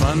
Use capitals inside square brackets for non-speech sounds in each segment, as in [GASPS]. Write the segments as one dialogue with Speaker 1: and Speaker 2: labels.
Speaker 1: find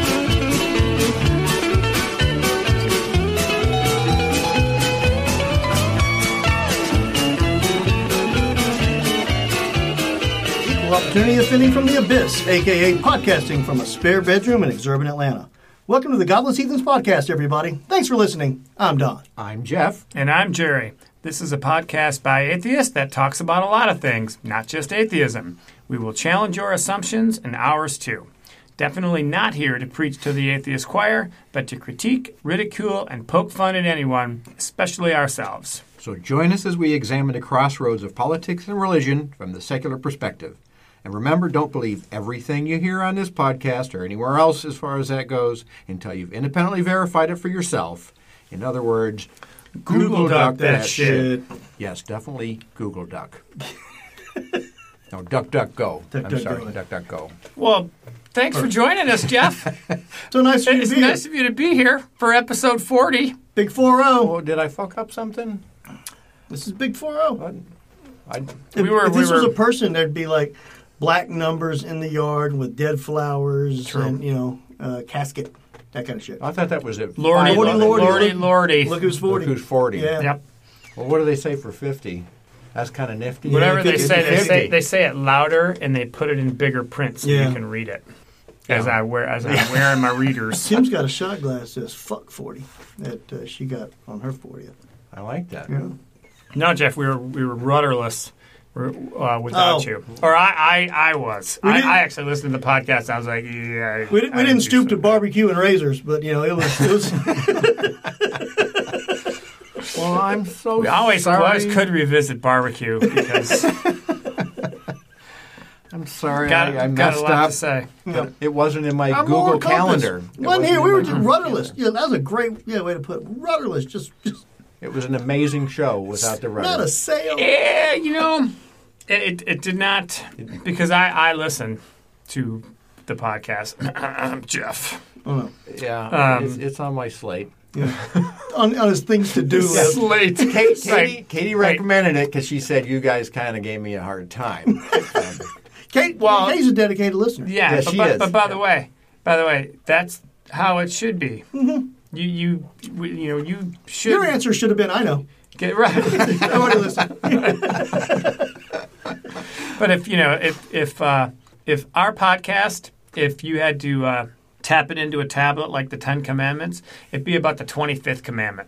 Speaker 2: Equal opportunity offending from the abyss, aka podcasting from a spare bedroom in exurban Atlanta. Welcome to the Goblins Heathens podcast, everybody. Thanks for listening. I'm Don.
Speaker 3: I'm Jeff.
Speaker 4: And I'm Jerry. This is a podcast by atheists that talks about a lot of things, not just atheism. We will challenge your assumptions and ours too. Definitely not here to preach to the atheist choir, but to critique, ridicule, and poke fun at anyone, especially ourselves.
Speaker 3: So join us as we examine the crossroads of politics and religion from the secular perspective. And remember, don't believe everything you hear on this podcast or anywhere else as far as that goes until you've independently verified it for yourself. In other words,
Speaker 4: Google duck that shit.
Speaker 3: Yes, definitely Google Duck. no, Duck Duck Go.
Speaker 2: Duck,
Speaker 3: I'm
Speaker 2: duck,
Speaker 3: sorry,
Speaker 2: go.
Speaker 3: Duck Duck Go.
Speaker 4: Well, thanks for joining us, [LAUGHS] Jeff.
Speaker 2: So nice of you to
Speaker 4: it's
Speaker 2: be here.
Speaker 4: nice of you to be here for episode 40.
Speaker 2: Big 4 0.
Speaker 3: Oh, did I fuck up something?
Speaker 2: This is Big 4 0.
Speaker 3: I,
Speaker 2: If,
Speaker 4: We were-
Speaker 2: if
Speaker 4: we
Speaker 2: this was
Speaker 4: were-
Speaker 2: a person, there'd be like black numbers in the yard with dead flowers and, you know, uh, casket, that kind of shit.
Speaker 3: I thought that was it.
Speaker 4: Lordy,
Speaker 2: Lordy, lordy,
Speaker 4: lordy,
Speaker 2: lordy.
Speaker 4: lordy.
Speaker 2: Look who's 40.
Speaker 3: Look who's 40.
Speaker 2: Yeah.
Speaker 4: Yep.
Speaker 3: Well, what do they say for 50? That's kind of nifty.
Speaker 4: Whatever they
Speaker 2: fifty-
Speaker 4: say, they
Speaker 2: fifty.
Speaker 4: say they say it louder and they put it in bigger print so
Speaker 2: Yeah.
Speaker 4: you can read it. As
Speaker 3: Yeah.
Speaker 4: I wear as I'm wearing my
Speaker 2: [LAUGHS]
Speaker 4: readers.
Speaker 2: Tim's got a shot glass that says fuck 40 that uh, she got on her 40th.
Speaker 3: I like that.
Speaker 4: No, Jeff, we were we were rudderless uh, without
Speaker 2: Oh.
Speaker 4: you, or I I, I was.
Speaker 2: We
Speaker 4: I,
Speaker 2: didn't-
Speaker 4: I actually listened to the podcast. I was like, yeah.
Speaker 2: We, didn't-
Speaker 4: I
Speaker 2: we didn't
Speaker 4: do
Speaker 2: stoop to
Speaker 4: something.
Speaker 2: barbecue and razors, but, you know, it was. It
Speaker 4: [LAUGHS]
Speaker 2: was
Speaker 3: Well, I'm so
Speaker 4: We always, we
Speaker 3: sorry.
Speaker 4: always could revisit
Speaker 2: [LAUGHS]
Speaker 4: barbecue because
Speaker 3: I'm sorry.
Speaker 4: got,
Speaker 3: I, I
Speaker 4: got a
Speaker 3: messed
Speaker 4: lot
Speaker 3: up.
Speaker 4: to say.
Speaker 3: but It wasn't in my
Speaker 2: I'm
Speaker 3: Google
Speaker 2: all compass.
Speaker 3: calendar. It
Speaker 2: Wasn't here.
Speaker 3: in
Speaker 2: We
Speaker 3: my-
Speaker 2: were just rudderless. Yeah, that was a great yeah way to put it. rudderless. Just, just
Speaker 3: It was an amazing show without the rudder.
Speaker 2: not a sail.
Speaker 4: Yeah, you know, it, it, it did not because I I listened to the podcast, [COUGHS] Jeff.
Speaker 2: Oh, no.
Speaker 3: yeah,
Speaker 4: Um,
Speaker 3: it's, it's on my slate. [LAUGHS]
Speaker 2: on, on his things to do list.
Speaker 4: Slate.
Speaker 3: Kate,
Speaker 4: It's like-
Speaker 3: Katie, Katie recommended it because she said you guys kind of gave me a hard time. Um,
Speaker 2: Kate,
Speaker 4: Well-
Speaker 2: Kate's a dedicated listener.
Speaker 3: Yeah,
Speaker 4: Yeah, but,
Speaker 3: she
Speaker 4: but,
Speaker 3: is.
Speaker 4: but by the
Speaker 3: Yeah.
Speaker 4: way, by the way, that's how it should be. You you we- you know you should
Speaker 2: Your answer should have been, I know.
Speaker 4: get right. [LAUGHS]
Speaker 2: I already
Speaker 3: [LAUGHS]
Speaker 2: listened.
Speaker 4: but if you know if if uh, if our podcast, if you had to uh, tap it into a tablet like the Ten Commandments, it'd be about the twenty fifth commandment.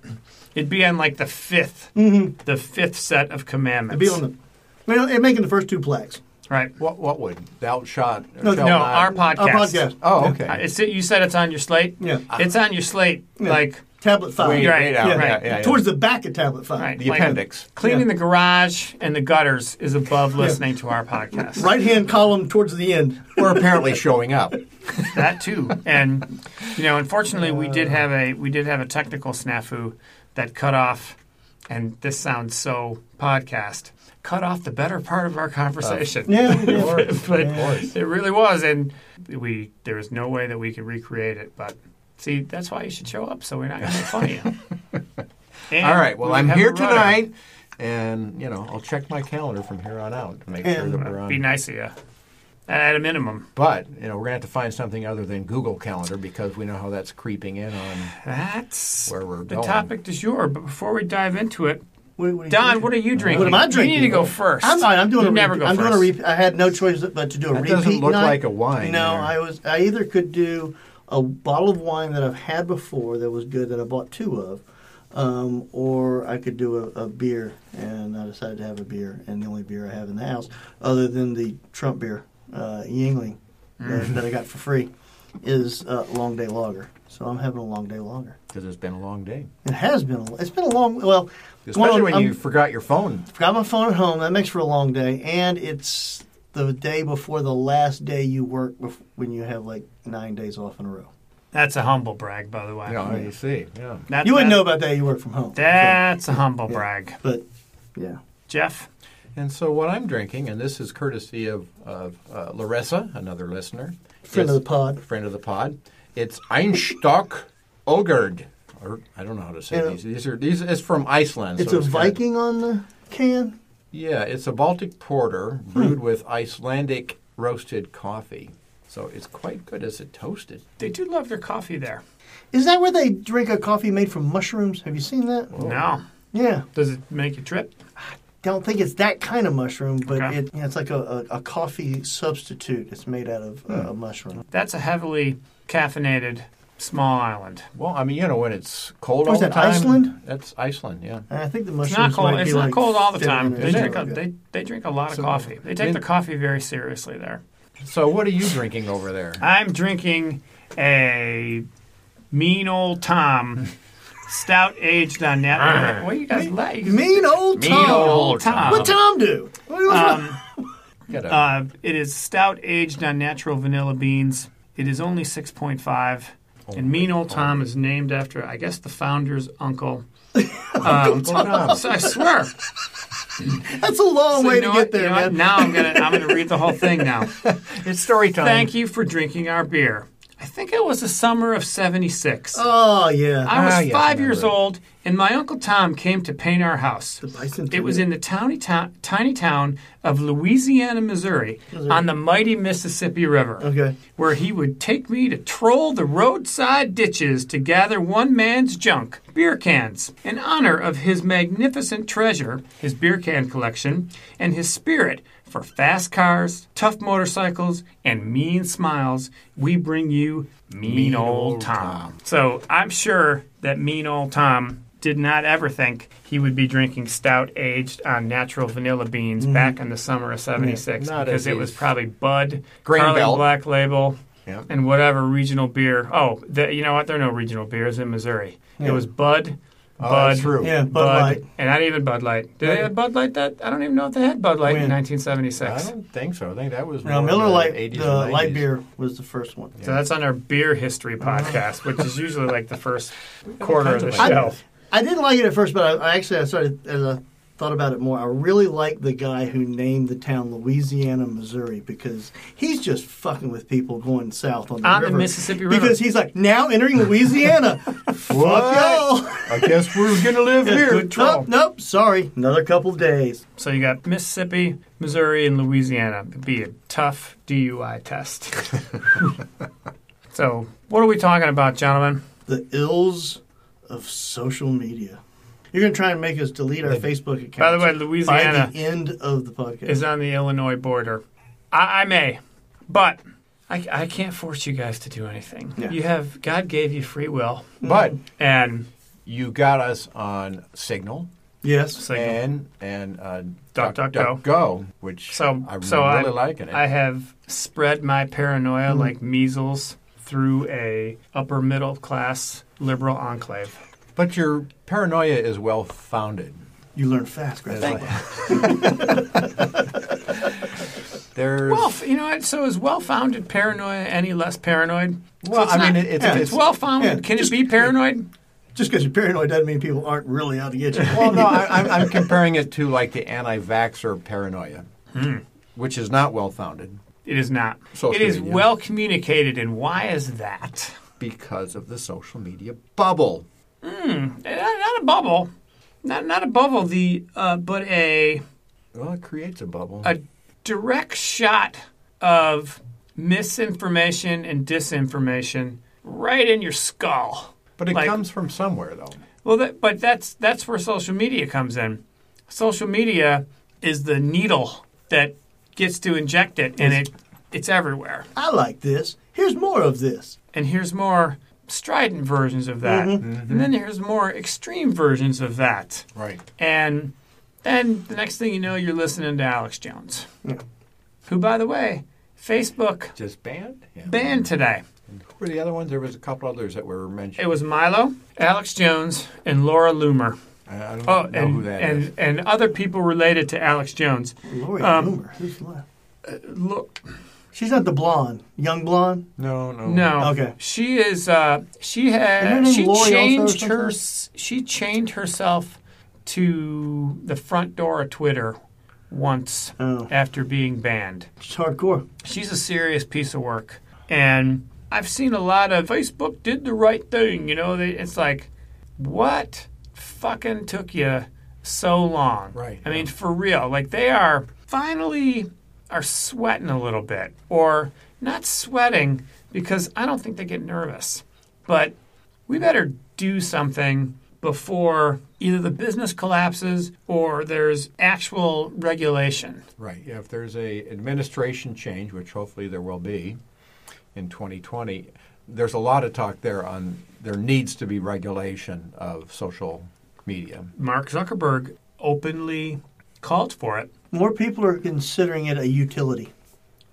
Speaker 4: It'd be on like the 5th the fifth set of commandments.
Speaker 2: Be on the, well, and making the first two plaques.
Speaker 4: right.
Speaker 3: what what would thou shalt? or
Speaker 2: No,
Speaker 3: shalt
Speaker 4: No,
Speaker 3: not-
Speaker 4: our podcast.
Speaker 2: Our Uh, podcast.
Speaker 3: Oh, okay.
Speaker 4: Uh, It's, you said it's on your slate.
Speaker 2: Yeah.
Speaker 4: it's on your slate. Like
Speaker 2: Tablet five.
Speaker 3: Wait,
Speaker 4: Right,
Speaker 3: wait out.
Speaker 2: yeah.
Speaker 3: Yeah, yeah, yeah.
Speaker 2: Towards the back of tablet five.
Speaker 4: Right.
Speaker 3: the
Speaker 4: like-
Speaker 3: appendix.
Speaker 4: Cleaning
Speaker 2: Yeah.
Speaker 4: the garage and the gutters is above listening to our podcast.
Speaker 2: Right hand column towards the end.
Speaker 3: [LAUGHS] We're apparently showing up.
Speaker 4: That too. And you know, unfortunately we
Speaker 3: Uh.
Speaker 4: did have a we did have a technical snafu that cut off and this sounds so podcast. Cut off the better part of our conversation.
Speaker 2: Yeah, we did.
Speaker 4: [LAUGHS] but it really was and we there was no way that we could recreate it, but see, that's why you should show up so we're not gonna make fun of you.
Speaker 3: [LAUGHS]
Speaker 4: And
Speaker 3: All right. Well,
Speaker 4: we
Speaker 3: I'm
Speaker 4: have a
Speaker 3: here
Speaker 4: runner.
Speaker 3: tonight, and you know I'll check my calendar from here on out to make sure
Speaker 2: And-
Speaker 3: that we're on.
Speaker 4: Be nice of you. At a minimum.
Speaker 3: But you know we're gonna have to find something other than Google Calendar because we know how that's creeping in on.
Speaker 4: That's
Speaker 3: Where we're
Speaker 4: the
Speaker 3: going.
Speaker 4: topic du jour. But before we dive into it,
Speaker 2: What- what are you
Speaker 4: Don,
Speaker 2: drinking?
Speaker 4: what are you drinking?
Speaker 2: What am I drinking?
Speaker 4: You need to go first.
Speaker 2: I'm sorry. I'm doing
Speaker 4: you
Speaker 2: a repeat.
Speaker 4: never go
Speaker 2: I'm
Speaker 4: first.
Speaker 2: doing a repeat. I had no choice but to do a
Speaker 3: That
Speaker 2: repeat.
Speaker 3: doesn't look
Speaker 2: night.
Speaker 3: like a wine
Speaker 2: No,
Speaker 3: either.
Speaker 2: I was. I either could do a bottle of wine that I've had before that was good that I bought two of, um, or I could do a, a beer, and I decided to have a beer, and the only beer I have in the house, other than the Trump beer, uh, Yingling, that, that I got for free, is uh, Long Day Lager. So I'm having a Long Day Lager.
Speaker 3: Because it's been a long day,
Speaker 2: It has been. A, it's been a long. Well, um,
Speaker 3: especially
Speaker 2: one,
Speaker 3: when
Speaker 2: I'm-
Speaker 3: you forgot your phone.
Speaker 2: Got my phone at home. That makes for a long day, and it's the day before the last day you work bef- when you have like nine days off in a row.
Speaker 4: That's a humble brag, by the way.
Speaker 3: You know, you see, yeah.
Speaker 4: That- [LAUGHS]
Speaker 2: You wouldn't
Speaker 4: that-
Speaker 2: know about that. You work from home,
Speaker 4: That's a humble brag,
Speaker 2: but yeah.
Speaker 4: Jeff.
Speaker 3: And so what I'm drinking, and this is courtesy of, of uh, Larissa, another listener.
Speaker 2: Friend of
Speaker 3: is-
Speaker 2: the pod.
Speaker 3: Friend of the pod. It's Einstock Ogerd. Or, I don't know how to say
Speaker 2: Yeah.
Speaker 3: these. These are these. It's from Iceland.
Speaker 2: It's
Speaker 3: so
Speaker 2: a
Speaker 3: got-
Speaker 2: Viking on the can.
Speaker 3: yeah, it's a Baltic porter brewed
Speaker 2: Hmm.
Speaker 3: with Icelandic roasted coffee. So it's quite good as it toasted.
Speaker 4: They do love their coffee there.
Speaker 2: Is that where they drink a coffee made from mushrooms? Have you seen that?
Speaker 4: No.
Speaker 2: Yeah.
Speaker 4: Does it make you trip?
Speaker 2: Don't think it's that kind of mushroom, but
Speaker 4: Okay.
Speaker 2: it, yeah, it's like a, a, a coffee substitute. It's made out of
Speaker 4: Hmm.
Speaker 2: uh, a mushroom.
Speaker 4: That's a heavily caffeinated small island.
Speaker 3: Well, I mean, you know, when it's cold
Speaker 2: Oh,
Speaker 3: all
Speaker 2: is
Speaker 3: the
Speaker 2: that
Speaker 3: time.
Speaker 2: Iceland?
Speaker 3: That's Iceland, yeah.
Speaker 2: And I think the
Speaker 4: It's
Speaker 2: mushrooms
Speaker 4: not cold.
Speaker 2: might
Speaker 4: It's
Speaker 2: be
Speaker 4: not
Speaker 2: like
Speaker 4: cold all the
Speaker 2: 50
Speaker 4: time.
Speaker 2: or
Speaker 4: They
Speaker 3: something.
Speaker 4: drink a, they they drink a lot of
Speaker 3: So-
Speaker 4: coffee. They take
Speaker 3: Min-
Speaker 4: the coffee very seriously there.
Speaker 3: So what are you drinking over there?
Speaker 4: I'm drinking a mean old Tom stout aged on that. what do you guys like?
Speaker 2: Mean old Tom.
Speaker 4: old Tom.
Speaker 2: What Tom do? What do you want?
Speaker 4: Um,
Speaker 3: Got a-
Speaker 4: uh, it is stout aged on natural vanilla beans. It is only 6.5. And Mean Old Tom is named after, I guess, the founder's
Speaker 2: [LAUGHS]
Speaker 4: uncle. Um,
Speaker 3: Hold on.
Speaker 4: so I swear.
Speaker 2: That's a long
Speaker 4: So
Speaker 2: way
Speaker 4: you
Speaker 2: to
Speaker 4: know
Speaker 2: get
Speaker 4: what?
Speaker 2: there,
Speaker 4: You know what?
Speaker 2: man.
Speaker 4: Now I'm gonna I'm gonna read the whole
Speaker 2: [LAUGHS]
Speaker 4: thing now.
Speaker 3: It's story time.
Speaker 4: Thank you for drinking our beer. I think it was the summer of '76.
Speaker 2: Oh yeah.
Speaker 4: I was
Speaker 3: Ah, yes,
Speaker 4: five
Speaker 3: I
Speaker 4: years
Speaker 3: remember.
Speaker 4: old, and my uncle Tom came to paint our house.
Speaker 2: bicentennial.
Speaker 4: It was in the tiny, to- tiny town of Louisiana, Missouri, on the mighty Mississippi River,
Speaker 2: Okay.
Speaker 4: where he would take me to troll the roadside ditches to gather one man's junk, beer cans, in honor of his magnificent treasure, his beer can collection, and his spirit for fast cars, tough motorcycles, and mean smiles. We bring you Mean, Old Tom. So I'm sure that mean old Tom did not ever think he would be drinking stout aged on natural vanilla beans back in the summer of 76
Speaker 3: Mm-hmm. not
Speaker 4: because
Speaker 3: as
Speaker 4: it was
Speaker 3: he's-
Speaker 4: probably Bud,
Speaker 3: Grain
Speaker 4: Carling
Speaker 3: Belt.
Speaker 4: Black Label,
Speaker 3: Yeah.
Speaker 4: and whatever regional beer. Oh, the, you know what? There are no regional beers in Missouri.
Speaker 2: Yeah.
Speaker 4: It was Bud,
Speaker 3: Oh,
Speaker 4: Bud,
Speaker 3: that's true.
Speaker 2: Yeah, Bud,
Speaker 4: Bud,
Speaker 2: Light.
Speaker 4: and not even Bud Light. Did they
Speaker 2: Yeah.
Speaker 4: have Bud Light that? I don't even know if they had Bud Light in
Speaker 2: When?
Speaker 3: I
Speaker 4: 1976.
Speaker 3: don't think so. I think that was
Speaker 2: Now
Speaker 3: more
Speaker 2: Miller
Speaker 3: the
Speaker 2: Light,
Speaker 3: 80s
Speaker 2: the
Speaker 3: and
Speaker 2: light
Speaker 3: 90s.
Speaker 2: beer was the first one.
Speaker 4: So that's on our beer history podcast, which is usually like the first
Speaker 3: [LAUGHS]
Speaker 4: quarter of the
Speaker 3: I-
Speaker 4: show.
Speaker 2: I didn't like it at first, but I, I actually I started as I thought about it more. I really like the guy who named the town Louisiana, Missouri, because he's just fucking with people going south on the
Speaker 4: On the
Speaker 2: river.
Speaker 4: Mississippi River.
Speaker 2: Because he's like now entering
Speaker 4: [LAUGHS]
Speaker 2: Louisiana. Fuck y'all.
Speaker 3: I guess we're
Speaker 2: [LAUGHS]
Speaker 3: gonna live here.
Speaker 4: Good troll.
Speaker 2: Nope, nope. Sorry, another couple days.
Speaker 4: So you got Mississippi, Missouri, and Louisiana. It'd be a tough DUI test. so what are we talking about, gentlemen?
Speaker 2: The ills of social media. You're gonna try and make us delete our Facebook account.
Speaker 4: By the way,
Speaker 2: by
Speaker 4: Louisiana
Speaker 2: the end of the podcast.
Speaker 4: is on the Illinois border. I, I may, but I, I can't force you guys to do anything.
Speaker 2: Yeah.
Speaker 4: You have God gave you free will,
Speaker 3: But
Speaker 4: and
Speaker 3: you got us on Signal
Speaker 2: yes.
Speaker 4: Signal.
Speaker 3: and and uh,
Speaker 4: Duck, Duck, Go.
Speaker 3: Go, which
Speaker 4: So-
Speaker 3: I'm
Speaker 4: so
Speaker 3: really
Speaker 4: I-
Speaker 3: liking it.
Speaker 4: I have spread my paranoia like measles through a upper middle class liberal enclave.
Speaker 3: but your paranoia is well founded.
Speaker 2: You learn fast, Greg.
Speaker 3: [LAUGHS] There's
Speaker 4: Well, f- you know what? So is well-founded paranoia any less paranoid?
Speaker 3: Well,
Speaker 4: so it's
Speaker 3: I mean,
Speaker 4: not-
Speaker 3: it- it's-
Speaker 4: if
Speaker 3: it's-
Speaker 4: it's well-founded.
Speaker 2: yeah,
Speaker 4: Can
Speaker 2: just-
Speaker 4: it be paranoid?
Speaker 2: Just because you're paranoid doesn't mean people aren't really out to get you.
Speaker 3: Well, no, I, I'm, I'm comparing it to like the anti-vaxxer paranoia,
Speaker 4: Hmm.
Speaker 3: which is not well-founded
Speaker 4: It is not.
Speaker 3: Social
Speaker 4: it is
Speaker 3: media.
Speaker 4: well communicated, and why is that?
Speaker 3: because of the social media bubble.
Speaker 4: Eh, Not, not a bubble, not not a bubble. The uh, but a
Speaker 3: Well, it creates a bubble.
Speaker 4: a direct shot of misinformation and disinformation right in your skull.
Speaker 3: but it
Speaker 4: like-
Speaker 3: comes from somewhere, though.
Speaker 4: Well, that, but that's that's where social media comes in. Social media is the needle that gets to inject it, and it it's everywhere.
Speaker 2: I like this. Here's more of this.
Speaker 4: And here's more strident versions of that,
Speaker 3: Mm-hmm.
Speaker 4: and then here's more extreme versions of that,
Speaker 3: Right.
Speaker 4: and then the next thing you know, you're listening to Alex Jones, who, by the way, Facebook
Speaker 3: Just banned? Yeah.
Speaker 4: banned today.
Speaker 3: Who were the other ones? There was a couple others that were mentioned.
Speaker 4: It was Milo, Alex Jones, and Laura Loomer.
Speaker 3: I I don't
Speaker 4: Oh,
Speaker 3: know
Speaker 4: and
Speaker 3: who that
Speaker 4: and,
Speaker 3: is.
Speaker 4: and other people related to Alex Jones.
Speaker 2: Lori
Speaker 4: Um,
Speaker 2: Boomer. Who's left?
Speaker 4: Look,
Speaker 2: She's not the blonde, young blonde.
Speaker 3: No, no.
Speaker 4: no.
Speaker 2: Okay.
Speaker 4: She is. Uh, she
Speaker 2: Isn't her
Speaker 4: had.
Speaker 2: name
Speaker 4: She
Speaker 2: Lori also or
Speaker 4: changed her.
Speaker 2: something?
Speaker 4: She chained herself to the front door of Twitter once
Speaker 2: Oh.
Speaker 4: after being banned.
Speaker 2: It's hardcore.
Speaker 4: She's a serious piece of work. And I've seen a lot of Facebook did the right thing, you know, they, it's like what fucking took you so long?
Speaker 3: Right.
Speaker 4: I mean, for real, like they are finally are sweating a little bit or not sweating because I don't think they get nervous. But we better do something before either the business collapses or there's actual regulation.
Speaker 3: Right. Yeah, if there's a administration change, which hopefully there will be in 2020, there's a lot of talk there on there needs to be regulation of social media.
Speaker 4: Mark Zuckerberg openly called for it.
Speaker 2: More people are considering it a utility.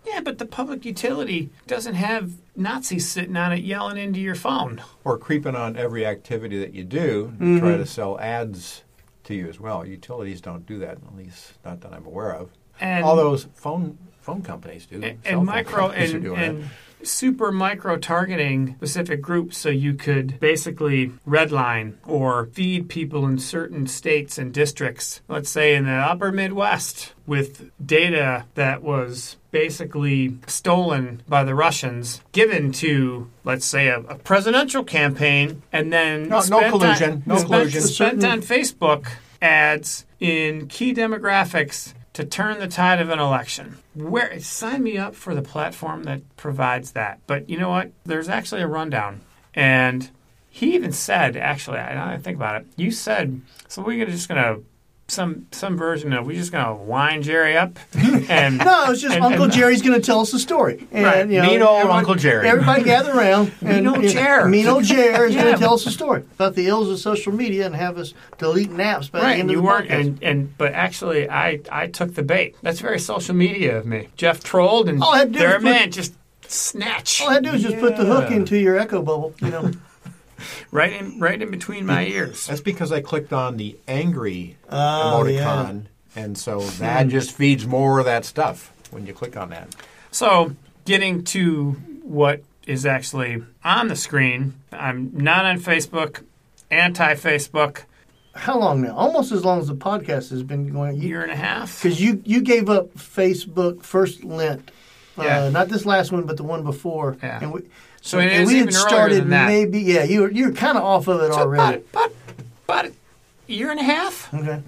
Speaker 4: Yeah, but the public utility doesn't have Nazis sitting on it yelling into your phone.
Speaker 3: or creeping on every activity that you do to try
Speaker 4: Mm-hmm.
Speaker 3: to sell ads to you as well. Utilities don't do that, at least not that I'm aware of.
Speaker 4: And-
Speaker 3: All those phone phone companies do.
Speaker 4: And,
Speaker 3: cell phone [LAUGHS]
Speaker 4: and micro
Speaker 3: companies
Speaker 4: and,
Speaker 3: are doing it.
Speaker 4: and super micro targeting specific groups so you could basically redline or feed people in certain states and districts, let's say in the upper Midwest, with data that was basically stolen by the Russians, given to, let's say, a, a presidential campaign, and then
Speaker 3: No- no
Speaker 4: spent on-
Speaker 3: collusion, no
Speaker 4: spent-
Speaker 3: collusion.
Speaker 4: spent on Facebook ads in key demographics to turn the tide of an election. Where sign me up for the platform that provides that. But you know what? There's actually a rundown, and he even said, actually, I- now that I think about it, you said, so we're gonna- just gonna some some version of we're just gonna wind Jerry up
Speaker 2: [LAUGHS]
Speaker 4: and
Speaker 2: No, it's just
Speaker 4: [LAUGHS] and-
Speaker 2: Uncle
Speaker 4: and- uh,
Speaker 2: Jerry's going to tell us a story. And,
Speaker 4: Right.
Speaker 2: you know,
Speaker 3: Mean old
Speaker 2: everyone-
Speaker 3: Uncle Jerry.
Speaker 2: Everybody gather around.
Speaker 4: [LAUGHS] Mean
Speaker 2: and,
Speaker 4: old
Speaker 2: you know,
Speaker 4: Jer.
Speaker 2: Mean old Jerry is going
Speaker 4: Yeah.
Speaker 2: to tell us a story about the ills of social media and have us deleting apps by
Speaker 4: Right,
Speaker 2: the
Speaker 4: and
Speaker 2: end of
Speaker 4: you
Speaker 2: the
Speaker 4: weren't,
Speaker 2: podcast.
Speaker 4: and, and but actually, I I took the bait. That's very social media of me. Jeff trolled, and
Speaker 2: All I had to do
Speaker 4: there,
Speaker 2: was put-
Speaker 4: man, just snatch
Speaker 2: All I had to do is just put the hook
Speaker 3: Yeah.
Speaker 2: into your echo bubble. You
Speaker 4: [LAUGHS]
Speaker 2: know,
Speaker 4: right in right in between my ears.
Speaker 3: that's because I clicked on the angry
Speaker 2: Oh,
Speaker 3: emoticon, and so
Speaker 4: Hmm.
Speaker 3: that just feeds more of that stuff when you click on that.
Speaker 4: So, getting to what is actually on the screen, I'm not on Facebook, anti Facebook,
Speaker 2: how long now? Almost as long as the podcast has been going.
Speaker 4: year and a half.
Speaker 2: Because you you gave up Facebook first Lent,
Speaker 4: Yeah.
Speaker 2: uh, not this last one, but the one before.
Speaker 4: Yeah.
Speaker 2: And we,
Speaker 4: So it
Speaker 2: and
Speaker 4: is
Speaker 2: we
Speaker 4: even
Speaker 2: had
Speaker 4: earlier
Speaker 2: started
Speaker 4: than that.
Speaker 2: maybe yeah. You were you were kind of off of it
Speaker 4: So about,
Speaker 2: already.
Speaker 4: about, about a year and a half.
Speaker 2: Okay.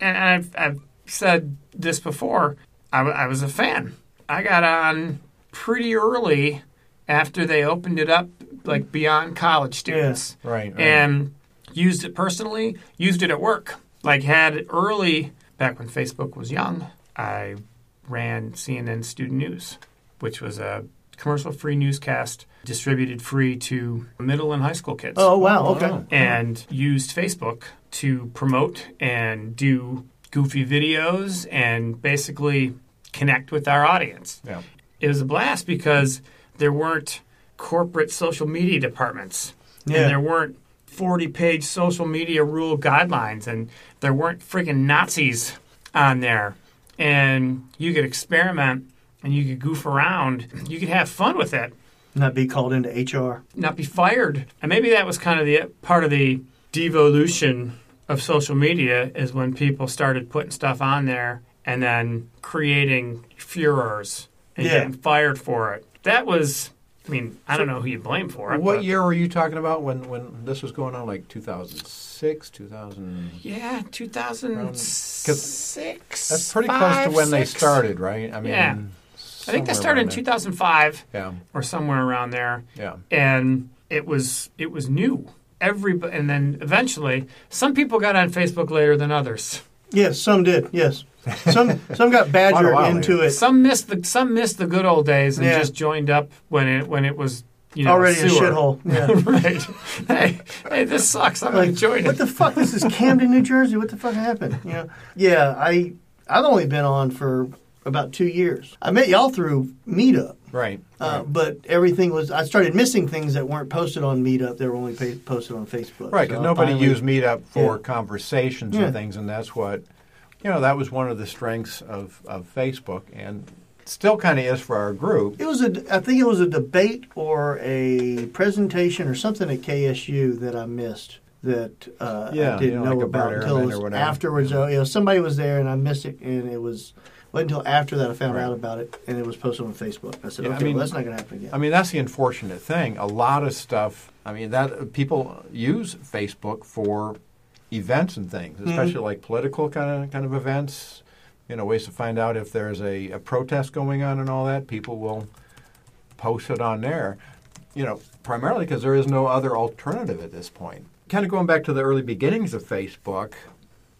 Speaker 4: and I've, I've said this before, I, w- I was a fan. I got on pretty early after they opened it up, like beyond college students.
Speaker 3: Yeah, right, right.
Speaker 4: And used it personally, used it at work. Like, had it early, back when Facebook was young, I ran CNN Student News, which was a commercial free newscast distributed free to middle and high school kids
Speaker 2: Oh wow. Okay.
Speaker 3: wow.
Speaker 4: and used Facebook to promote and do goofy videos and basically connect with our audience.
Speaker 3: Yeah.
Speaker 4: It was a blast because there weren't corporate social media departments
Speaker 2: Yeah.
Speaker 4: and there weren't 40 page social media rule guidelines and there weren't freaking Nazis on there. And you could experiment and you could goof around, you could have fun with it
Speaker 2: Not be called into HR.
Speaker 4: not be fired. And maybe that was kind of the part of the devolution of social media is when people started putting stuff on there and then creating furors and
Speaker 2: Yeah.
Speaker 4: getting fired for it. That was, I mean, I don't know who you blame for it.
Speaker 3: What
Speaker 4: but-
Speaker 3: year were you talking about when, when this was going on? Like 2006, 2000?
Speaker 4: Yeah, 2006.
Speaker 3: That's pretty close to
Speaker 4: five,
Speaker 3: when they
Speaker 4: six?
Speaker 3: started, right? I mean,
Speaker 4: Yeah. I think they started in 2005
Speaker 3: Yeah,
Speaker 4: or somewhere around there.
Speaker 3: yeah.
Speaker 4: and it was it was new. Every and then eventually, some people got on Facebook later than others.
Speaker 2: Yes, some did. Yes.
Speaker 4: [LAUGHS]
Speaker 2: Some some got badgered
Speaker 3: while
Speaker 2: into
Speaker 3: later.
Speaker 2: it.
Speaker 4: Some missed the some missed the good old days and
Speaker 2: Yeah.
Speaker 4: just joined up when it when it was [LAUGHS] you know
Speaker 2: Already a
Speaker 4: sewer. [LAUGHS]
Speaker 2: shithole. Yeah.
Speaker 4: right? hey, hey, this sucks. I'm gonna
Speaker 2: Like,
Speaker 4: join
Speaker 2: what
Speaker 4: it.
Speaker 2: the fuck? This is Camden, New Jersey. What the fuck happened? You know? Yeah, I I've only been on for about two years. I met y'all through Meetup.
Speaker 3: Right.
Speaker 4: Um,
Speaker 2: Uh, but everything was. I started missing things that weren't posted on Meetup. They were only pa- posted on Facebook.
Speaker 3: Right, because
Speaker 2: So I
Speaker 3: nobody
Speaker 2: finally-
Speaker 3: used Meetup for
Speaker 2: Yeah.
Speaker 3: conversations
Speaker 2: Yeah.
Speaker 4: Hmm.
Speaker 3: and things, and that's what, you know, that was one of the strengths of, of Facebook, and still kind of is for our group.
Speaker 2: It was a. I think it was a debate or a presentation or something at KSU that I missed that uh,
Speaker 3: Yeah,
Speaker 2: I
Speaker 3: you
Speaker 2: didn't
Speaker 3: know,
Speaker 2: know,
Speaker 3: like a
Speaker 2: about
Speaker 3: Bert
Speaker 2: until
Speaker 3: Ehrman
Speaker 2: it
Speaker 3: or
Speaker 2: was
Speaker 3: whatever.
Speaker 2: afterwards. Oh, You know, somebody was there and I missed it, and it was wasn't until after that I found
Speaker 3: Right.
Speaker 2: out about it, and it was posted on Facebook. I said,
Speaker 3: Yeah, I
Speaker 2: okay,
Speaker 3: mean-
Speaker 2: well, that's not going to happen again.
Speaker 3: I mean, that's the unfortunate thing. A lot of stuff. I mean, that uh, people use Facebook for events and things, especially like political kind of kind of events. You know, ways to find out if there's a, a protest going on and all that. People will post it on there. You know, primarily because there is no other alternative at this point. Kind of going back to the early beginnings of Facebook.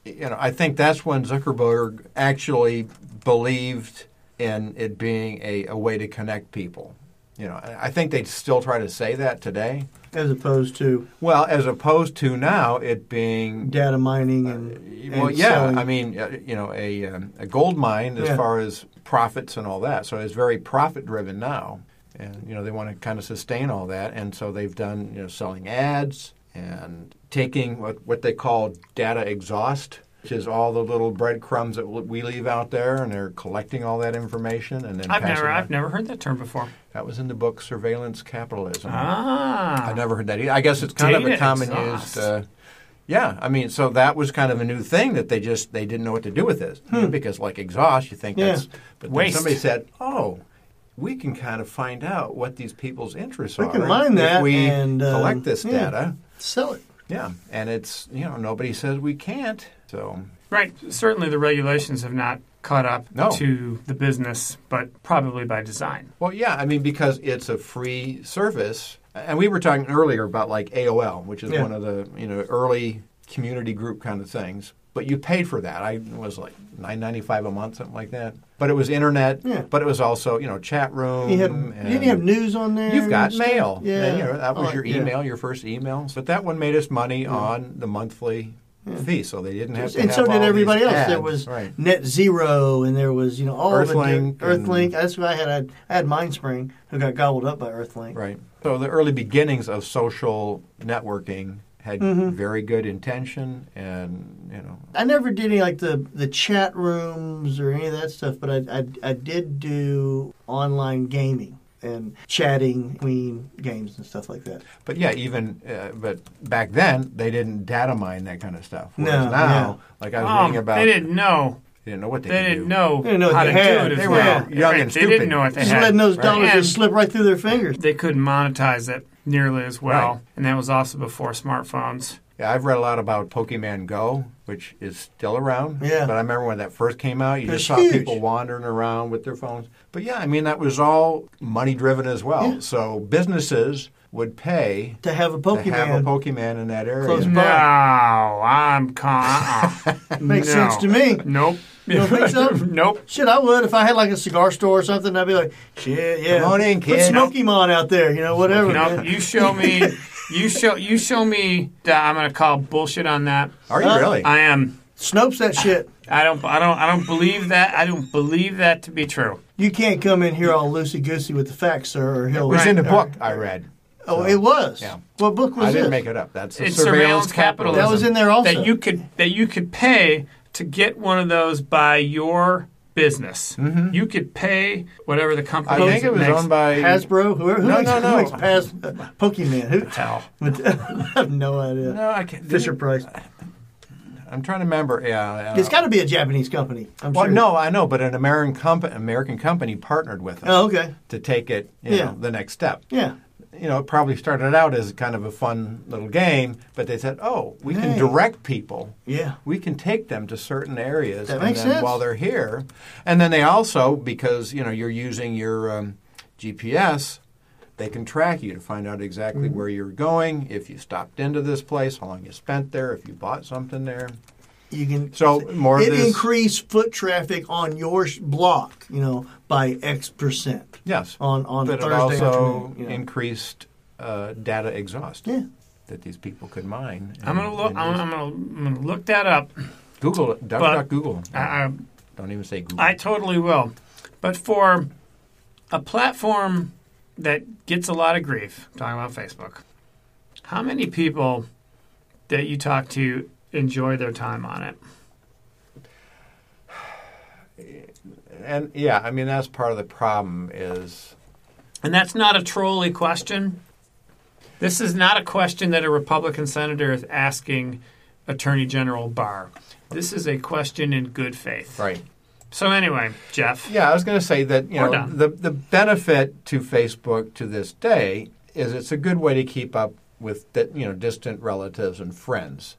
Speaker 3: You know, I think that's when Zuckerberg actually believed in it being a, a way to connect people. You know, I I think they still try to say that today.
Speaker 2: As opposed to
Speaker 3: Well, as opposed to now it being
Speaker 2: data mining and,
Speaker 3: uh, well,
Speaker 2: and
Speaker 3: yeah.
Speaker 2: selling.
Speaker 3: I mean, uh, you know, a um, a gold mine as
Speaker 2: Yeah.
Speaker 3: far as profits and all that. So it's very profit driven now, and you know they want to kind of sustain all that, and so they've done you know selling ads and taking what what they call data exhaust, which is all the little breadcrumbs that w- we leave out there, and they're collecting all that information and then
Speaker 4: I've
Speaker 3: passing
Speaker 4: never,
Speaker 3: it on.
Speaker 4: I've never heard that term before.
Speaker 3: that was in the book Surveillance Capitalism.
Speaker 4: Ah,
Speaker 3: I never heard that either. I guess it's kind of a
Speaker 4: Data
Speaker 3: common
Speaker 4: exhaust.
Speaker 3: used. Uh, yeah, I mean, so that was kind of a new thing that they just they didn't know what to do with this You know, because like exhaust, you think
Speaker 2: Hmm. Yeah.
Speaker 3: that's but then
Speaker 4: Waste.
Speaker 3: somebody said, oh. We can kind of find out what these people's interests
Speaker 2: We
Speaker 3: are.
Speaker 2: can mine that
Speaker 3: if we
Speaker 2: and, um,
Speaker 3: collect this
Speaker 2: yeah.
Speaker 3: data.
Speaker 2: sell it.
Speaker 3: Yeah, and it's you know nobody says we can't. So
Speaker 4: right. Certainly, the regulations have not caught up
Speaker 3: No.
Speaker 4: to the business, but probably by design.
Speaker 3: Well, yeah, I mean because it's a free service, and we were talking earlier about like AOL, which is
Speaker 2: Yeah.
Speaker 3: one of the you know early community group kind of things. But you paid for that. I it was like nine ninety five a month, something like that. But it was internet.
Speaker 2: Yeah.
Speaker 3: But it was also you know chat room.
Speaker 2: You had
Speaker 3: um, and
Speaker 2: you didn't have news on there.
Speaker 3: You've got
Speaker 2: and stuff.
Speaker 3: mail.
Speaker 2: Yeah,
Speaker 3: And, you know, that
Speaker 2: Oh,
Speaker 3: was your
Speaker 2: yeah.
Speaker 3: email, your first email. But that one made us money on the monthly fee, so they didn't have to.
Speaker 2: and so
Speaker 3: have all
Speaker 2: did
Speaker 3: these
Speaker 2: everybody else. There
Speaker 3: ads.
Speaker 2: was
Speaker 3: right.
Speaker 2: Net Zero, and there was you know all
Speaker 3: Earthlink
Speaker 2: of it.
Speaker 3: and-
Speaker 2: Earthlink. That's what I had. I had, I had MindSpring, who got gobbled up by Earthlink.
Speaker 3: Right. So the early beginnings of social networking had very good intention, and you know,
Speaker 2: I never did any like the the chat rooms or any of that stuff, but I I, I did do online gaming and chatting between games and stuff like that.
Speaker 3: but yeah, even uh, but back then they didn't data mine that kind of stuff.
Speaker 2: No,
Speaker 3: Whereas now,
Speaker 2: no.
Speaker 3: like I was
Speaker 4: Um,
Speaker 3: reading about,
Speaker 4: they didn't know.
Speaker 3: they didn't know what they,
Speaker 4: They,
Speaker 3: could
Speaker 4: didn't
Speaker 3: do.
Speaker 4: know,
Speaker 2: They didn't know what
Speaker 4: how
Speaker 2: they
Speaker 4: to
Speaker 2: had.
Speaker 4: do it. as
Speaker 3: They were
Speaker 4: well.
Speaker 3: young and
Speaker 4: They didn't
Speaker 3: stupid.
Speaker 4: know what they
Speaker 2: Just
Speaker 4: had.
Speaker 2: letting those dollars
Speaker 4: And-
Speaker 2: just slip right through their fingers.
Speaker 4: they couldn't monetize it nearly as well.
Speaker 3: Right.
Speaker 4: And that was also before smartphones.
Speaker 3: Yeah, I've read a lot about Pokemon Go, which is still around.
Speaker 2: Yeah.
Speaker 3: But I remember when that first came out, you
Speaker 2: It's
Speaker 3: just saw
Speaker 2: huge.
Speaker 3: people wandering around with their phones. But yeah, I mean that was all money driven as well.
Speaker 2: Yeah.
Speaker 3: So businesses would pay
Speaker 2: to have a Pokemon.
Speaker 3: to have a Pokemon in that area.
Speaker 2: Close
Speaker 4: No, I'm con. uh-uh.
Speaker 2: [LAUGHS] Makes
Speaker 4: No.
Speaker 2: sense to me.
Speaker 4: Nope.
Speaker 2: You don't think so?
Speaker 4: [LAUGHS] nope.
Speaker 2: Shit, I would if I had like a cigar store or something. I'd be like, shit, yeah,
Speaker 3: Come on in,
Speaker 2: Put
Speaker 3: kid.
Speaker 2: Smokey Mon out there, you know, whatever.
Speaker 4: No,
Speaker 2: man.
Speaker 4: you show me. You show. You show me. That I'm gonna call bullshit on that.
Speaker 3: Are you
Speaker 2: Uh,
Speaker 3: really?
Speaker 4: I am.
Speaker 2: Snopes that shit.
Speaker 4: I don't. I don't. I don't believe that. I don't believe that to be true.
Speaker 2: You can't come in here all loosey goosey with the facts, sir, or
Speaker 3: It
Speaker 2: he'll.
Speaker 3: was in the
Speaker 2: or-
Speaker 3: book I read.
Speaker 2: Oh, it was.
Speaker 3: Yeah.
Speaker 2: What book was
Speaker 3: I didn't
Speaker 2: this?
Speaker 3: make it up. That's the
Speaker 4: It's surveillance capitalism.
Speaker 2: That was in there also.
Speaker 4: That you could. That you could pay to get one of those by your business. You could pay whatever the
Speaker 3: Mm-hmm. I
Speaker 4: company.
Speaker 3: think it was owned by
Speaker 2: Hasbro, whoever. Who
Speaker 3: No,
Speaker 2: makes,
Speaker 3: no, no.
Speaker 2: Who makes past, uh, Pokemon? Who? [LAUGHS]
Speaker 4: Hell.
Speaker 2: I have no idea.
Speaker 3: No, Uh, I can't.
Speaker 2: Fisher Price.
Speaker 3: I'm trying to remember. Yeah.
Speaker 2: It's got to be a Japanese company. I'm
Speaker 3: Well,
Speaker 2: sure.
Speaker 3: no, I know, but an American company, American company partnered with them
Speaker 2: Oh, okay.
Speaker 3: to take it, you
Speaker 2: Yeah.
Speaker 3: know, the next step.
Speaker 2: Yeah.
Speaker 3: You know, it probably started out as kind of a fun little game, but they said, "Oh, we can
Speaker 2: Hey.
Speaker 3: direct people.
Speaker 2: Yeah.
Speaker 3: We can take them to certain areas,
Speaker 2: That
Speaker 3: and
Speaker 2: makes
Speaker 3: then
Speaker 2: sense.
Speaker 3: while they're here, and then they also because you know you're using your um, GPS, they can track you to find out exactly
Speaker 2: Mm-hmm.
Speaker 3: where you're going, if you stopped into this place, how long you spent there, if you bought something there.
Speaker 2: You can.
Speaker 3: So more of
Speaker 2: it
Speaker 3: this,
Speaker 2: increased foot traffic on your sh- block, you know, by X percent
Speaker 3: yes,
Speaker 2: on on
Speaker 3: but it
Speaker 2: Thursday
Speaker 3: also
Speaker 2: afternoon. you know.
Speaker 3: increased uh, data exhaust
Speaker 2: yeah,
Speaker 3: that these people could mine.
Speaker 4: I'm gonna
Speaker 3: and-
Speaker 4: look.
Speaker 3: and
Speaker 4: I'm,
Speaker 3: just
Speaker 4: I'm gonna. I'm gonna look that up.
Speaker 3: Google it. Duck,
Speaker 4: but-
Speaker 3: duck, Google.
Speaker 4: I, I,
Speaker 3: Don't even say Google.
Speaker 4: I totally will. But for a platform that gets a lot of grief, talking about Facebook, how many people that you talk to enjoy their time on it?
Speaker 3: and yeah, I mean that's part of the problem is.
Speaker 4: And that's not a trolly question. This is not a question that a Republican senator is asking Attorney General Barr. This is a question in good faith.
Speaker 3: Right.
Speaker 4: So anyway, Jeff.
Speaker 3: Yeah, I was going to say that you
Speaker 4: Or
Speaker 3: know
Speaker 4: done.
Speaker 3: the the benefit to Facebook to this day is it's a good way to keep up with di- you know distant relatives and friends,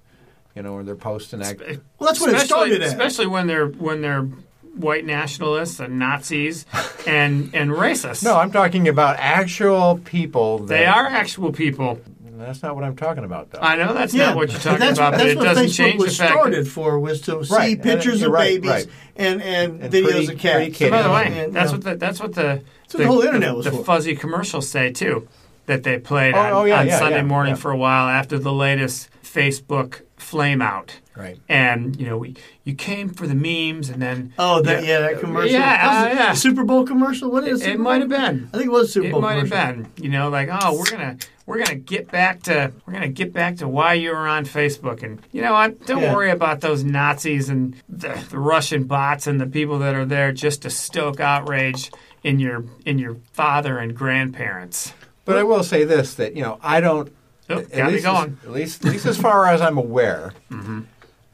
Speaker 3: you know, when they're posting act.
Speaker 2: Well, that's what it
Speaker 4: especially,
Speaker 2: started as.
Speaker 4: especially when they're when they're white nationalists and Nazis and and racists.
Speaker 3: No, I'm talking about actual people. That,
Speaker 4: they are actual people.
Speaker 3: That's not what I'm talking about, though.
Speaker 4: I know that's not what you're
Speaker 2: but
Speaker 4: talking
Speaker 2: that's,
Speaker 4: about, but
Speaker 2: that's
Speaker 4: it
Speaker 2: what
Speaker 4: doesn't
Speaker 2: Facebook
Speaker 4: change
Speaker 2: was
Speaker 4: the fact.
Speaker 2: started for was to see
Speaker 3: Right,
Speaker 2: pictures
Speaker 3: and-
Speaker 2: of
Speaker 3: right,
Speaker 2: babies
Speaker 3: right.
Speaker 2: and and,
Speaker 3: And
Speaker 2: videos
Speaker 3: pretty-
Speaker 2: of cats.
Speaker 3: pretty kids.
Speaker 4: By the way,
Speaker 2: And,
Speaker 4: that's
Speaker 2: uh,
Speaker 4: what the, that's what the
Speaker 2: what the whole internet was
Speaker 4: the
Speaker 2: for.
Speaker 4: fuzzy commercials say too, that they played
Speaker 3: Oh,
Speaker 4: on,
Speaker 3: oh, yeah,
Speaker 4: on
Speaker 3: yeah,
Speaker 4: Sunday
Speaker 3: yeah,
Speaker 4: morning
Speaker 3: yeah.
Speaker 4: for a while after the latest Facebook flame out.
Speaker 3: Right.
Speaker 4: And you know, we, you came for the memes, and then
Speaker 2: Oh, that, yeah, that commercial.
Speaker 4: Yeah,
Speaker 2: That was
Speaker 4: uh,
Speaker 2: a-
Speaker 4: yeah.
Speaker 2: a Super Bowl commercial. What is
Speaker 4: it,
Speaker 2: Super
Speaker 4: it
Speaker 2: Bowl?
Speaker 4: might have been.
Speaker 2: I think it was a Super
Speaker 4: It
Speaker 2: Bowl
Speaker 4: might have
Speaker 2: commercial.
Speaker 4: been, you know, like oh, we're gonna we're gonna get back to we're gonna get back to why you were on Facebook, and you know, I don't
Speaker 2: Yeah.
Speaker 4: worry about those Nazis and the, the Russian bots and the people that are there just to stoke outrage in your in your father and grandparents.
Speaker 3: But I will say this: that you know, I don't.
Speaker 4: Oh,
Speaker 3: at
Speaker 4: got me
Speaker 3: least
Speaker 4: going. Mm-hmm.
Speaker 3: As, at least, at least as far as I'm aware,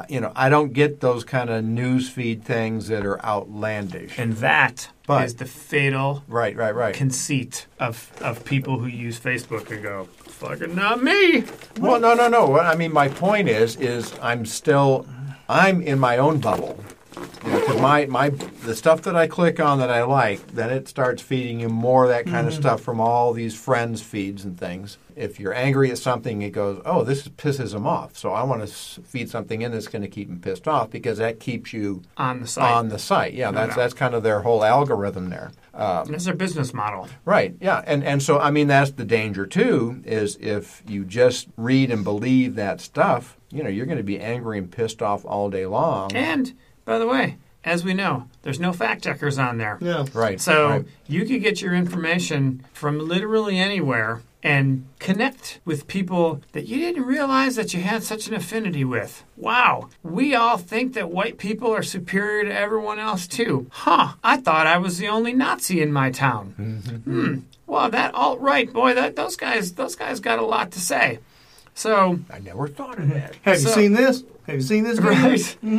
Speaker 3: you know, I don't get those kind of news feed things that are outlandish.
Speaker 4: And that is
Speaker 3: But-
Speaker 4: the fatal
Speaker 3: right, right, right.
Speaker 4: conceit of of people who use Facebook and go, "Fucking not me."
Speaker 3: well, no, no, no. What I mean, my point is, is I'm still, I'm in my own bubble. You know, 'cause my my the stuff that I click on that I like, then it starts feeding you more of that kind of stuff from all these friends feeds and things. If you're angry at something, it goes, oh, this pisses them off. So I want to feed something in that's going to keep them pissed off because that keeps you
Speaker 4: On the site.
Speaker 3: On the site, yeah. That's
Speaker 4: no.
Speaker 3: that's kind of their whole algorithm there. Um,
Speaker 4: That's their business model.
Speaker 3: Right. Yeah. And and so I mean that's the danger too is if you just read and believe that stuff, you know, you're going to be angry and pissed off all day long.
Speaker 4: And by the way, as we know, there's no fact checkers on there.
Speaker 2: Yeah.
Speaker 3: Right.
Speaker 4: So
Speaker 3: right.
Speaker 4: you could get your information from literally anywhere and connect with people that you didn't realize that you had such an affinity with. Wow, we all think that white people are superior to everyone else too. Huh, I thought I was the only Nazi in my town.
Speaker 3: Mm-hmm.
Speaker 4: Hmm. Well, that alt right boy, that those guys, those guys got a lot to say. So
Speaker 3: I never thought of
Speaker 4: [LAUGHS]
Speaker 3: that.
Speaker 2: Have you
Speaker 4: So-
Speaker 2: seen this? Have you seen this? video?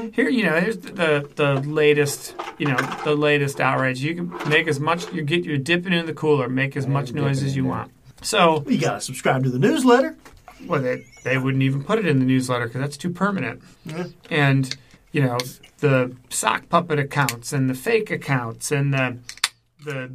Speaker 4: Right here, you know, here's the, the the latest, you know, the latest outrage. You can make as much, you get, you're dipping in the cooler, make as much noise as you want. So,
Speaker 2: You gotta subscribe to the newsletter.
Speaker 4: well, they they wouldn't even put it in the newsletter because that's too permanent. And you know, the sock puppet accounts and the fake accounts and the the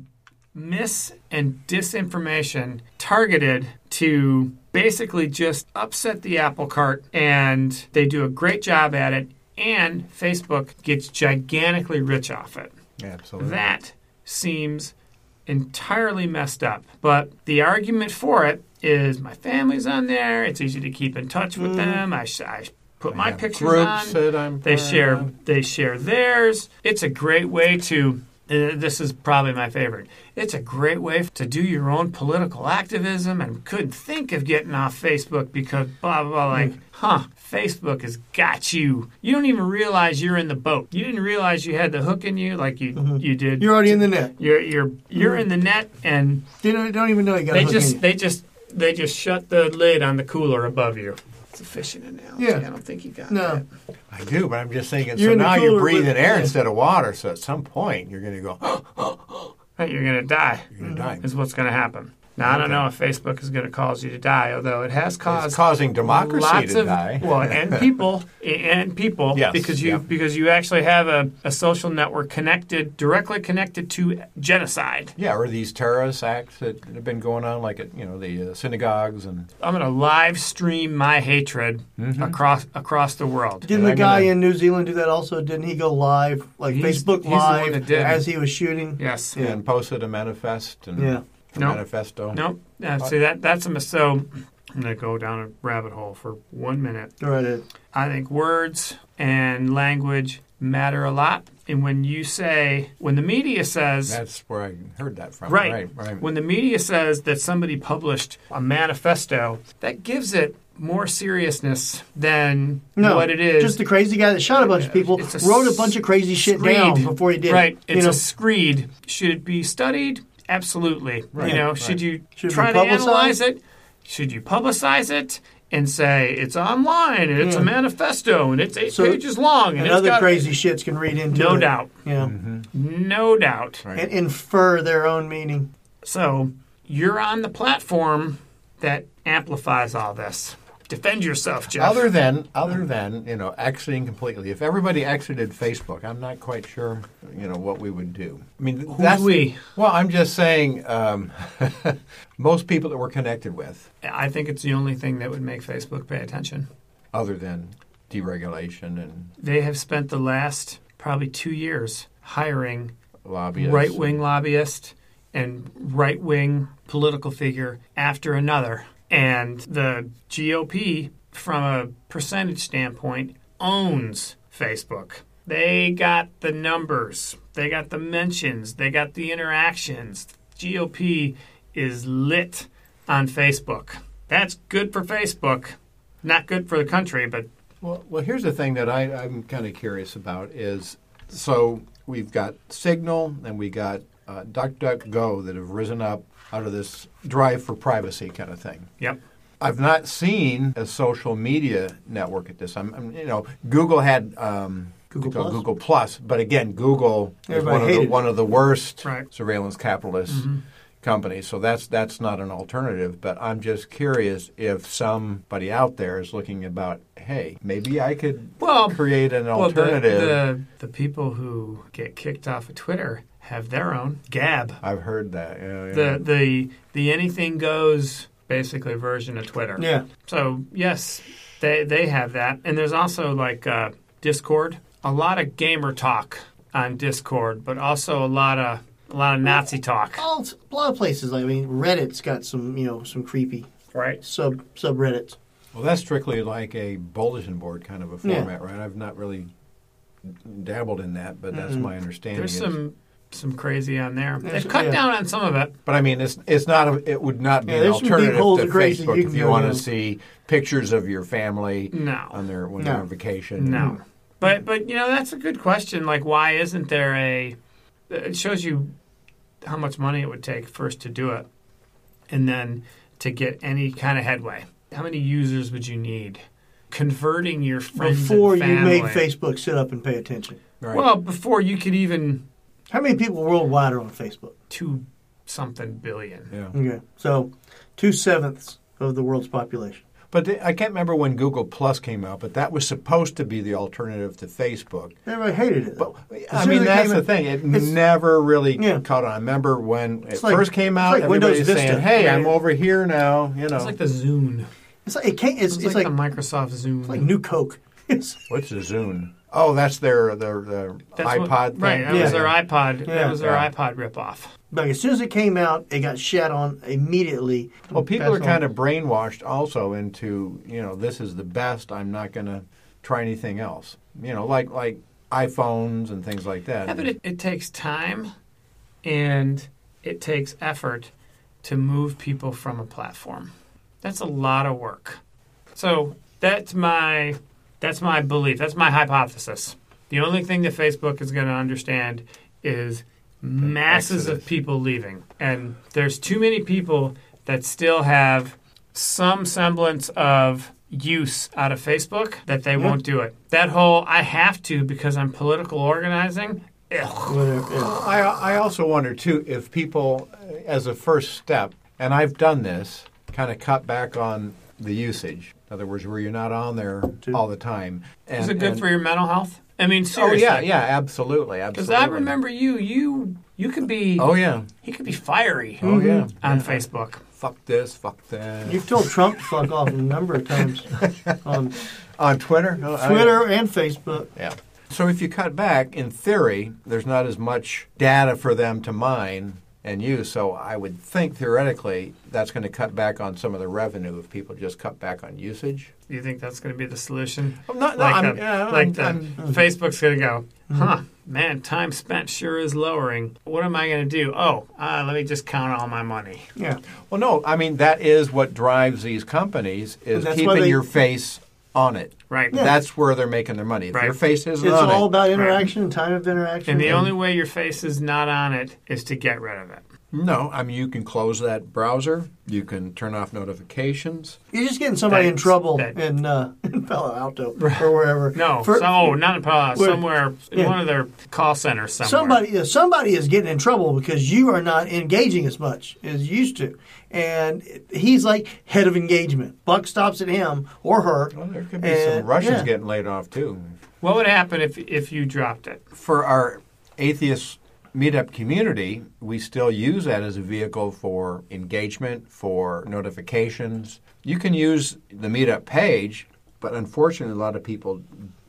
Speaker 4: mis and disinformation targeted to basically just upset the apple cart and they do a great job at it and Facebook gets gigantically rich off it.
Speaker 3: Absolutely.
Speaker 4: That seems entirely messed up. But the argument for it is my family's on there. It's easy to keep in touch with them. I, sh- I put my
Speaker 3: Mm. have
Speaker 4: pictures
Speaker 3: groups
Speaker 4: on.
Speaker 3: that I'm
Speaker 4: they
Speaker 3: part
Speaker 4: share.
Speaker 3: of.
Speaker 4: They share theirs. It's a great way to. uh, This is probably my favorite. It's a great way to do your own political activism and couldn't think of getting off Facebook because blah, blah, blah. Like, huh, Facebook has got you. You don't even realize you're in the boat. You didn't realize you had the hook in you like you, you did.
Speaker 2: Mm-hmm. You're already in the net.
Speaker 4: You're you're you're in the net, and
Speaker 2: They don't, don't even know you got.
Speaker 4: they
Speaker 2: hook
Speaker 4: just
Speaker 2: in
Speaker 4: they just they just shut the lid on the cooler above you. It's a fishing analogy.
Speaker 2: Yeah.
Speaker 4: I don't think you got
Speaker 2: you. no.
Speaker 4: that.
Speaker 3: I do, but I'm just thinking.
Speaker 2: You're
Speaker 3: so
Speaker 2: in the
Speaker 3: now you're
Speaker 2: cooler
Speaker 3: breathing
Speaker 2: with-
Speaker 3: air
Speaker 2: yeah.
Speaker 3: instead of water. So at some point you're going to go. [GASPS] Oh,
Speaker 4: Hey, You're gonna die.
Speaker 3: you're going to die.
Speaker 4: Is what's gonna happen. Now I don't know if Facebook is gonna cause you to die, although it has
Speaker 3: It's
Speaker 4: caused
Speaker 3: causing democracy
Speaker 4: lots
Speaker 3: to
Speaker 4: of
Speaker 3: die. [LAUGHS]
Speaker 4: well and people and people
Speaker 3: Yes,
Speaker 4: because you
Speaker 3: yeah.
Speaker 4: because you actually have a, a social network connected directly connected to genocide.
Speaker 3: yeah, or these terrorist acts that have been going on, like at you know the uh, synagogues and
Speaker 4: I'm gonna live stream my hatred across across the world.
Speaker 2: Didn't
Speaker 3: Mm-hmm. Yeah,
Speaker 2: the
Speaker 3: I
Speaker 2: guy
Speaker 3: gotta-
Speaker 2: in New Zealand do that also? Didn't he go live, like
Speaker 4: He's-
Speaker 2: Facebook
Speaker 4: he's the one
Speaker 2: Live,
Speaker 4: that did.
Speaker 2: as he was shooting?
Speaker 4: Yes.
Speaker 2: Yeah.
Speaker 3: and posted a manifest and
Speaker 2: Yeah.
Speaker 3: a
Speaker 4: No.
Speaker 3: manifesto.
Speaker 4: Nope. Uh, see that that's a mis- so. I'm gonna go down a rabbit hole for one minute.
Speaker 2: Go right ahead.
Speaker 4: I think words and language matter a lot, and when you say, when the media says.
Speaker 3: That's where I heard that from.
Speaker 4: Right.
Speaker 3: Right. right.
Speaker 4: When the media says that somebody published a manifesto, that gives it more seriousness than
Speaker 2: No,
Speaker 4: what it is.
Speaker 2: Just the crazy guy that shot a bunch of people
Speaker 4: It's a
Speaker 2: wrote a bunch of crazy shit
Speaker 4: screed.
Speaker 2: down before he did. it.
Speaker 4: Right.
Speaker 2: you
Speaker 4: It's
Speaker 2: know,
Speaker 4: a screed. Should it be studied? Absolutely.
Speaker 3: Right,
Speaker 4: You know,
Speaker 3: right.
Speaker 4: should you
Speaker 2: Should it
Speaker 4: try
Speaker 2: be
Speaker 4: to
Speaker 2: publicized?
Speaker 4: analyze it? Should you publicize it and say it's online and it's a manifesto and it's eight
Speaker 2: Hmm. So-
Speaker 4: pages long and
Speaker 2: And
Speaker 4: it's
Speaker 2: other
Speaker 4: got
Speaker 2: crazy shits can read into it.
Speaker 4: no doubt,
Speaker 2: Yeah.
Speaker 4: no doubt.
Speaker 2: And infer their own meaning.
Speaker 4: So you're on the platform that amplifies all this. Defend yourself, Jeff.
Speaker 3: Other than, other than, you know, exiting completely. If everybody exited Facebook, I'm not quite sure, you know, what we would do. I mean, Who's
Speaker 4: we?
Speaker 3: Well, I'm just saying, um, [LAUGHS] most people that we're connected with,
Speaker 4: I think it's the only thing that would make Facebook pay attention.
Speaker 3: other than deregulation and
Speaker 4: They have spent the last probably two years hiring
Speaker 3: lobbyists,
Speaker 4: right wing lobbyist and right wing political figure after another. And the GOP, from a percentage standpoint, owns Facebook. They got the numbers, they got the mentions, they got the interactions. GOP is lit on Facebook. That's good for Facebook. Not good for the country, but
Speaker 3: Well, well, here's the thing that I, I'm kind of curious about is so we've got Signal and we got uh, DuckDuckGo that have risen up out of this drive for privacy kind of thing.
Speaker 4: yep.
Speaker 3: I've not seen a social media network at this. I'm, I'm you know, Google had um,
Speaker 2: Google
Speaker 3: they call it
Speaker 2: Plus?
Speaker 3: Google Plus, but again, Google is
Speaker 2: Everybody
Speaker 3: one of the
Speaker 2: hated it.
Speaker 3: one of the worst
Speaker 4: Right. Mm-hmm.
Speaker 3: surveillance capitalist companies. So that's that's not an alternative. But I'm just curious if somebody out there is looking about, hey, maybe I could
Speaker 4: Well,
Speaker 3: create an
Speaker 4: Well, the-
Speaker 3: alternative.
Speaker 4: the, the people who get kicked off of Twitter have their own Gab.
Speaker 3: I've heard that. Yeah, yeah.
Speaker 4: The the the anything goes basically version of Twitter.
Speaker 2: Yeah.
Speaker 4: So yes, they they have that, and there's also like uh, Discord. A lot of gamer talk on Discord, but also a lot of a lot of Nazi talk.
Speaker 2: All, a lot of places. I mean, Reddit's got some, you know, some creepy
Speaker 4: Right.
Speaker 2: sub subreddits.
Speaker 3: Well, that's strictly like a bulletin board kind of a
Speaker 2: Yeah.
Speaker 3: format, right? I've not really dabbled in that, but that's my understanding.
Speaker 4: There's
Speaker 3: is-
Speaker 4: some some crazy on there.
Speaker 2: There's-
Speaker 4: They've cut
Speaker 2: yeah.
Speaker 4: down on some of it.
Speaker 3: But I mean, it's it's not. A, it would not be
Speaker 2: Yeah,
Speaker 3: an
Speaker 2: there's some deep
Speaker 3: alternative
Speaker 2: holes
Speaker 3: to
Speaker 2: of crazy
Speaker 3: Facebook
Speaker 2: you
Speaker 3: if
Speaker 2: can
Speaker 3: you
Speaker 2: go
Speaker 3: want
Speaker 2: down.
Speaker 3: to see pictures of your family
Speaker 4: No.
Speaker 2: Uh,
Speaker 3: on their when
Speaker 2: No.
Speaker 3: they're on vacation.
Speaker 4: No.
Speaker 2: Mm-hmm.
Speaker 4: But but you know that's a good question. Like why isn't there a? It shows you how much money it would take first to do it, and then to get any kind of headway. How many users would you need? Converting your friends and
Speaker 2: Before you made
Speaker 4: family-
Speaker 2: Facebook sit up and pay attention.
Speaker 3: Right.
Speaker 4: Well, before you could even
Speaker 2: How many people worldwide are on Facebook?
Speaker 4: two something billion.
Speaker 3: yeah.
Speaker 2: Okay. So two sevenths of the world's population.
Speaker 3: But the, I can't remember when Google Plus came out, but that was supposed to be the alternative to Facebook.
Speaker 2: Everybody hated it.
Speaker 3: But
Speaker 2: though.
Speaker 3: I
Speaker 2: soon as
Speaker 3: mean,
Speaker 2: it
Speaker 3: that's
Speaker 2: came
Speaker 3: the
Speaker 2: in-
Speaker 3: thing. It
Speaker 2: it's-
Speaker 3: never really
Speaker 2: Yeah.
Speaker 3: caught on. I remember when it
Speaker 2: It's like-
Speaker 3: first came
Speaker 2: it's
Speaker 3: out,
Speaker 2: like Windows
Speaker 3: everybody was
Speaker 2: Vista,
Speaker 3: saying, "Hey,
Speaker 2: right?
Speaker 3: I'm over here now." You know,
Speaker 4: It's like the Zune.
Speaker 2: It's like it can't, it's,
Speaker 4: It's,
Speaker 2: it's,
Speaker 4: like,
Speaker 2: like,
Speaker 4: the Microsoft Zune.
Speaker 2: like new Coke. [LAUGHS] It's-
Speaker 3: what's the Zune? Oh, that's their their, their
Speaker 4: That's
Speaker 3: iPod
Speaker 4: what-
Speaker 3: thing.
Speaker 4: Right, that
Speaker 2: Yeah.
Speaker 4: was their iPod.
Speaker 2: Yeah.
Speaker 4: That was their
Speaker 3: Yeah.
Speaker 4: iPod ripoff.
Speaker 2: Like as soon as it came out, it got shat on immediately.
Speaker 3: Well, people are kind of brainwashed also into you know this is the best. I'm not going to try anything else. You know, like like iPhones and things like that.
Speaker 4: Yeah, but it, it takes time and it takes effort to move people from a platform. That's a lot of work. So that's my that's my belief. That's my hypothesis. The only thing that Facebook is going to understand is masses
Speaker 3: exodus.
Speaker 4: of people leaving, and there's too many people that still have some semblance of use out of Facebook that they won't do it. That whole I have to because I'm political organizing. Ugh.
Speaker 3: I I also wonder too if people, uh, as a first step, and I've done this, kind of cut back on the usage. In other words, where you're not on there all the time. And,
Speaker 4: Is it good
Speaker 3: and-
Speaker 4: for your mental health? I mean,
Speaker 3: Oh
Speaker 4: seriously.
Speaker 3: yeah, yeah, absolutely,
Speaker 4: Because
Speaker 3: absolutely.
Speaker 4: I remember you, you, you could be.
Speaker 3: Oh yeah,
Speaker 4: He could be fiery.
Speaker 3: oh yeah.
Speaker 4: On Facebook.
Speaker 3: Fuck this, fuck that.
Speaker 2: You've told Trump to fuck off a number of
Speaker 3: [LAUGHS]
Speaker 2: times on
Speaker 3: On Twitter, No, I-
Speaker 2: Twitter and Facebook.
Speaker 3: Yeah. So if you cut back, in theory, there's not as much data for them to mine and use. So I would think theoretically that's going to cut back on some of the revenue if people just cut back on usage.
Speaker 4: Do you think that's going to be the solution?
Speaker 3: I'm Oh, not- no,
Speaker 4: like
Speaker 3: I'm-
Speaker 4: the,
Speaker 3: yeah,
Speaker 4: like
Speaker 3: I'm-
Speaker 4: the
Speaker 3: I'm- Mm-hmm.
Speaker 4: Facebook's going to go, huh? Man, time spent sure is lowering. What am I going to do? Oh, uh, let me just count all my money.
Speaker 2: Yeah.
Speaker 3: Well, no, I mean that is what drives these companies is
Speaker 2: And that's why
Speaker 3: keeping
Speaker 2: they-
Speaker 3: your face on it.
Speaker 4: Right.
Speaker 3: That's where they're making their money. If
Speaker 4: Right.
Speaker 3: your face isn't
Speaker 2: It's
Speaker 3: on
Speaker 2: all
Speaker 3: it,
Speaker 2: about interaction and time of interaction.
Speaker 4: And the only way your face is not on it is to get rid of it.
Speaker 3: No, I mean, you can close that browser, you can turn off notifications.
Speaker 2: You're just getting somebody in
Speaker 4: Thanks.
Speaker 2: trouble
Speaker 4: Thanks.
Speaker 2: in, uh, [LAUGHS] in Palo Alto or wherever.
Speaker 4: No,
Speaker 2: For-
Speaker 4: so, oh, not in Palo,
Speaker 2: Where-
Speaker 4: somewhere in
Speaker 2: yeah.
Speaker 4: one of their call centers somewhere.
Speaker 2: somebody yeah, somebody is getting in trouble because you are not engaging as much as you used to and he's like head of engagement buck stops at him or her
Speaker 3: Well, there could be
Speaker 2: And-
Speaker 3: some Russians
Speaker 2: yeah.
Speaker 3: getting laid off too.
Speaker 4: What would happen if if you dropped it?
Speaker 3: For our atheist meetup community, we still use that as a vehicle for engagement, for notifications. You can use the meetup page, but unfortunately, a lot of people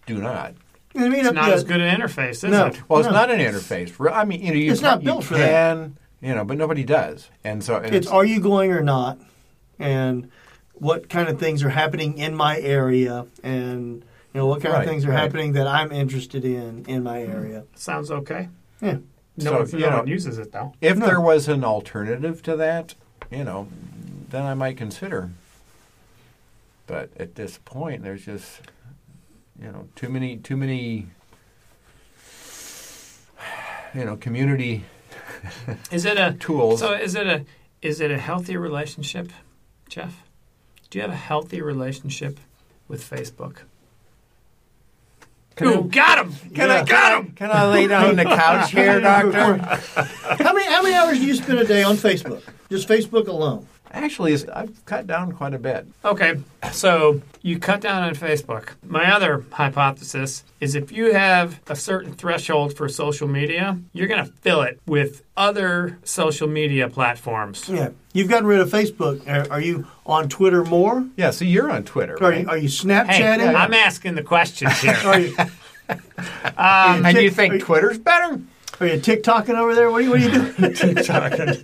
Speaker 3: do not.
Speaker 2: I mean,
Speaker 4: It's not
Speaker 2: yeah,
Speaker 4: as good an interface, is
Speaker 2: No.
Speaker 4: it?
Speaker 3: Well, it's
Speaker 2: No.
Speaker 3: not an interface. For, I mean, you know, you
Speaker 2: It's not
Speaker 3: you
Speaker 2: built for that.
Speaker 3: can, You know, but nobody does, and so and
Speaker 2: it's are you going or not and what kind of things are happening in my area and you know what kind
Speaker 3: Right,
Speaker 2: of things are
Speaker 3: right.
Speaker 2: happening that i'm interested in in my area
Speaker 4: Sounds okay.
Speaker 2: yeah
Speaker 4: No,
Speaker 3: So,
Speaker 4: one, no
Speaker 3: you know-
Speaker 4: one uses it though.
Speaker 3: If there was an alternative to that, you know, then I might consider. But at this point, there's just, you know, too many, too many, you know, community
Speaker 4: Is it a
Speaker 3: tools.
Speaker 4: so? Is it a is it a healthy relationship, Jeff? Do you have a healthy relationship with Facebook?
Speaker 3: Can
Speaker 4: Ooh, got him!
Speaker 3: can
Speaker 2: I-
Speaker 4: got him!
Speaker 3: Can I lay down on the couch
Speaker 4: [LAUGHS]
Speaker 3: here, doctor?
Speaker 2: how many how many hours do you spend a day on facebook just facebook alone
Speaker 3: Actually, it's, I've cut down quite a bit.
Speaker 4: Okay, so you cut down on Facebook. My other hypothesis is if you have a certain threshold for social media, you're going to fill it with other social media platforms.
Speaker 2: yeah you've gotten rid of facebook are, are you on twitter more
Speaker 3: Yeah. So you're on Twitter,
Speaker 2: are
Speaker 3: right?
Speaker 2: you, are you
Speaker 4: Hey,
Speaker 2: snapchatting
Speaker 4: I'm asking the questions
Speaker 3: [LAUGHS]
Speaker 4: here. Um,
Speaker 2: are you
Speaker 3: and you
Speaker 4: [LAUGHS]
Speaker 2: Tik- are
Speaker 3: think
Speaker 2: you-
Speaker 3: Twitter's better?
Speaker 2: Are you TikToking over there? What are you, what are you doing?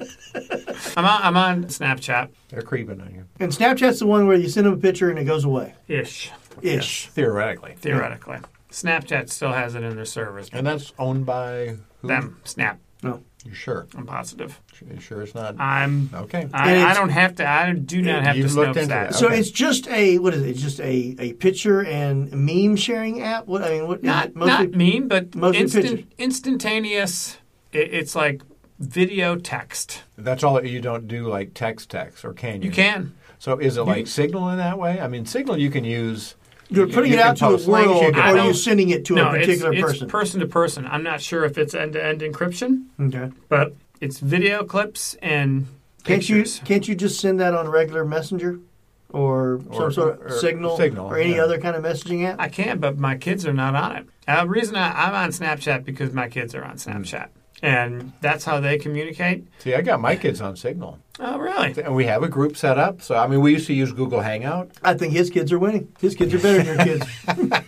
Speaker 4: I'm on, I'm on Snapchat
Speaker 3: [LAUGHS] They're creeping on you,
Speaker 2: and Snapchat's the one where you send them a picture and it goes away.
Speaker 4: ish,
Speaker 2: Ish.
Speaker 3: theoretically,
Speaker 4: theoretically. Snapchat still has it in their servers.
Speaker 3: and that's owned by who?
Speaker 4: Them, Snap,
Speaker 2: No.
Speaker 3: You sure?
Speaker 4: I'm positive.
Speaker 3: You sure it's
Speaker 4: Uh,
Speaker 3: not?
Speaker 4: I'm.
Speaker 3: Okay.
Speaker 2: And
Speaker 4: I, I
Speaker 2: it's-
Speaker 4: don't have to. I do not have to
Speaker 3: You've looked
Speaker 4: Snapchat.
Speaker 3: into that.
Speaker 2: So
Speaker 3: Okay.
Speaker 2: it's just a what is it? It's just a, a picture and meme sharing app. What I mean, what is
Speaker 4: not
Speaker 2: it mostly?
Speaker 4: not mean, but
Speaker 2: mostly
Speaker 4: instant,
Speaker 2: pictures.
Speaker 4: instantaneous. It, it's like video text.
Speaker 3: That's all you don't do like text text or can you?
Speaker 4: You can.
Speaker 3: So is it like Signal in that way? I mean, Signal you can use.
Speaker 2: You're putting
Speaker 3: you
Speaker 2: it
Speaker 3: can
Speaker 2: out to
Speaker 3: post
Speaker 2: the
Speaker 3: links, you
Speaker 2: world,
Speaker 3: can
Speaker 2: or are you
Speaker 4: post-
Speaker 2: sending it to a
Speaker 4: no,
Speaker 2: particular
Speaker 4: it's,
Speaker 2: person?
Speaker 4: it's person to person. I'm not sure if it's end to end encryption,
Speaker 2: okay.
Speaker 4: but it's video clips and
Speaker 2: Can't you
Speaker 4: pictures.
Speaker 2: can't you just send that on regular messenger, or,
Speaker 3: Or-
Speaker 2: some sort of
Speaker 3: or
Speaker 2: signal,
Speaker 3: Signal,
Speaker 2: or any
Speaker 3: yeah.
Speaker 2: other kind of messaging app?
Speaker 4: I can, but my kids are not on it. Uh, the reason I, I'm on Snapchat because my kids are on Snapchat, and that's how they communicate.
Speaker 3: See, I got my kids on Signal,
Speaker 4: Oh, really?
Speaker 3: and we have a group set up. So I mean, we used to use Google Hangout.
Speaker 2: I think his kids are winning. His kids are better than your kids.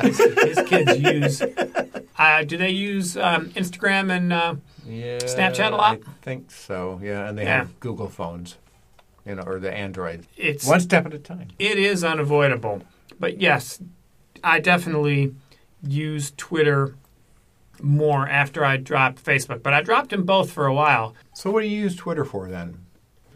Speaker 4: His kids use. Uh, do they use um, Instagram and? Uh,
Speaker 3: Yeah,
Speaker 4: Snapchat a lot?
Speaker 3: I think so. Yeah, and they
Speaker 4: Yeah.
Speaker 3: have Google phones, you know, or the Android.
Speaker 4: it's
Speaker 3: One step at a time.
Speaker 4: it is unavoidable. But yes, I definitely use Twitter more after I dropped Facebook. But I dropped them both for a while.
Speaker 3: So what do you use Twitter for then?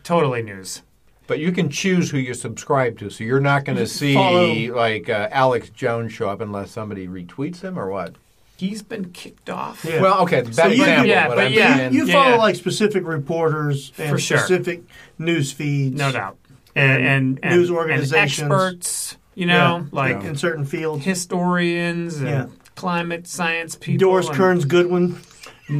Speaker 4: Totally news.
Speaker 3: But you can choose who you subscribe to, so you're not going to see
Speaker 2: Follow.
Speaker 3: like uh, Alex Jones show up unless somebody retweets him or what.
Speaker 4: He's been kicked off.
Speaker 2: Yeah.
Speaker 3: Well, okay, bad
Speaker 2: you-
Speaker 3: example.
Speaker 4: Yeah,
Speaker 3: what
Speaker 4: but
Speaker 3: I'm
Speaker 4: yeah,
Speaker 3: saying.
Speaker 2: you
Speaker 4: Yeah.
Speaker 2: follow like specific reporters and
Speaker 4: For sure.
Speaker 2: specific news feeds.
Speaker 4: No doubt. And, and, and
Speaker 2: News
Speaker 4: and
Speaker 2: organizations.
Speaker 4: experts, you know,
Speaker 2: Yeah.
Speaker 4: like
Speaker 2: in certain fields.
Speaker 4: historians and
Speaker 2: Yeah.
Speaker 4: climate science people.
Speaker 2: Doris
Speaker 4: and-
Speaker 2: Kearns Goodwin.
Speaker 4: Do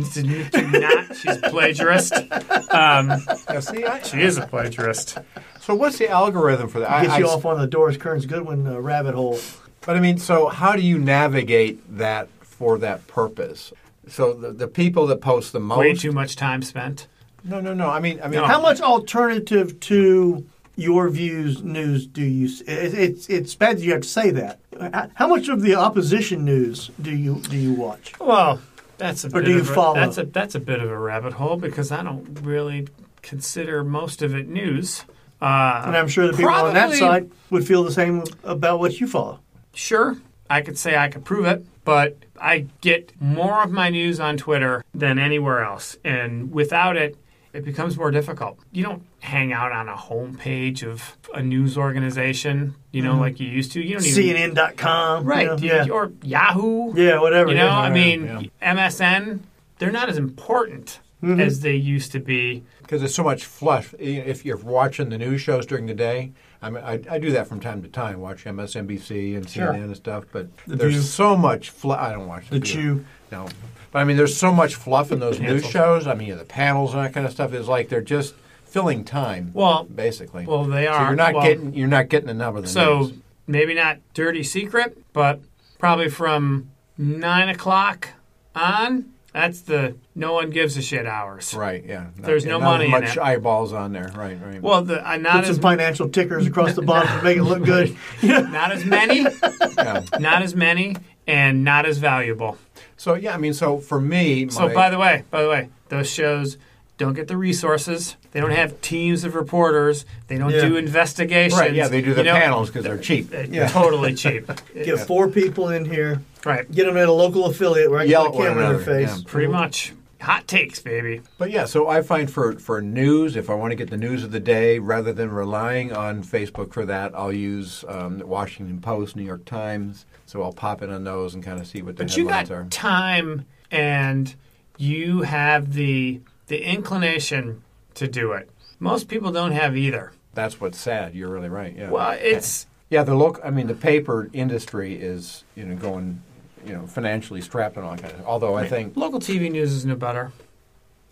Speaker 4: not. She's a plagiarist. Um,
Speaker 3: Yeah, see, I-
Speaker 4: she is a plagiarist.
Speaker 3: So what's the algorithm for that? I-
Speaker 2: Gets you
Speaker 3: I-
Speaker 2: off on the Doris Kearns Goodwin uh, rabbit hole.
Speaker 3: But I mean, so how do you navigate that for that purpose? So the, the people that post the most.
Speaker 4: Way too much time spent.
Speaker 3: no, no, no. I mean, I mean,
Speaker 4: No.
Speaker 2: How much alternative to your views news do you? s- It, it's it's bad that you have to say that. How- How much of the opposition news do you do you watch?
Speaker 4: Well, that's a
Speaker 2: Or
Speaker 4: bit
Speaker 2: do you
Speaker 4: of a,
Speaker 2: follow?
Speaker 4: That's a that's a bit of a rabbit hole because I don't really consider most of it news. Uh,
Speaker 2: And I'm sure the people on that
Speaker 4: probably-
Speaker 2: side would feel the same about what you follow.
Speaker 4: Sure, I could say I could prove it, but I get more of my news on Twitter than anywhere else, and without it, it becomes more difficult. You don't hang out on a homepage of a news organization, you
Speaker 2: Mm-hmm.
Speaker 4: know, like you used to. You don't even
Speaker 2: CNN.com, you
Speaker 4: right,
Speaker 2: know,
Speaker 4: you-
Speaker 2: yeah,
Speaker 4: or Yahoo.
Speaker 2: yeah, whatever.
Speaker 4: You know,
Speaker 2: yeah. Mm-hmm.
Speaker 4: I mean,
Speaker 3: yeah.
Speaker 4: MSN, they're not as important as they used to be.
Speaker 3: because there's so much fluff. You know, If you're watching the news shows during the day, I mean, I, I do that from time to time, watch MSNBC and
Speaker 4: Sure.
Speaker 3: CNN and stuff. But
Speaker 2: The
Speaker 3: there's
Speaker 2: View.
Speaker 3: so much fluff. I don't watch the,
Speaker 2: The
Speaker 3: View.
Speaker 2: Chew.
Speaker 3: No, but I mean, there's so much fluff in those news
Speaker 4: Cancel.
Speaker 3: shows. I mean, you know, the panels and that kind of stuff is like they're just filling time.
Speaker 4: Well,
Speaker 3: basically.
Speaker 4: well, they
Speaker 3: So
Speaker 4: are.
Speaker 3: you're not
Speaker 4: Well-
Speaker 3: getting you're not getting enough of the
Speaker 4: So
Speaker 3: news.
Speaker 4: maybe not dirty secret, but probably from nine o'clock on. That's the no one gives a shit hours.
Speaker 3: Right. Yeah. Not-
Speaker 4: There's no
Speaker 3: not
Speaker 4: money in
Speaker 3: Much
Speaker 4: it.
Speaker 3: eyeballs on there. Right. Right.
Speaker 4: Well, the, uh, not
Speaker 2: Put some
Speaker 4: as
Speaker 2: financial tickers across the bottom to make it look
Speaker 4: [LAUGHS]
Speaker 2: good.
Speaker 4: not
Speaker 2: [LAUGHS]
Speaker 4: as many,
Speaker 3: yeah.
Speaker 4: not as many, and not as valuable.
Speaker 3: So yeah, I mean, so for me,
Speaker 4: So
Speaker 3: my-
Speaker 4: by the way, by the way, those shows don't get the resources. They don't have teams of reporters. They don't
Speaker 2: Yeah.
Speaker 4: do investigations.
Speaker 3: right, yeah, they do the
Speaker 4: You know,
Speaker 3: panels because they're cheap.
Speaker 4: they're
Speaker 3: Yeah.
Speaker 4: [LAUGHS] Totally cheap.
Speaker 2: Get four people in here.
Speaker 4: right.
Speaker 2: Get them at a local affiliate where I
Speaker 3: Yell
Speaker 2: can
Speaker 3: at
Speaker 2: put a
Speaker 3: one
Speaker 2: camera in their
Speaker 3: another,
Speaker 2: face.
Speaker 3: yeah.
Speaker 4: Pretty much. Hot takes, baby.
Speaker 3: But yeah, so I find for for news, if I want to get the news of the day, rather than relying on Facebook for that, I'll use um, the Washington Post, New York Times. So I'll pop in on those and kind of see what the
Speaker 4: But you
Speaker 3: headlines
Speaker 4: got
Speaker 3: are.
Speaker 4: time and you have the the inclination to do it. Most people don't have either.
Speaker 3: That's what's sad. You're really right. Yeah.
Speaker 4: Well, it's
Speaker 3: yeah. The local. I mean, the paper industry is you know going you know financially strapped and all that kind of. Although I think
Speaker 4: local TV news is no better.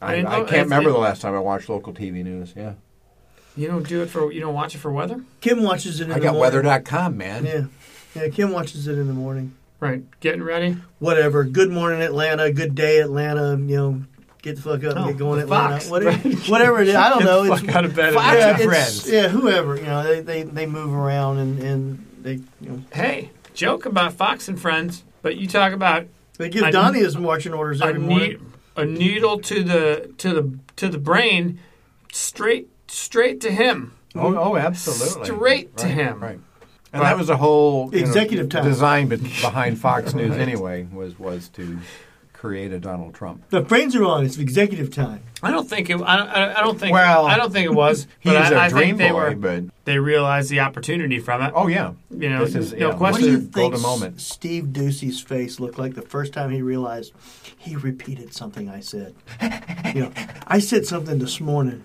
Speaker 4: I
Speaker 3: I,
Speaker 4: mean,
Speaker 3: I
Speaker 4: lo-
Speaker 3: can't
Speaker 4: it's-
Speaker 3: remember
Speaker 4: it-
Speaker 3: the last time I watched local TV news. Yeah.
Speaker 4: You don't do it for you don't watch it for weather,
Speaker 2: Kim watches it in
Speaker 3: I
Speaker 2: the
Speaker 3: got
Speaker 2: morning.
Speaker 3: weather.com, man.
Speaker 2: Yeah. Yeah, Kim watches it in the morning.
Speaker 4: right? Getting ready.
Speaker 2: Whatever. Good morning, Atlanta. Good day, Atlanta. You know, get the fuck up and
Speaker 4: Oh,
Speaker 2: get going,
Speaker 4: the
Speaker 2: Atlanta.
Speaker 4: Fox,
Speaker 2: whatever,
Speaker 4: [LAUGHS] right?
Speaker 2: whatever it is. I don't
Speaker 4: Get
Speaker 2: know.
Speaker 4: the
Speaker 2: It's,
Speaker 4: fuck out of bed. and
Speaker 3: Fox
Speaker 4: watch
Speaker 2: yeah,
Speaker 4: your
Speaker 2: it's- [LAUGHS]
Speaker 4: friends.
Speaker 2: yeah, whoever. You know, they, they, they move around and, and they, you know,
Speaker 4: Hey, joke about Fox and Friends, but you talk about
Speaker 2: they give
Speaker 4: I-
Speaker 2: Donnie his marching orders
Speaker 4: a,
Speaker 2: every morning.
Speaker 4: ne- a needle to the to the to the brain, straight straight to him.
Speaker 3: Oh, oh, absolutely.
Speaker 4: Straight to
Speaker 3: Right,
Speaker 4: him.
Speaker 3: Right. And that was the whole you know,
Speaker 2: Executive time. [LAUGHS]
Speaker 3: design be- behind Fox News anyway was was to create a Donald Trump.
Speaker 2: The brains are on. It's executive time.
Speaker 4: I don't think it. I don't, I don't think.
Speaker 3: Well,
Speaker 4: I don't think
Speaker 3: [LAUGHS]
Speaker 4: it was.
Speaker 3: He's
Speaker 4: but I
Speaker 3: a
Speaker 4: I
Speaker 3: dream
Speaker 4: think they
Speaker 3: boy,
Speaker 4: were.
Speaker 3: but
Speaker 4: They realized the opportunity from it.
Speaker 3: oh yeah,
Speaker 4: You know,
Speaker 3: this is
Speaker 4: no
Speaker 3: yeah,
Speaker 2: What
Speaker 4: question.
Speaker 2: do
Speaker 3: this
Speaker 2: you
Speaker 3: is a
Speaker 2: think
Speaker 3: golden moment.
Speaker 2: Steve Ducey's face looked like the first time he realized he repeated something I said? [LAUGHS] you know, I said something this morning,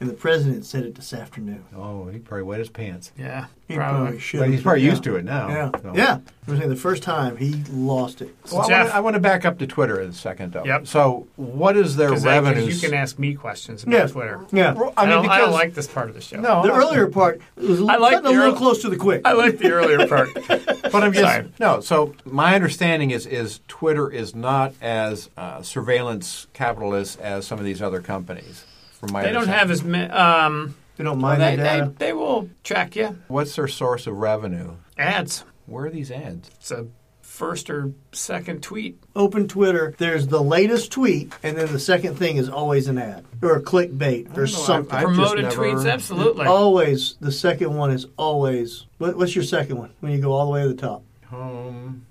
Speaker 2: and the president said it this afternoon.
Speaker 3: Oh, he probably wet his pants.
Speaker 4: Yeah,
Speaker 2: He
Speaker 4: probably.
Speaker 2: should.
Speaker 3: But he's probably used to it now.
Speaker 2: Yeah,
Speaker 3: so.
Speaker 2: yeah. I'm saying the first time he lost it.
Speaker 3: Well, I
Speaker 4: Jeff.
Speaker 3: wanna- I want to back up to Twitter in a second, though.
Speaker 4: Yep.
Speaker 3: So, what is their
Speaker 4: 'Cause that- 'cause
Speaker 3: revenue?
Speaker 4: You can ask me questions about
Speaker 2: Yeah,
Speaker 4: Twitter.
Speaker 2: Yeah.
Speaker 3: Well,
Speaker 4: I,
Speaker 3: I mean,
Speaker 4: don't,
Speaker 3: because
Speaker 4: I don't like this part of the show.
Speaker 3: no
Speaker 2: The earlier part was
Speaker 4: I like
Speaker 2: cutting a
Speaker 4: the
Speaker 2: little
Speaker 4: earl-
Speaker 2: close to the quick.
Speaker 4: I like
Speaker 3: [LAUGHS]
Speaker 4: the earlier part.
Speaker 3: But I'm just
Speaker 4: Sorry.
Speaker 3: no. So my understanding is is Twitter is not as uh, surveillance capitalist as some of these other companies. From my
Speaker 4: They don't
Speaker 3: understanding.
Speaker 4: have as many. Um,
Speaker 2: they don't mind
Speaker 4: they,
Speaker 2: that.
Speaker 4: they, they will track you.
Speaker 3: What's their source of revenue?
Speaker 4: Ads.
Speaker 3: Where are these ads?
Speaker 4: It's a first or second tweet.
Speaker 2: Open Twitter. There's the latest tweet, and then the second thing is always an ad or a clickbait or
Speaker 3: know,
Speaker 2: something.
Speaker 3: I've just
Speaker 4: Promoted
Speaker 3: never-
Speaker 4: tweets, absolutely.
Speaker 2: Oh. always the second one is always. What, what's your second one? When you go all the way to the top,
Speaker 3: Um,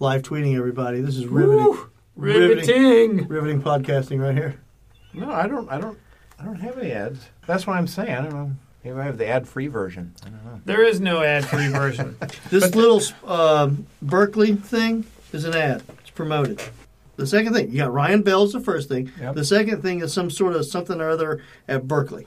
Speaker 2: live tweeting everybody. This is riveting,
Speaker 4: Woo! riveting.
Speaker 2: riveting podcasting right here.
Speaker 3: no, I don't. I don't. I don't have any ads. That's what I'm saying. I don't know. Maybe I have the ad free version. I don't know.
Speaker 4: There is no ad-free version.
Speaker 2: This little um, Berkeley thing is an ad. It's promoted. The second thing, you got Ryan Bell's the first thing.
Speaker 3: Yep.
Speaker 2: The second thing is some sort of something or other at Berkeley.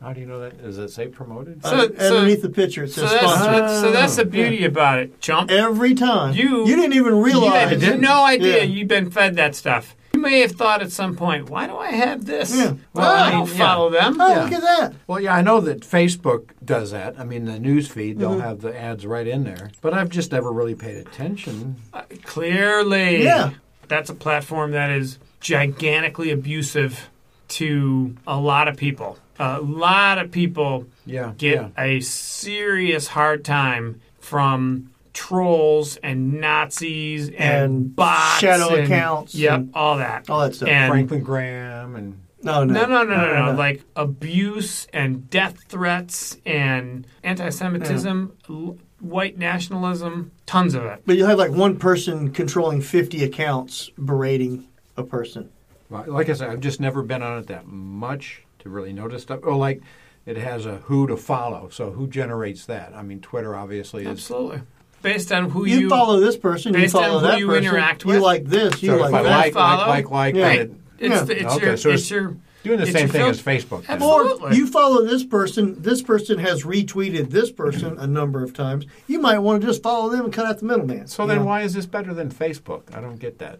Speaker 3: How do you know that? Does it say promoted?
Speaker 4: So-
Speaker 2: Uh,
Speaker 4: so-
Speaker 2: underneath the picture, it
Speaker 4: so,
Speaker 2: says
Speaker 4: that's,
Speaker 2: sponsor.
Speaker 4: that's- so that's the beauty about it, chump.
Speaker 2: Every time
Speaker 4: You-
Speaker 2: didn't even
Speaker 4: You
Speaker 2: realize.
Speaker 4: had no idea
Speaker 2: Yeah.
Speaker 4: you've been fed that stuff. You may have thought at some point, why do I have this?
Speaker 2: Yeah.
Speaker 4: Well,
Speaker 3: Well,
Speaker 4: I don't
Speaker 3: yeah.
Speaker 4: follow them.
Speaker 2: oh,
Speaker 3: Yeah.
Speaker 2: look at that!
Speaker 3: Well, yeah, I know that Facebook does that. I mean, the news feed they'll
Speaker 4: Mm-hmm.
Speaker 3: have the ads right in there. But I've just never really paid attention.
Speaker 4: Uh, Clearly.
Speaker 2: Yeah.
Speaker 4: That's a platform that is gigantically abusive to a lot of people. A lot of people
Speaker 3: Yeah,
Speaker 4: get
Speaker 3: yeah.
Speaker 4: a serious hard time from trolls and Nazis and,
Speaker 2: And
Speaker 4: bots.
Speaker 2: shadow
Speaker 4: and-
Speaker 2: accounts
Speaker 4: Yep,
Speaker 2: and-
Speaker 4: all that.
Speaker 2: All that stuff. Uh,
Speaker 4: And-
Speaker 3: Franklin Graham and
Speaker 2: no, no,
Speaker 4: No, no, no, no, no. Like abuse and death threats and anti-Semitism, l- white nationalism, tons of it.
Speaker 2: But you'll have like one person controlling 50 accounts berating a person.
Speaker 3: Well, Like I said, I've just never been on it that much to really notice stuff. Oh, like it has a who to follow. So who generates that? I mean, Twitter obviously is.
Speaker 4: Absolutely. Based on who
Speaker 2: You,
Speaker 4: you,
Speaker 2: follow this person, you
Speaker 4: based on
Speaker 2: follow
Speaker 4: who
Speaker 2: that
Speaker 4: you
Speaker 2: person.
Speaker 4: interact
Speaker 2: You
Speaker 4: with.
Speaker 2: like this, you
Speaker 3: So if
Speaker 2: like
Speaker 3: I
Speaker 2: that.
Speaker 3: like, like,
Speaker 4: Follow.
Speaker 3: like, like,
Speaker 2: Yeah.
Speaker 3: then it
Speaker 4: It's,
Speaker 2: Yeah.
Speaker 4: the, it's
Speaker 3: Okay,
Speaker 4: your,
Speaker 3: so it's-
Speaker 4: it's, your
Speaker 3: Doing the
Speaker 4: it's
Speaker 3: same
Speaker 4: your
Speaker 3: thing
Speaker 4: fil-
Speaker 3: as Facebook. then.
Speaker 4: Absolutely.
Speaker 2: Or you follow this person. This person has retweeted this person a number of times. You might want to just follow them and cut out the middleman.
Speaker 3: So
Speaker 2: you
Speaker 3: then
Speaker 2: know?
Speaker 3: why is this better than Facebook? I don't get that.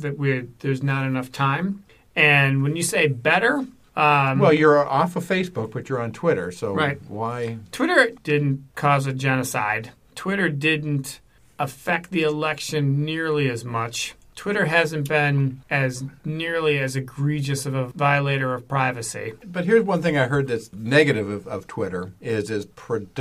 Speaker 4: that we there's not enough time. And when you say better, um,
Speaker 3: Well, you're off of Facebook, but you're on Twitter, so
Speaker 4: Right.
Speaker 3: why?
Speaker 4: Twitter didn't cause a genocide. Twitter didn't affect the election nearly as much. Twitter hasn't been as nearly as egregious of a violator of privacy.
Speaker 3: But here's one thing I heard that's negative of, of Twitter is is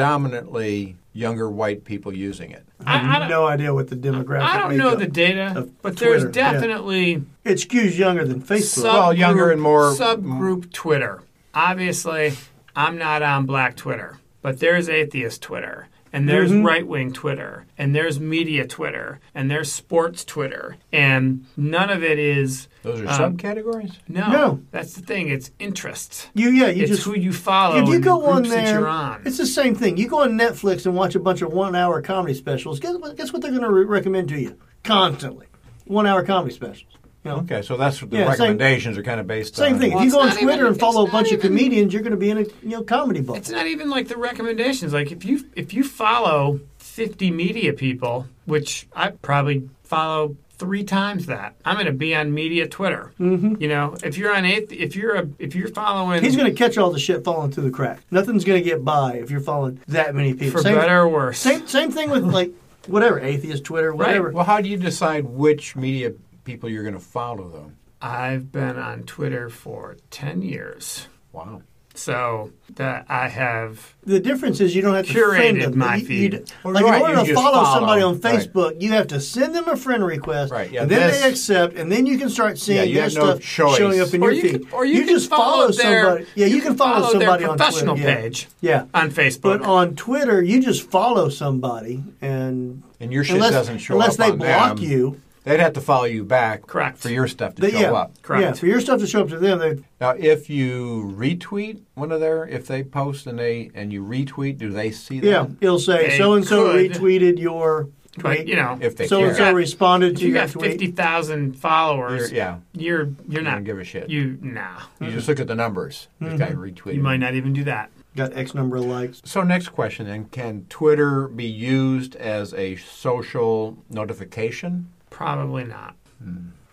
Speaker 3: predominantly younger white people using it.
Speaker 2: I
Speaker 4: I, I
Speaker 2: have
Speaker 4: don't,
Speaker 2: no idea what the demographic.
Speaker 4: I don't know
Speaker 2: makeup-
Speaker 4: the data,
Speaker 2: of
Speaker 4: but there's
Speaker 2: Twitter, yeah.
Speaker 4: definitely
Speaker 2: It skews younger than Facebook.
Speaker 4: sub
Speaker 3: Well, younger and more-
Speaker 4: subgroup Twitter. Obviously, I'm not on Black Twitter, but there's atheist Twitter, and there's
Speaker 2: Mm-hmm.
Speaker 4: right wing Twitter, and there's media Twitter, and there's sports Twitter, and none of it is
Speaker 3: Those are
Speaker 4: Um,
Speaker 3: subcategories.
Speaker 4: no.
Speaker 2: No.
Speaker 4: That's the thing. It's interests.
Speaker 2: you yeah, you
Speaker 4: it's
Speaker 2: just
Speaker 4: who you follow.
Speaker 2: if you
Speaker 4: and
Speaker 2: go
Speaker 4: the
Speaker 2: on
Speaker 4: groups that
Speaker 2: there,
Speaker 4: you're on.
Speaker 2: it's the same thing. You go on Netflix and watch a bunch of one-hour comedy specials. Guess what? Guess what they're going to re- recommend to you constantly? One-hour comedy specials. You know,
Speaker 3: Okay, so that's what the
Speaker 2: Yeah, same-
Speaker 3: recommendations are kind of based
Speaker 2: same
Speaker 3: on.
Speaker 2: thing.
Speaker 4: Well,
Speaker 2: if you
Speaker 4: it's
Speaker 2: go on
Speaker 4: not
Speaker 2: Twitter
Speaker 4: even-
Speaker 2: and follow
Speaker 4: it's
Speaker 2: a bunch
Speaker 4: not
Speaker 2: of
Speaker 4: even-
Speaker 2: comedians, you're going to be in a you know comedy book.
Speaker 4: It's not even like the recommendations. Like if you if you follow 50 media people, which I probably follow three times that, I'm going to be on media Twitter. Mm-hmm. You know, if you're on eighth, if you're a if you're following,
Speaker 2: He's going
Speaker 3: Mhm.
Speaker 2: to catch all the shit falling through the crack. Nothing's going to get by if you're following that many people.
Speaker 4: for better or worse.
Speaker 2: Same same thing with like whatever atheist Twitter whatever.
Speaker 3: Well, how do you decide which media people you're going to follow, though?
Speaker 4: I've been on Twitter for 10 years,
Speaker 3: Wow.
Speaker 4: so that I have.
Speaker 2: The difference is you don't have to
Speaker 4: Curated
Speaker 2: friend them.
Speaker 4: my
Speaker 2: You- you
Speaker 4: feed.
Speaker 2: d-
Speaker 3: Well,
Speaker 2: like
Speaker 3: right,
Speaker 2: in
Speaker 3: you
Speaker 2: order to
Speaker 3: just
Speaker 2: follow,
Speaker 3: follow.
Speaker 2: somebody on
Speaker 3: Right.
Speaker 2: Facebook, you have to send them a friend request,
Speaker 3: Right, yeah,
Speaker 2: and then they
Speaker 3: this-
Speaker 2: accept, and then you can start seeing
Speaker 3: Yeah, you
Speaker 2: their
Speaker 3: have no
Speaker 2: stuff
Speaker 3: choice.
Speaker 2: showing up in
Speaker 4: Or
Speaker 2: your
Speaker 4: you
Speaker 2: feed.
Speaker 4: can- or you can
Speaker 2: just
Speaker 4: follow
Speaker 2: follow,
Speaker 4: their-
Speaker 2: somebody. Yeah, you, can follow,
Speaker 4: follow their
Speaker 2: somebody
Speaker 4: professional
Speaker 2: on Twitter. yeah.
Speaker 4: page.
Speaker 2: Yeah.
Speaker 4: On Facebook,
Speaker 2: But on Twitter, you just follow somebody, and
Speaker 3: And your shit
Speaker 2: unless,
Speaker 3: doesn't show
Speaker 2: unless
Speaker 3: up
Speaker 2: they
Speaker 3: on
Speaker 2: block
Speaker 3: them.
Speaker 2: you,
Speaker 3: They'd have to follow you back
Speaker 4: Correct.
Speaker 3: for your stuff to
Speaker 2: they,
Speaker 3: show
Speaker 2: yeah,
Speaker 3: up.
Speaker 2: yeah,
Speaker 4: Correct.
Speaker 2: for your stuff to show up to them, they
Speaker 3: Now, if you retweet one of their, if they post and they and you retweet, do they see that?
Speaker 2: yeah, it'll say
Speaker 4: They
Speaker 2: so and so
Speaker 4: could.
Speaker 2: retweeted your.
Speaker 4: but you know,
Speaker 3: If they
Speaker 2: so and
Speaker 3: care.
Speaker 2: so responded
Speaker 4: if
Speaker 2: to
Speaker 4: you
Speaker 2: your
Speaker 4: got
Speaker 2: tweet.
Speaker 4: 50,000 followers,
Speaker 3: You're- yeah,
Speaker 4: you're you're
Speaker 3: I
Speaker 4: not
Speaker 3: don't give a shit. You,
Speaker 4: You nah.
Speaker 3: just look at the numbers. This guy retweeted.
Speaker 4: You might not even do that.
Speaker 2: got X number of likes.
Speaker 3: So, next question then: Can Twitter be used as a social notification?
Speaker 4: Probably not.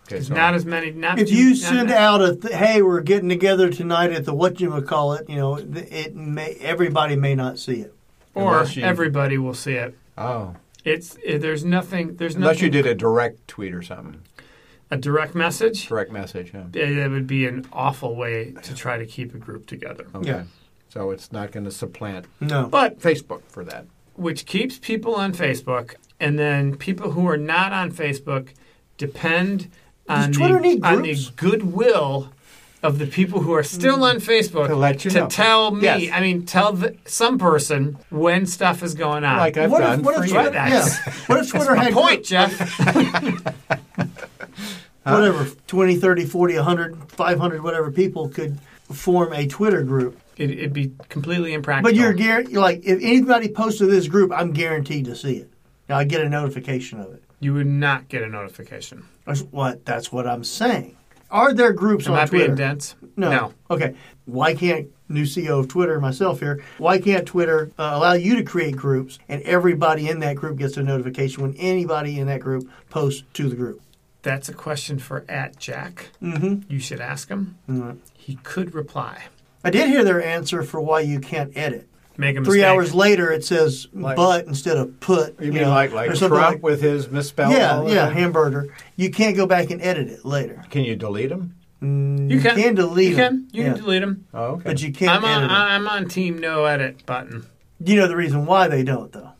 Speaker 3: Okay,
Speaker 4: It's
Speaker 3: so-
Speaker 4: not as many. Not
Speaker 2: If
Speaker 4: too-
Speaker 2: you
Speaker 4: not-
Speaker 2: send out a th- hey, we're getting together tonight at the what you call it, you know, th- it may everybody may not see it.
Speaker 4: or
Speaker 3: Unless you-
Speaker 4: everybody will see it.
Speaker 3: oh,
Speaker 4: It's it, there's nothing. There's
Speaker 3: unless
Speaker 4: nothing,
Speaker 3: you did a direct tweet or something,
Speaker 4: a direct message.
Speaker 3: direct message. Yeah.
Speaker 4: eh, That would be an awful way to try to keep a group together.
Speaker 3: Okay.
Speaker 2: Yeah.
Speaker 3: So it's not going to supplant
Speaker 2: No,
Speaker 4: But
Speaker 3: Facebook for that.
Speaker 4: which keeps people on Facebook, and then people who are not on Facebook depend
Speaker 2: Does
Speaker 4: on
Speaker 2: Twitter
Speaker 4: the,
Speaker 2: need
Speaker 4: on the
Speaker 2: groups?
Speaker 4: goodwill of the people who are still on Facebook
Speaker 3: To let you know.
Speaker 4: tell me,
Speaker 3: Yes.
Speaker 4: I mean, tell the, some person when stuff is going on.
Speaker 3: Like I've
Speaker 2: what
Speaker 3: done
Speaker 2: if what
Speaker 3: for
Speaker 2: if
Speaker 3: you.
Speaker 2: Twitter, yeah,
Speaker 4: That's-
Speaker 2: what if Twitter had
Speaker 4: Point, Jeff.
Speaker 2: whatever 20, 30, 40, 100, 500 whatever people could form a Twitter group.
Speaker 4: It, it'd be completely impractical.
Speaker 2: But you're guaranteed like if anybody posts to this group, I'm guaranteed to see it. Now I get a notification of it.
Speaker 4: You would not get a notification.
Speaker 2: That's what that's what I'm saying. Are there groups
Speaker 4: Am
Speaker 2: on
Speaker 4: I
Speaker 2: Twitter?
Speaker 4: being dense?
Speaker 2: Oh, No. Okay. Why can't new CEO of Twitter, myself here, why can't Twitter uh, allow you to create groups and everybody in that group gets a notification when anybody in that group posts to the group?
Speaker 4: That's a question for at Jack.
Speaker 2: Mm-hmm.
Speaker 4: You should ask him. He could reply.
Speaker 2: I did hear their answer for why you can't edit.
Speaker 4: Make a
Speaker 2: Three
Speaker 4: mistake.
Speaker 2: hours later, it says
Speaker 3: Like-
Speaker 2: "but" instead of "put."
Speaker 3: You, mean
Speaker 2: know,
Speaker 3: like like
Speaker 2: or
Speaker 3: Trump
Speaker 2: something like-
Speaker 3: with his misspelled?
Speaker 2: yeah,
Speaker 3: all the
Speaker 2: yeah,
Speaker 3: time?
Speaker 2: hamburger. You can't go back and edit it later.
Speaker 3: Can you delete them?
Speaker 2: Mm,
Speaker 4: You can,
Speaker 2: delete
Speaker 4: You
Speaker 2: it,
Speaker 4: can. You
Speaker 2: Yeah.
Speaker 4: can delete them.
Speaker 3: Oh, okay.
Speaker 2: but you can't
Speaker 4: I'm on.
Speaker 2: edit 'em.
Speaker 4: I'm on team no edit button.
Speaker 2: You know the reason why they don't, though.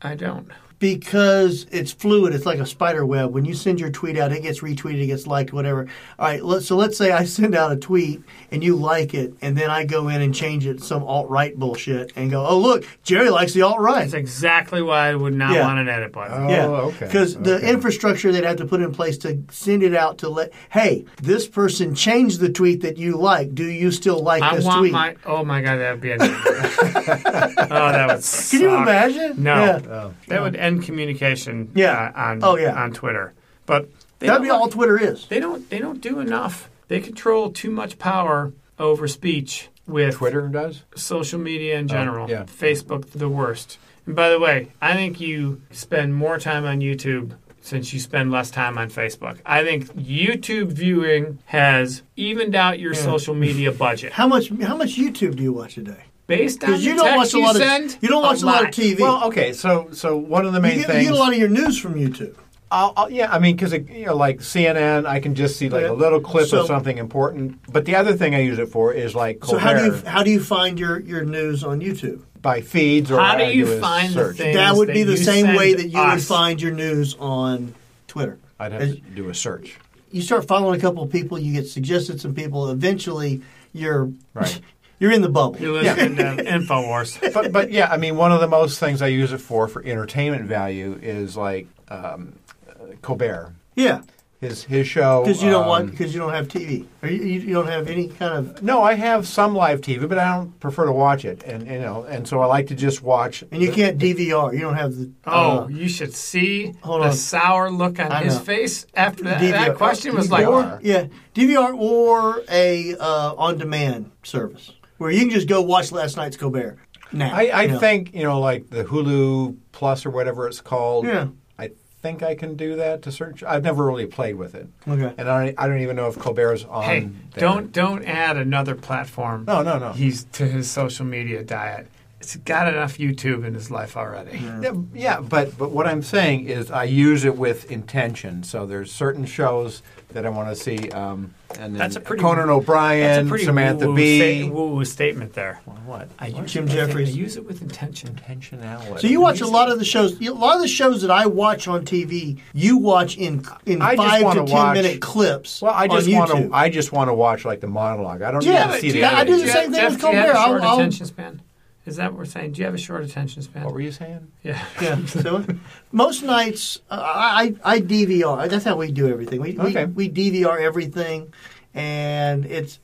Speaker 4: I don't.
Speaker 2: because it's fluid. It's like a spider web. When you send your tweet out, it gets retweeted, it gets liked, whatever. All right, let, so let's say I [LAUGHS] send out a tweet and you like it, and then I go in and change it to some alt right bullshit and go, oh, look, Jerry likes the alt right.
Speaker 4: That's exactly why I would not
Speaker 2: Yeah.
Speaker 4: want an edit button.
Speaker 3: Oh,
Speaker 2: yeah,
Speaker 3: okay,
Speaker 2: Because the
Speaker 3: okay.
Speaker 2: infrastructure they'd have to put in place to send it out to let, hey, this person changed the tweet that you like. Do you still like
Speaker 4: I
Speaker 2: this
Speaker 4: want
Speaker 2: tweet?
Speaker 4: my. Oh my god, that would be a nightmare. [LAUGHS] oh, that would. Suck.
Speaker 2: Can you imagine?
Speaker 4: No.
Speaker 2: Yeah.
Speaker 3: Oh.
Speaker 4: That would end communication.
Speaker 2: Yeah.
Speaker 4: uh, on
Speaker 2: Oh, yeah.
Speaker 4: on Twitter. But they
Speaker 2: That'd
Speaker 4: don't
Speaker 2: be
Speaker 4: like-
Speaker 2: all Twitter is.
Speaker 4: they don't they don't do enough. They control too much power over speech with
Speaker 3: Twitter does.
Speaker 4: social media in general.
Speaker 3: yeah.
Speaker 4: Facebook the worst. And by the way, I think you spend more time on YouTube since you spend less time on Facebook. I think YouTube viewing has evened out your
Speaker 2: [LAUGHS]
Speaker 4: social media budget.
Speaker 2: How much how much YouTube do you watch a day?
Speaker 4: Based on
Speaker 2: 'Cause
Speaker 4: the
Speaker 2: you don't
Speaker 4: text
Speaker 2: watch a
Speaker 4: you
Speaker 2: lot of-
Speaker 4: send,
Speaker 2: you don't watch a lot of TV.
Speaker 3: Well, okay. So so one of the
Speaker 2: You
Speaker 3: main
Speaker 2: get, you
Speaker 3: things.
Speaker 2: get a lot of your news from YouTube.
Speaker 3: I'll, I'll, yeah, I mean, because you know, like CNN, I can just see like a little clip
Speaker 2: So-
Speaker 3: of something important. But the other thing I use it for is like
Speaker 2: So
Speaker 3: Colbert
Speaker 2: how do you how do you find your, your news on YouTube?
Speaker 3: by feeds or
Speaker 4: How
Speaker 3: what
Speaker 4: do
Speaker 3: I
Speaker 4: you
Speaker 3: is
Speaker 4: find the
Speaker 3: search.
Speaker 4: thing?
Speaker 2: that
Speaker 4: Things
Speaker 2: would be
Speaker 4: that
Speaker 2: the
Speaker 4: you
Speaker 2: same
Speaker 4: send
Speaker 2: way that you would
Speaker 4: us.
Speaker 2: find your news on Twitter.
Speaker 3: I'd have
Speaker 2: As-
Speaker 3: to do a search.
Speaker 2: you start following a couple of people, you get suggested some people. Eventually, you're
Speaker 3: Right.
Speaker 2: [LAUGHS] you're in the bubble.
Speaker 4: You're listening to Infowars.
Speaker 3: but but yeah, I mean, one of the most things I use it for for entertainment value is like um, uh, Colbert,
Speaker 2: [LAUGHS] yeah,
Speaker 3: his his show.
Speaker 2: because you don't
Speaker 3: um,
Speaker 2: want because you don't have TV or you, you you don't have any kind of
Speaker 3: No, I have some live TV, but I don't prefer to watch it, and you know, and so I like to just watch.
Speaker 2: and you can't DVR. You don't have the
Speaker 4: Oh,
Speaker 2: uh,
Speaker 4: you should see
Speaker 2: hold
Speaker 4: the
Speaker 2: on.
Speaker 4: sour look on
Speaker 2: I
Speaker 4: his
Speaker 2: know.
Speaker 4: face after that,
Speaker 2: DVR.
Speaker 4: that question was like,
Speaker 2: or, yeah DVR or a uh, on demand service where you can just go watch last night's Colbert. Now
Speaker 3: I, I
Speaker 2: you know.
Speaker 3: think you know, like the Hulu Plus or whatever it's called.
Speaker 2: Yeah.
Speaker 3: I think I can do that to search. I've never really played with it,
Speaker 2: Okay.
Speaker 3: and I, I don't even know if Colbert's on.
Speaker 4: Hey,
Speaker 3: there.
Speaker 4: don't don't add another platform.
Speaker 3: No, no, no.
Speaker 4: He's to his social media diet. It's got enough YouTube in his life already.
Speaker 3: Yeah, yeah, but but what I'm saying is I use it with intention. So there's certain shows that I want to see, um, and then
Speaker 4: That's a pretty-
Speaker 3: Conan O'Brien, Samantha
Speaker 4: woo-woo
Speaker 3: Bee.
Speaker 4: sta- woo-woo statement there.
Speaker 3: what
Speaker 4: I use
Speaker 2: Jim
Speaker 4: it with-
Speaker 2: Jeffries.
Speaker 4: I use it with intention.
Speaker 3: intentionality?
Speaker 2: So you watch a lot of the shows. A lot of the shows that I watch on TV, you watch in in
Speaker 3: I just
Speaker 2: five to
Speaker 3: wanna
Speaker 2: ten
Speaker 3: watch-
Speaker 2: minute clips.
Speaker 3: Well, I just
Speaker 2: on
Speaker 3: want
Speaker 2: YouTube.
Speaker 3: to. I just want to watch like the monologue. I don't
Speaker 2: Yeah,
Speaker 3: need to see
Speaker 2: yeah,
Speaker 3: the.
Speaker 2: I
Speaker 3: other
Speaker 2: do the
Speaker 3: thing.
Speaker 2: same thing
Speaker 4: Jeff,
Speaker 2: with
Speaker 4: do you have
Speaker 2: Colbert.
Speaker 4: a
Speaker 2: I'll-
Speaker 4: short
Speaker 2: I'll-
Speaker 4: attention span? Is that what we're saying? Do you have a short attention span?
Speaker 3: What were you saying?
Speaker 4: yeah.
Speaker 2: Yeah. So most nights, uh, I I DVR. That's how we do everything. We
Speaker 3: Okay.
Speaker 2: we, we DVR everything, and it's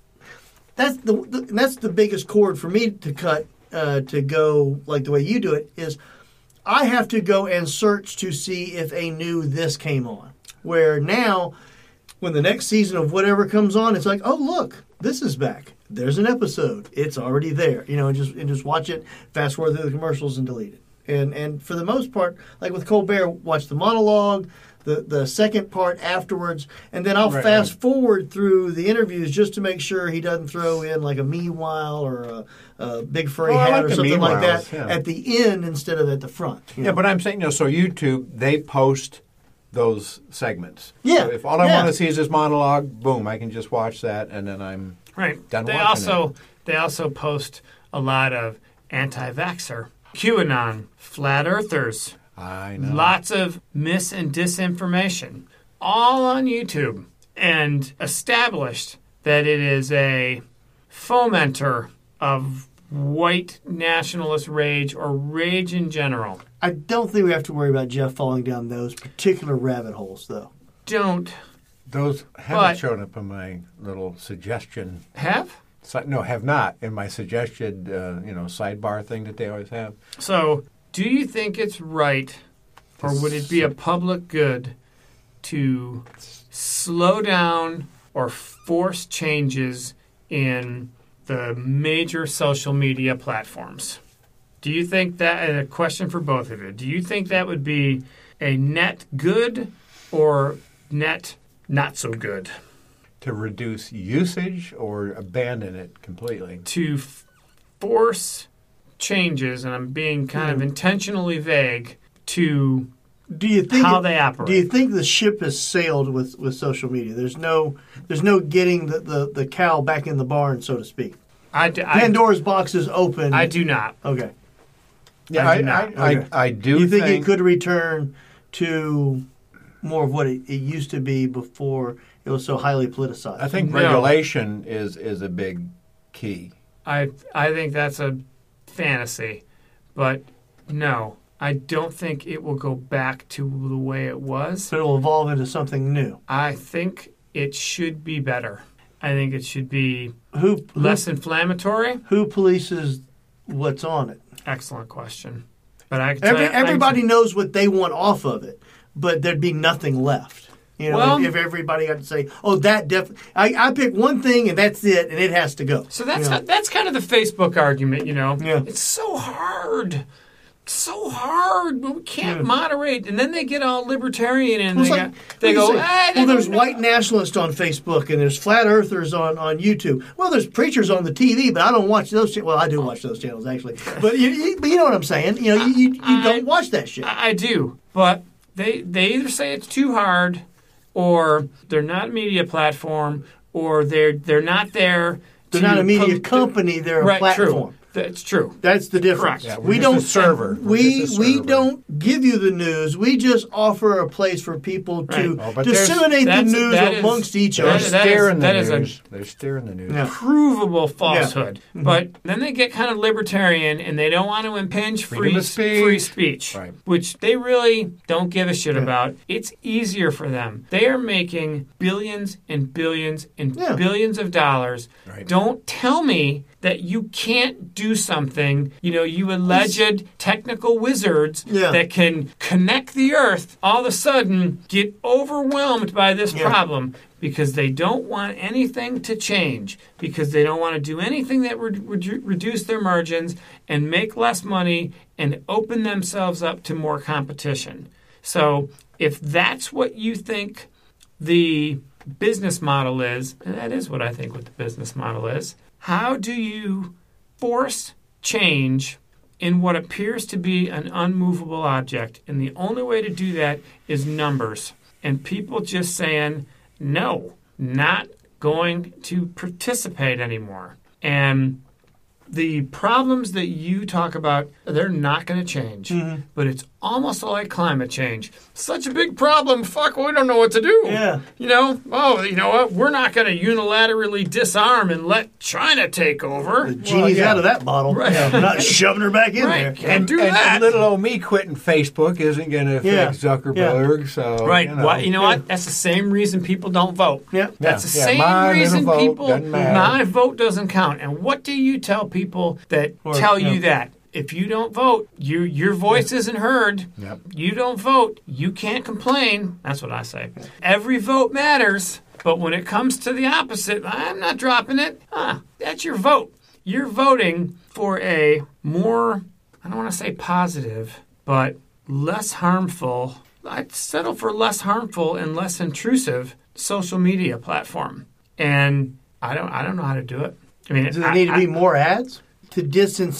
Speaker 2: that's the, the that's the biggest cord for me to cut uh, to go like the way you do it is. I have to go and search to see if a new this came on. Where now, when the next season of whatever comes on, it's like, oh look, this is back. There's an episode. It's already there. You know, and just and just watch it, fast forward through the commercials, and delete it. And and for the most part, like with Colbert, watch the monologue, the the second part afterwards, and then I'll
Speaker 3: Right,
Speaker 2: fast
Speaker 3: right.
Speaker 2: forward through the interviews just to make sure he doesn't throw in like a meanwhile or a, a big furry
Speaker 3: Oh, I
Speaker 2: hat
Speaker 3: like
Speaker 2: or
Speaker 3: the
Speaker 2: something like
Speaker 3: meanwhiles,
Speaker 2: that
Speaker 3: yeah.
Speaker 2: at the end instead of at the front. you
Speaker 3: Yeah,
Speaker 2: know.
Speaker 3: but I'm saying, you know, so YouTube they post those segments.
Speaker 2: Yeah,
Speaker 3: So if all I
Speaker 2: yeah.
Speaker 3: want to see is this monologue, boom, I can just watch that, and then I'm
Speaker 4: Right.
Speaker 3: Done
Speaker 4: they
Speaker 3: watching
Speaker 4: also they also post a lot of anti-vaxxer, QAnon, flat earthers,
Speaker 3: I know.
Speaker 4: lots of mis and disinformation, all on YouTube, and established that it is a fomenter of white nationalist rage or rage in general.
Speaker 2: I don't think we have to worry about Jeff falling down those particular rabbit holes, though.
Speaker 4: Don't
Speaker 3: Those haven't
Speaker 4: But-
Speaker 3: shown up in my little suggestion.
Speaker 4: have
Speaker 3: si- No, have not in my suggested, uh, you know, sidebar thing that they always have.
Speaker 4: So, do you think it's right, or would it be a public good, to slow down or force changes in the major social media platforms? Do you think that, and a question for both of you, do you think that would be a net good or net not so good?
Speaker 3: To reduce usage or abandon it completely.
Speaker 4: to f- force changes, and I'm being kind of intentionally vague to
Speaker 2: Do you think
Speaker 4: How they operate.
Speaker 2: Do you think the ship has sailed with, with social media? There's no there's no getting the, the, the cow back in the barn, so to speak.
Speaker 4: I d- I-
Speaker 2: Pandora's box is open.
Speaker 4: I do not.
Speaker 2: Okay.
Speaker 3: Yeah,
Speaker 4: I
Speaker 3: I,
Speaker 4: do
Speaker 3: I,
Speaker 4: not.
Speaker 3: I,
Speaker 2: Okay.
Speaker 3: I do
Speaker 2: Do you think,
Speaker 3: think
Speaker 2: it could return to more of what it, it used to be before it was so highly politicized?
Speaker 3: I think
Speaker 4: No.
Speaker 3: regulation is is a big key.
Speaker 4: I I think that's a fantasy, but no, I don't think it will go back to the way it was.
Speaker 2: so it'll evolve into something new.
Speaker 4: I think it should be better. I think it should be
Speaker 2: Who who,
Speaker 4: less inflammatory.
Speaker 2: who polices what's on it?
Speaker 4: Excellent question. But I can tell
Speaker 2: Every,
Speaker 4: you- I can-
Speaker 2: everybody knows what they want off of it, but there'd be nothing left. You know,
Speaker 4: Well-
Speaker 2: if, if everybody had to say, "Oh, that def," I, I pick one thing and that's it, and it has to go.
Speaker 4: So that's
Speaker 2: you know?
Speaker 4: that's kind of the Facebook argument, you know.
Speaker 2: Yeah.
Speaker 4: It's so hard. It's so hard. but We can't moderate. And then they get all libertarian and
Speaker 2: Well,
Speaker 4: they,
Speaker 2: it's
Speaker 4: got,
Speaker 2: like-
Speaker 4: they
Speaker 2: what
Speaker 4: go,
Speaker 2: do you say?
Speaker 4: "Ah, they
Speaker 2: well,
Speaker 4: don't
Speaker 2: there's
Speaker 4: know."
Speaker 2: white nationalists on Facebook and there's flat earthers on, on YouTube. Well, there's preachers on the TV, but I don't watch those. Cha- well, I do watch those channels actually, but you, you, but you know what I'm saying. You know, you, you, you don't watch that shit.
Speaker 4: I I do, but they they either say it's too hard, or they're not a media platform, or they're they're not there.
Speaker 2: They're
Speaker 4: to
Speaker 2: not a media
Speaker 4: pub-
Speaker 2: company; they're a
Speaker 4: right,
Speaker 2: platform.
Speaker 4: True. That's true.
Speaker 2: That's the difference.
Speaker 4: Correct. Yeah,
Speaker 3: we're
Speaker 2: we
Speaker 3: just
Speaker 2: don't
Speaker 3: a server. We're
Speaker 2: We
Speaker 3: just a
Speaker 2: we
Speaker 3: server.
Speaker 2: don't give you the news. We just offer a place for people to
Speaker 4: Right.
Speaker 3: Oh, but there's-
Speaker 2: disseminate the
Speaker 4: That's-
Speaker 2: news
Speaker 4: that is-
Speaker 2: amongst each
Speaker 4: that
Speaker 3: They're
Speaker 2: other.
Speaker 4: is- that
Speaker 3: staring the
Speaker 4: that is a-
Speaker 3: news. They're staring the news.
Speaker 2: Yeah.
Speaker 4: Provable falsehood, but then they get kind of libertarian and they don't want to impinge free
Speaker 3: Freedom of speech.
Speaker 4: free speech,
Speaker 3: Right.
Speaker 4: which they really don't give a shit about. It's easier for them. They are making billions and billions and
Speaker 2: Yeah.
Speaker 4: billions of dollars.
Speaker 3: Right.
Speaker 4: Don't tell me that you can't do something. You know, you alleged technical wizards
Speaker 2: Yeah.
Speaker 4: that can connect the earth all of a sudden get overwhelmed by this
Speaker 2: Yeah.
Speaker 4: problem because they don't want anything to change because they don't want to do anything that would redu- reduce their margins and make less money and open themselves up to more competition so if that's what you think the business model is and that is what i think what the business model is how do you force change in what appears to be an unmovable object. And the only way to do that is numbers and people just saying, no, not going to participate anymore. And the problems that you talk about, they're not going to change. But it's almost like climate change. Such a big problem. Fuck, we don't know what to do.
Speaker 2: Yeah.
Speaker 4: You know, oh, you know what? We're not going to unilaterally disarm and let China take over.
Speaker 2: Genie's
Speaker 3: yeah.
Speaker 2: out of that bottle.
Speaker 4: Right.
Speaker 2: Yeah, we're not shoving her back in
Speaker 4: Right.
Speaker 2: there.
Speaker 4: Can't do
Speaker 3: and,
Speaker 4: that.
Speaker 3: and little old me quitting Facebook isn't going to
Speaker 2: Yeah.
Speaker 3: affect Zuckerberg. So
Speaker 4: Right.
Speaker 3: You
Speaker 4: Why-
Speaker 3: know,
Speaker 4: what? That's the same reason people don't vote.
Speaker 2: Yeah.
Speaker 4: That's the
Speaker 3: Yeah.
Speaker 4: same
Speaker 3: My little
Speaker 4: reason
Speaker 3: vote
Speaker 4: people.
Speaker 3: doesn't matter.
Speaker 4: My vote doesn't count. And what do you tell people that tell
Speaker 2: yeah.
Speaker 4: you that? If you don't vote, you your voice isn't heard.
Speaker 3: Yep.
Speaker 4: You don't vote, you can't complain. That's what I say. Every vote matters, but when it comes to the opposite, I'm not dropping it. Ah, that's your vote. You're voting for a more I don't want to say positive, but less harmful. I'd settle for less harmful and less intrusive social media platform. And I don't I don't know how to do it. I mean,
Speaker 2: Do
Speaker 4: I-
Speaker 2: there need to be
Speaker 4: I-
Speaker 2: more ads to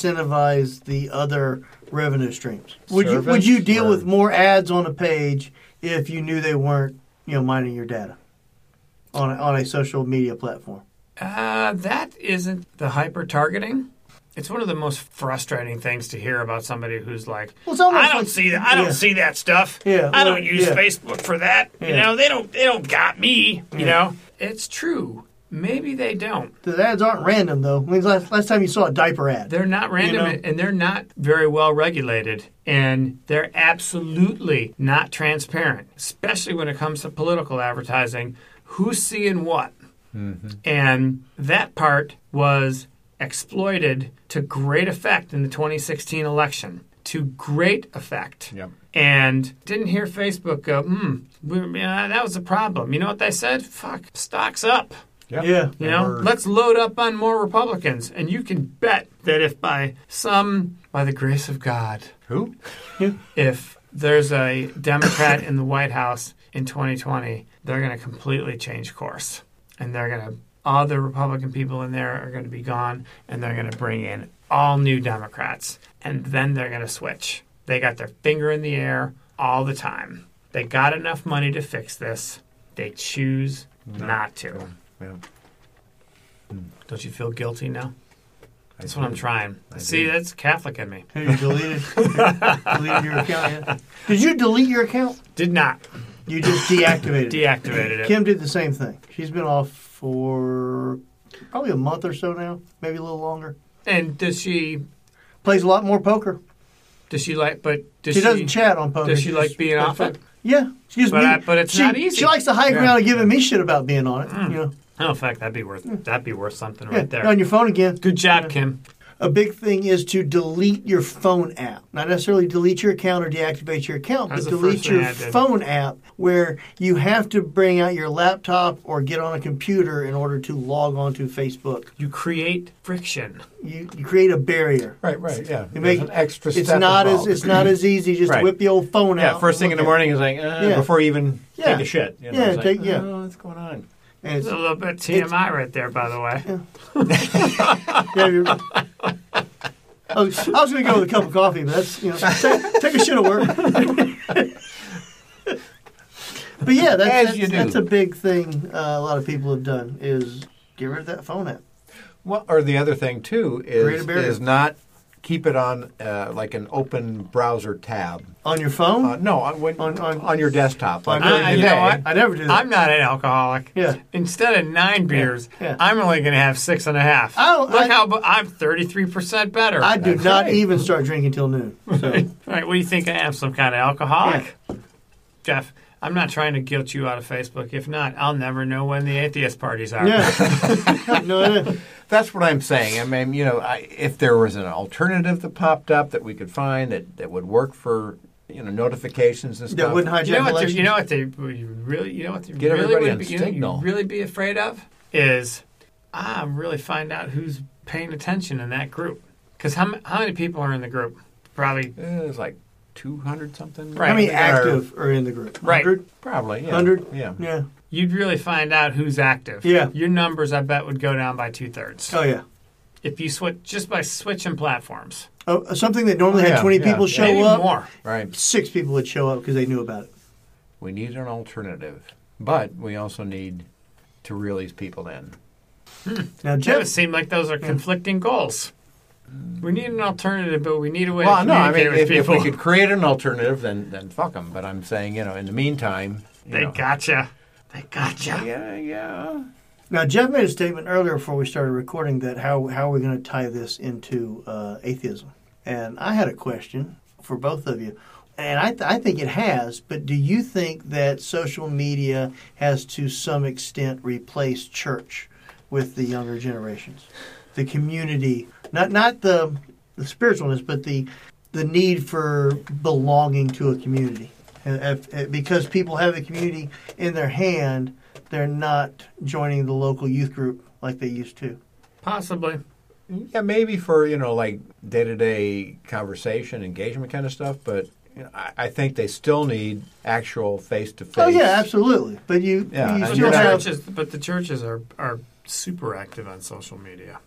Speaker 2: disincentivize the other revenue streams? Would you would
Speaker 3: Service
Speaker 2: you deal
Speaker 3: or-
Speaker 2: with more ads on a page if you knew they weren't you know mining your data on a, on a social media platform?
Speaker 4: Uh, that isn't the hyper targeting. It's one of the most frustrating things to hear about somebody who's like,
Speaker 2: Well, it's almost
Speaker 4: "I don't
Speaker 2: like-
Speaker 4: see that. I don't
Speaker 2: yeah.
Speaker 4: see that stuff.
Speaker 2: Yeah,
Speaker 4: I
Speaker 2: well,
Speaker 4: don't use
Speaker 2: yeah.
Speaker 4: Facebook for that. You
Speaker 2: Yeah.
Speaker 4: know, they don't. They don't got me. You know, it's true. Maybe they don't.
Speaker 2: The ads aren't random though. When's the last, last time you saw a diaper ad?
Speaker 4: They're not random
Speaker 2: know.
Speaker 4: and they're not very well regulated. And they're absolutely not transparent, especially when it comes to political advertising. Who's seeing what? And that part was exploited to great effect in the 2016 election. To great effect.
Speaker 3: Yep.
Speaker 4: And didn't hear Facebook go, hmm, we- yeah, that was a problem. You know what they said? Fuck, stocks up.
Speaker 3: Yep.
Speaker 2: Yeah.
Speaker 4: You know,
Speaker 3: Or-
Speaker 4: let's load up on more Republicans. And you can bet that if by some, by the grace of God,
Speaker 3: who?
Speaker 4: if there's a Democrat in the White House in 2020, they're going to completely change course. And they're going to, all the Republican people in there are going to be gone, and they're going to bring in all new Democrats. And then they're going to switch. They got their finger in the air all the time. They got enough money to fix this. They choose not to.
Speaker 3: Yeah.
Speaker 4: Don't you feel guilty now? That's
Speaker 3: I
Speaker 4: what I'm
Speaker 3: do.
Speaker 4: trying.
Speaker 3: I
Speaker 4: See,
Speaker 3: do.
Speaker 4: that's Catholic in me.
Speaker 2: Have you deleted, [LAUGHS] deleted your account yet? Did you delete your account?
Speaker 4: Did not
Speaker 2: You just deactivated it.
Speaker 4: deactivated it.
Speaker 2: Kim did the same thing. She's been off for probably a month or so now, maybe a little longer.
Speaker 4: And does she?
Speaker 2: Plays a lot more poker.
Speaker 4: Does she like? But does
Speaker 2: She,
Speaker 4: she?
Speaker 2: doesn't chat on poker.
Speaker 4: Does she
Speaker 2: She's-
Speaker 4: like being off it?
Speaker 2: Yeah, she gives
Speaker 4: But
Speaker 2: me.
Speaker 4: I- but it's
Speaker 2: she,
Speaker 4: not easy.
Speaker 2: She likes the high
Speaker 3: Yeah.
Speaker 2: ground of giving me shit about being on it. You know,
Speaker 4: Oh, in fact, that'd be worth that'd be worth something
Speaker 2: Hmm. yeah.
Speaker 4: right there.
Speaker 2: on your phone again.
Speaker 4: Good job, Kim.
Speaker 2: a big thing is to delete your phone app. Not necessarily delete your account or deactivate your account,
Speaker 4: That's
Speaker 2: but
Speaker 4: the
Speaker 2: delete
Speaker 4: first thing
Speaker 2: your
Speaker 4: I did.
Speaker 2: phone app where you have to bring out your laptop or get on a computer in order to log on to Facebook.
Speaker 4: You create friction.
Speaker 2: You, you create a barrier.
Speaker 3: Right, right, yeah.
Speaker 2: You
Speaker 3: There's an extra
Speaker 2: it's
Speaker 3: step
Speaker 2: not
Speaker 3: involved.
Speaker 2: as it's not as easy just
Speaker 3: Right.
Speaker 2: to whip the old phone out.
Speaker 3: yeah, first
Speaker 2: and
Speaker 3: thing in the
Speaker 2: look at
Speaker 3: morning is like, uh,
Speaker 2: Yeah.
Speaker 3: before you even
Speaker 2: Yeah.
Speaker 3: take a shit. You know,
Speaker 2: Yeah,
Speaker 3: it's like,
Speaker 2: take- yeah.
Speaker 3: Oh, what's going on?
Speaker 2: it. And
Speaker 4: It's
Speaker 2: it's-
Speaker 4: a little bit TMI right there, by the way.
Speaker 2: Yeah, you're- I was, I was going to go with a cup of coffee, but that's you know take, take a shit at work. but yeah, that's
Speaker 3: As
Speaker 2: that's,
Speaker 3: you do.
Speaker 2: that's a big thing. Uh, a lot of people have done is get rid of that phone app.
Speaker 3: Well, or the other thing too
Speaker 2: Create
Speaker 3: is
Speaker 2: a barrier.
Speaker 3: is not keep it on uh, like an open browser tab.
Speaker 2: on your phone.
Speaker 3: Uh, no, on, when, on,
Speaker 2: On- on-
Speaker 3: your desktop.
Speaker 2: On-
Speaker 3: Like,
Speaker 2: I-
Speaker 3: today,
Speaker 4: you know what?
Speaker 2: I never do that.
Speaker 4: I'm not an alcoholic.
Speaker 2: Yeah.
Speaker 4: Instead of nine beers,
Speaker 2: yeah.
Speaker 4: I'm only going to have six and a half.
Speaker 2: Oh,
Speaker 4: Look
Speaker 2: I-
Speaker 4: how bu- I'm 33% better.
Speaker 2: I do not
Speaker 3: right.
Speaker 2: even start drinking till noon. So
Speaker 4: All right, what do you think? I am some kind of alcoholic, Jeff. I'm not trying to guilt you out of Facebook. If not, I'll never know when the atheist parties are.
Speaker 2: yeah, [LAUGHS] no, idea.
Speaker 3: That's what I'm saying. I mean, you know, I, if there was an alternative that popped up that we could find that, that would work for you know notifications and stuff.
Speaker 2: that wouldn't hijack
Speaker 4: [LAUGHS] You know what? They,
Speaker 2: elections.
Speaker 4: you know what? They you really. You know what? They
Speaker 3: Get
Speaker 4: really
Speaker 3: everybody
Speaker 4: would
Speaker 3: on
Speaker 4: be, you know,
Speaker 3: Signal.
Speaker 4: you'd really be afraid of is I'm really find out who's paying attention in that group. Because how, m- how many people are in the group? Probably
Speaker 3: Eh, it's like 200 something.
Speaker 4: Right.
Speaker 2: How many
Speaker 3: Or-
Speaker 2: active are in the group?
Speaker 4: Right.
Speaker 2: 100?
Speaker 3: Probably. Yeah.
Speaker 2: 100?
Speaker 3: Yeah.
Speaker 2: Yeah.
Speaker 4: you'd really find out who's active.
Speaker 2: Yeah.
Speaker 4: Your numbers, I bet, would go down by two thirds
Speaker 2: Oh yeah.
Speaker 4: if you switch just by switching platforms.
Speaker 2: Oh, something that normally
Speaker 3: Oh,
Speaker 2: had
Speaker 3: yeah,
Speaker 2: 20
Speaker 3: yeah,
Speaker 2: people
Speaker 3: yeah.
Speaker 2: show
Speaker 4: Maybe
Speaker 2: up,
Speaker 4: more.
Speaker 3: Right.
Speaker 2: six people would show up because they knew about it.
Speaker 3: We need an alternative, but we also need to reel these people in.
Speaker 2: Now,
Speaker 4: It would
Speaker 2: Jeff,
Speaker 4: seem like those are
Speaker 3: Hmm.
Speaker 4: conflicting goals. We need an alternative, but we need a way
Speaker 3: Well,
Speaker 4: to
Speaker 3: no, I
Speaker 4: communicate
Speaker 3: mean, if,
Speaker 4: with
Speaker 3: if
Speaker 4: people.
Speaker 3: we could create an alternative, then then fuck them. But I'm saying, you know, in the meantime, you
Speaker 4: they
Speaker 3: know,
Speaker 4: gotcha. They gotcha.
Speaker 3: yeah, yeah.
Speaker 2: now Jeff made a statement earlier before we started recording that how how are we going to tie this into uh, atheism? And I had a question for both of you, and I th- I think it has. But do you think that social media has to some extent replace church with the younger generations, the community, not not the the spiritualness, but the the need for belonging to a community. And if- eh, because people have the community in their hand, they're not joining the local youth group like they used to.
Speaker 4: Possibly.
Speaker 3: Yeah, maybe for you know like day to day conversation, engagement kind of stuff. But you know, I, I think they still need actual face to face.
Speaker 2: Oh yeah, absolutely. But you,
Speaker 3: Yeah,
Speaker 2: you
Speaker 3: and
Speaker 4: But
Speaker 2: still
Speaker 4: the
Speaker 3: you're not-
Speaker 2: have.
Speaker 4: churches, but the churches are, are super active on social media.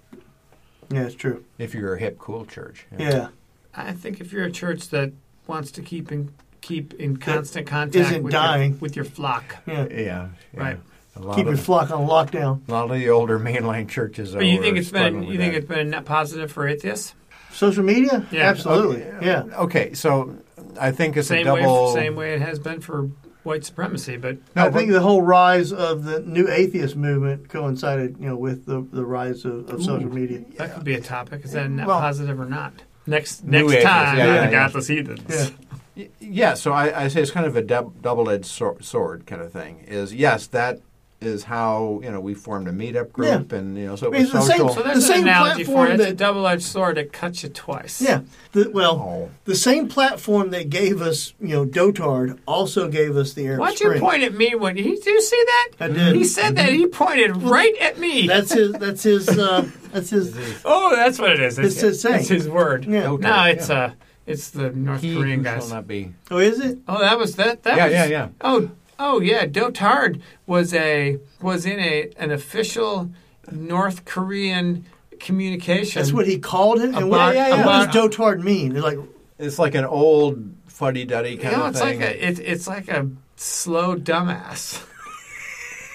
Speaker 2: Yeah, it's true.
Speaker 3: If you're a hip, cool church. you know.
Speaker 2: Yeah,
Speaker 4: I think if you're a church that wants to keep in keep in constant contact
Speaker 2: isn't
Speaker 4: with, Your,
Speaker 2: dying.
Speaker 4: with your flock,
Speaker 2: yeah.
Speaker 3: yeah, yeah.
Speaker 4: Right.
Speaker 3: A lot,
Speaker 2: Keep your
Speaker 3: of,
Speaker 2: flock on lockdown.
Speaker 3: a lot of the older mainline churches. Are
Speaker 4: but you think it's
Speaker 3: struggling
Speaker 4: been
Speaker 3: with
Speaker 4: you think
Speaker 3: that.
Speaker 4: it's been a net positive for atheists?
Speaker 2: Social media,
Speaker 4: Yeah.
Speaker 2: absolutely. Oh, Yeah,
Speaker 3: Okay, so I think it's
Speaker 4: Same
Speaker 3: a double.
Speaker 4: way, same way it has been for white supremacy. But
Speaker 3: No,
Speaker 2: I think the whole rise of the new atheist movement coincided, you know, with the, the rise of, of social media.
Speaker 4: That could be a topic. Is that net
Speaker 3: Well-
Speaker 4: positive or not? Next
Speaker 3: New
Speaker 4: next
Speaker 3: ages,
Speaker 4: time,
Speaker 3: yeah,
Speaker 4: yeah,
Speaker 3: yeah.
Speaker 4: the godless heathens.
Speaker 2: Yeah.
Speaker 3: Y- Yeah, so I, I say it's kind of a dub, double-edged sword, sword kind of thing. Is yes, that is how you know we formed a meetup group, and you know so it
Speaker 2: I mean,
Speaker 3: was
Speaker 2: it's the same-
Speaker 3: social.
Speaker 4: So
Speaker 2: The
Speaker 4: there's an
Speaker 2: same
Speaker 4: analogy for
Speaker 2: platform
Speaker 4: it. It's a
Speaker 2: that-
Speaker 4: double-edged sword that cuts you twice.
Speaker 2: Yeah. The, well,
Speaker 3: Oh.
Speaker 2: the same platform that gave us, you know, Dotard also gave us the Arab
Speaker 4: Why'd
Speaker 2: Spring.
Speaker 4: you point at me when he? Did you see that?
Speaker 2: I did.
Speaker 4: He said that. He pointed right at me.
Speaker 2: That's his. That's his. Uh, that's his.
Speaker 4: oh, that's what it is.
Speaker 2: It's his saying.
Speaker 4: It's his word.
Speaker 2: Yeah.
Speaker 3: Okay,
Speaker 4: No, it's
Speaker 3: yeah.
Speaker 4: uh, it's the North
Speaker 3: He
Speaker 4: Korean
Speaker 3: who
Speaker 4: guys.
Speaker 3: shall not be.
Speaker 2: Oh, is it?
Speaker 4: Oh, that was that. that
Speaker 3: Yeah,
Speaker 4: was,
Speaker 3: yeah, yeah.
Speaker 4: Oh, oh yeah. Dotard was a was in a an official North Korean communication.
Speaker 2: That's what he called it. And
Speaker 4: About-
Speaker 2: what,
Speaker 3: Yeah, yeah, yeah.
Speaker 2: what does Dotard mean? They're like,
Speaker 3: It's like an old fuddy-duddy
Speaker 4: You
Speaker 3: kind
Speaker 4: know,
Speaker 3: of
Speaker 4: it's
Speaker 3: thing.
Speaker 4: like a it, it's like a slow dumbass. [LAUGHS]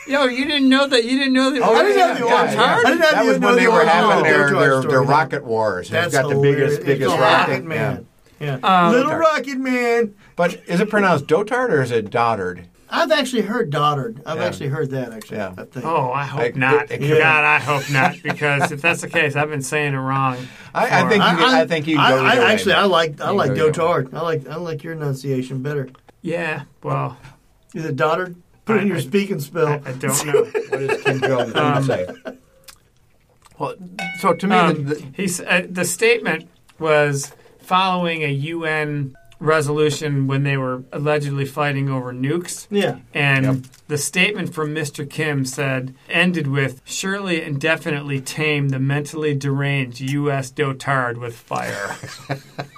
Speaker 4: Yo, you didn't know that. You didn't know that.
Speaker 3: Oh,
Speaker 2: I didn't
Speaker 3: yeah,
Speaker 2: have the
Speaker 3: yeah,
Speaker 2: orange
Speaker 3: yeah.
Speaker 2: heart. I didn't have
Speaker 3: that
Speaker 2: the-
Speaker 3: was
Speaker 2: no,
Speaker 3: when
Speaker 2: the
Speaker 3: they were
Speaker 2: orange
Speaker 3: having
Speaker 2: heart.
Speaker 3: their,
Speaker 2: Dotard
Speaker 3: their,
Speaker 2: story,
Speaker 3: their
Speaker 2: yeah.
Speaker 3: rocket wars.
Speaker 2: that's
Speaker 3: They've got the
Speaker 2: hilarious.
Speaker 3: biggest biggest
Speaker 2: Little
Speaker 3: rocket
Speaker 2: Rocket Man.
Speaker 3: yeah.
Speaker 2: Yeah.
Speaker 4: Um,
Speaker 2: Little
Speaker 3: Dotard.
Speaker 2: Rocket Man.
Speaker 3: But is it pronounced dotard or is it dotard?
Speaker 2: I've actually heard Dotard. I've
Speaker 3: Yeah.
Speaker 2: actually heard that. Actually,
Speaker 3: Yeah.
Speaker 2: I think.
Speaker 4: Oh, I hope
Speaker 3: Like,
Speaker 4: not.
Speaker 3: it- it-
Speaker 4: God, I hope not. Because if that's the case, I've been saying it wrong.
Speaker 3: I, I
Speaker 4: for-
Speaker 3: think you, I, think you
Speaker 2: I,
Speaker 3: go
Speaker 2: I-
Speaker 3: either way.
Speaker 2: actually I like I
Speaker 3: You
Speaker 2: like
Speaker 3: go either way.
Speaker 2: Dotard. I like I like your enunciation better.
Speaker 4: Yeah. Well,
Speaker 2: Is it Dotard? Put it in
Speaker 4: I-
Speaker 2: your
Speaker 3: [LAUGHS]
Speaker 4: I-
Speaker 2: speaking spell.
Speaker 4: I, I don't know.
Speaker 3: What does Kim Jong Un
Speaker 4: Um,
Speaker 3: say? Well, so to me,
Speaker 4: Um,
Speaker 3: the, the,
Speaker 4: he's, uh, the statement was following a UN resolution when they were allegedly fighting over nukes.
Speaker 2: Yeah.
Speaker 4: And
Speaker 3: Yep.
Speaker 4: the statement from Mr. Kim said, ended with, surely indefinitely tame the mentally deranged U.S. dotard
Speaker 2: [LAUGHS]
Speaker 4: with fire.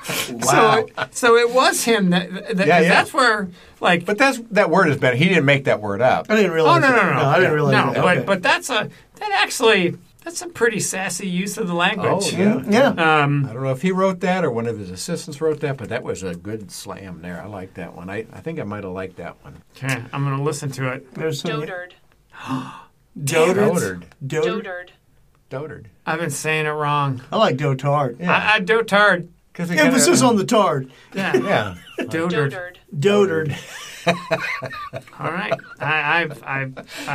Speaker 4: So, it, so it was him that, that
Speaker 3: Yeah, yeah.
Speaker 4: that's where, like,
Speaker 3: but that's that word is better. He didn't make that word up.
Speaker 2: I didn't realize.
Speaker 4: oh, no, no,
Speaker 2: that.
Speaker 4: no, no.
Speaker 2: I didn't realize.
Speaker 4: No,
Speaker 2: that.
Speaker 4: but,
Speaker 2: Okay.
Speaker 4: but that's a, that actually, that's a pretty sassy use of the language.
Speaker 2: yeah.
Speaker 4: Um,
Speaker 3: I don't know if he wrote that or one of his assistants wrote that, but that was a good slam there. I like that one. I, I think I might have liked that one.
Speaker 4: okay, I'm going to listen to it.
Speaker 2: There's some
Speaker 5: Dotard.
Speaker 2: dotard.
Speaker 3: Dotard.
Speaker 2: Dotard.
Speaker 5: Dotard.
Speaker 3: Dotard.
Speaker 4: I've been saying it wrong.
Speaker 2: I like dotard.
Speaker 4: I, I dotard.
Speaker 3: Because
Speaker 2: Emphasis on the tard. [LAUGHS]
Speaker 4: Yeah,
Speaker 3: yeah.
Speaker 4: dotard.
Speaker 5: Dotard.
Speaker 2: Dotard.
Speaker 4: All right, I, I, I,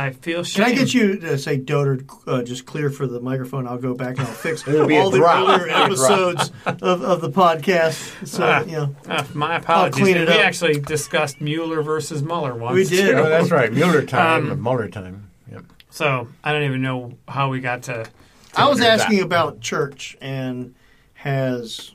Speaker 4: I feel.
Speaker 2: Can
Speaker 4: Shame.
Speaker 2: I get you to say dotard uh, just clear for the microphone? I'll go back and I'll fix all
Speaker 3: It'll be a
Speaker 2: the
Speaker 3: drop.
Speaker 2: earlier
Speaker 3: It'll be a drop. Ah.
Speaker 2: episodes of, of the podcast. So, you know,
Speaker 4: Uh, my apologies.
Speaker 2: clean it
Speaker 4: we
Speaker 2: up.
Speaker 4: actually discussed Mueller versus Mueller once.
Speaker 2: we did.
Speaker 3: Oh, that's right. Mueller time.
Speaker 4: Um,
Speaker 3: Mueller time. Yep.
Speaker 4: So I don't even know how we got to.
Speaker 2: I was
Speaker 3: Dotard.
Speaker 2: asking about church and has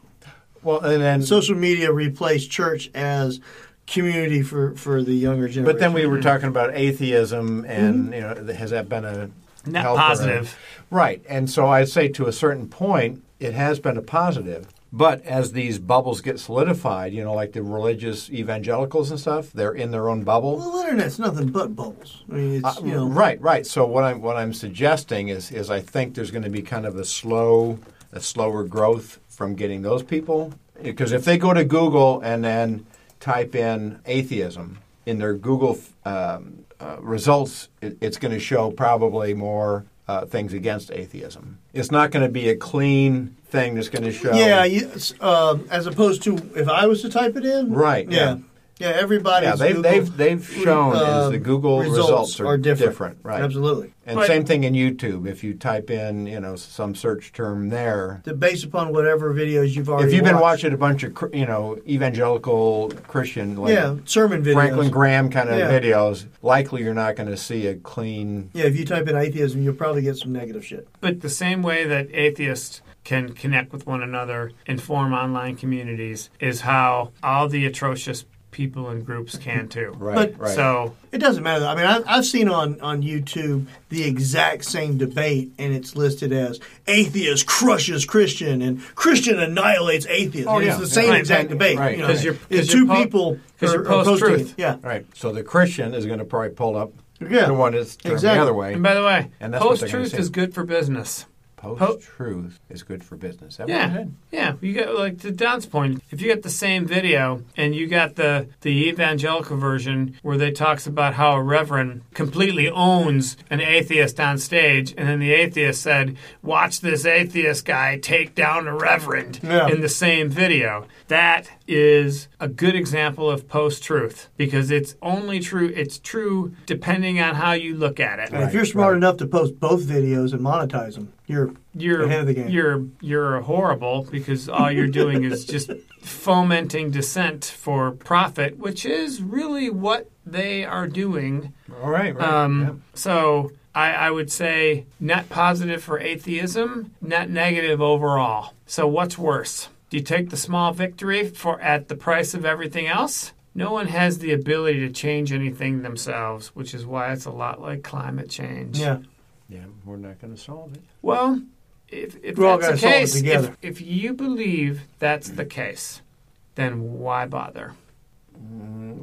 Speaker 3: Well, and then
Speaker 2: social media replaced church as community for, for the younger generation.
Speaker 3: But then we were talking about atheism, and you know, th- has that been a
Speaker 4: Net
Speaker 3: help or a-
Speaker 4: positive.
Speaker 3: right? And so I'd say to a certain point, it has been a positive. But as these bubbles get solidified, you know, like the religious evangelicals and stuff, they're in their own bubble.
Speaker 2: Well, the internet's nothing but bubbles. I mean, it's, you know,
Speaker 3: Uh, Right, right. So what I'm what I'm suggesting is is I think there's going to be kind of a slow, a slower growth from getting those people because if they go to Google and then type in atheism in their Google um, uh, results, it, it's going to show probably more. Uh, things against atheism. It's not going to be a clean thing that's going to show.
Speaker 2: Yeah, you, um, as opposed to if I was to type it in.
Speaker 3: Right,
Speaker 2: Yeah. Yeah, everybody's
Speaker 3: Yeah, they've-
Speaker 2: Google, um,
Speaker 3: they've- they've shown is the Google results are
Speaker 2: different.
Speaker 3: different, right.
Speaker 2: Absolutely.
Speaker 3: And
Speaker 4: But-
Speaker 3: same thing in YouTube. If you type in, you know, some search term there,
Speaker 2: They're based upon whatever videos you've already
Speaker 3: if you've been
Speaker 2: watched.
Speaker 3: watching a bunch of cr- you know evangelical Christian like
Speaker 2: Yeah, sermon videos.
Speaker 3: Franklin Graham kind of
Speaker 2: Yeah.
Speaker 3: videos, likely you're not going to see a clean.
Speaker 2: Yeah, if you type in atheism, you'll probably get some negative shit.
Speaker 4: But the same way that atheists can connect with one another and form online communities is how all the atrocious people and groups can too.
Speaker 3: Right,
Speaker 2: But-
Speaker 3: right.
Speaker 4: So
Speaker 2: It doesn't matter. I mean, I've, I've seen on, on YouTube the exact same debate, and it's listed as atheist crushes Christian and Christian annihilates atheist.
Speaker 3: Oh,
Speaker 2: And it's
Speaker 3: yeah.
Speaker 2: the same
Speaker 4: Right,
Speaker 2: exact
Speaker 4: right,
Speaker 2: debate.
Speaker 3: right,
Speaker 2: you know.
Speaker 3: right. 'Cause
Speaker 4: you're-
Speaker 2: It's
Speaker 4: 'cause
Speaker 2: two
Speaker 4: you're po-
Speaker 2: people
Speaker 4: 'cause
Speaker 2: are-
Speaker 4: you're
Speaker 2: are posting
Speaker 4: post-truth.
Speaker 2: it. Yeah.
Speaker 3: All right. So the Christian is going to probably pull up
Speaker 2: Yeah.
Speaker 3: the one that's turned
Speaker 2: Exactly.
Speaker 3: the other way.
Speaker 4: and by the way,
Speaker 3: And that's what
Speaker 4: post
Speaker 3: they're gonna
Speaker 4: truth
Speaker 3: say.
Speaker 4: is good for business.
Speaker 3: Post truth is good for business. That was
Speaker 4: Yeah,
Speaker 3: good.
Speaker 4: yeah. You got like to Don's point. If you get the same video and you got the the evangelical version where they talks about how a reverend completely owns an atheist on stage, and then the atheist said, "Watch this atheist guy take down a reverend."
Speaker 2: Yeah.
Speaker 4: In the same video, that is a good example of post truth because it's only true. It's true depending on how you look at it.
Speaker 2: And if you're smart enough to post both videos and monetize them, you're
Speaker 4: you're
Speaker 2: ahead of the game.
Speaker 4: you're you're horrible because all you're
Speaker 2: [LAUGHS]
Speaker 4: doing is just fomenting dissent for profit, which is really what they are doing.
Speaker 3: All right. right.
Speaker 4: Um,
Speaker 3: yeah.
Speaker 4: So I, I would say net positive for atheism, net negative overall. So what's worse? Do you take the small victory for at the price of everything else? No one has the ability to change anything themselves, which is why it's a lot like climate change.
Speaker 2: yeah.
Speaker 3: Yeah, We're not going to solve it.
Speaker 4: Well, if, if
Speaker 2: We're all
Speaker 4: that's the
Speaker 2: gonna solve it
Speaker 4: case, if,
Speaker 2: together.
Speaker 4: if you believe that's the case, then why bother?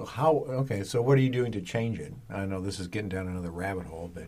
Speaker 3: How? Okay. So what are you doing to change it? I know this is getting down another rabbit hole, but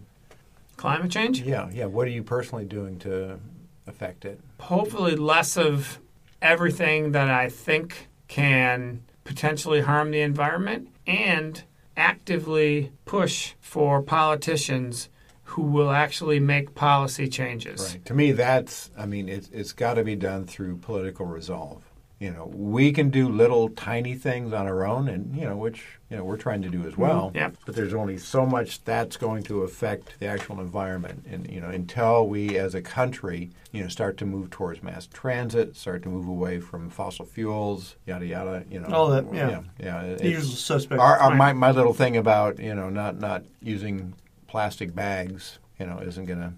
Speaker 4: Climate change?
Speaker 3: yeah, yeah. What are you personally doing to affect it?
Speaker 4: Hopefully, less of everything that I think can potentially harm the environment and actively push for politicians who will actually make policy changes.
Speaker 3: Right. To me, that's, I mean, it's, it's got to be done through political resolve. You know, we can do little tiny things on our own, and, you know, which, you know, we're trying to do
Speaker 2: Mm-hmm.
Speaker 3: as well.
Speaker 4: Yep.
Speaker 3: But there's only so much that's going to affect the actual environment. And, you know, until we as a country, you know, start to move towards mass transit, start to move away from fossil fuels, yada, yada, you know.
Speaker 2: All that, yeah.
Speaker 3: Yeah.
Speaker 2: The
Speaker 3: it's-
Speaker 2: usual suspect.
Speaker 3: our, our, my, my little thing about you know not not using plastic bags you know isn't gonna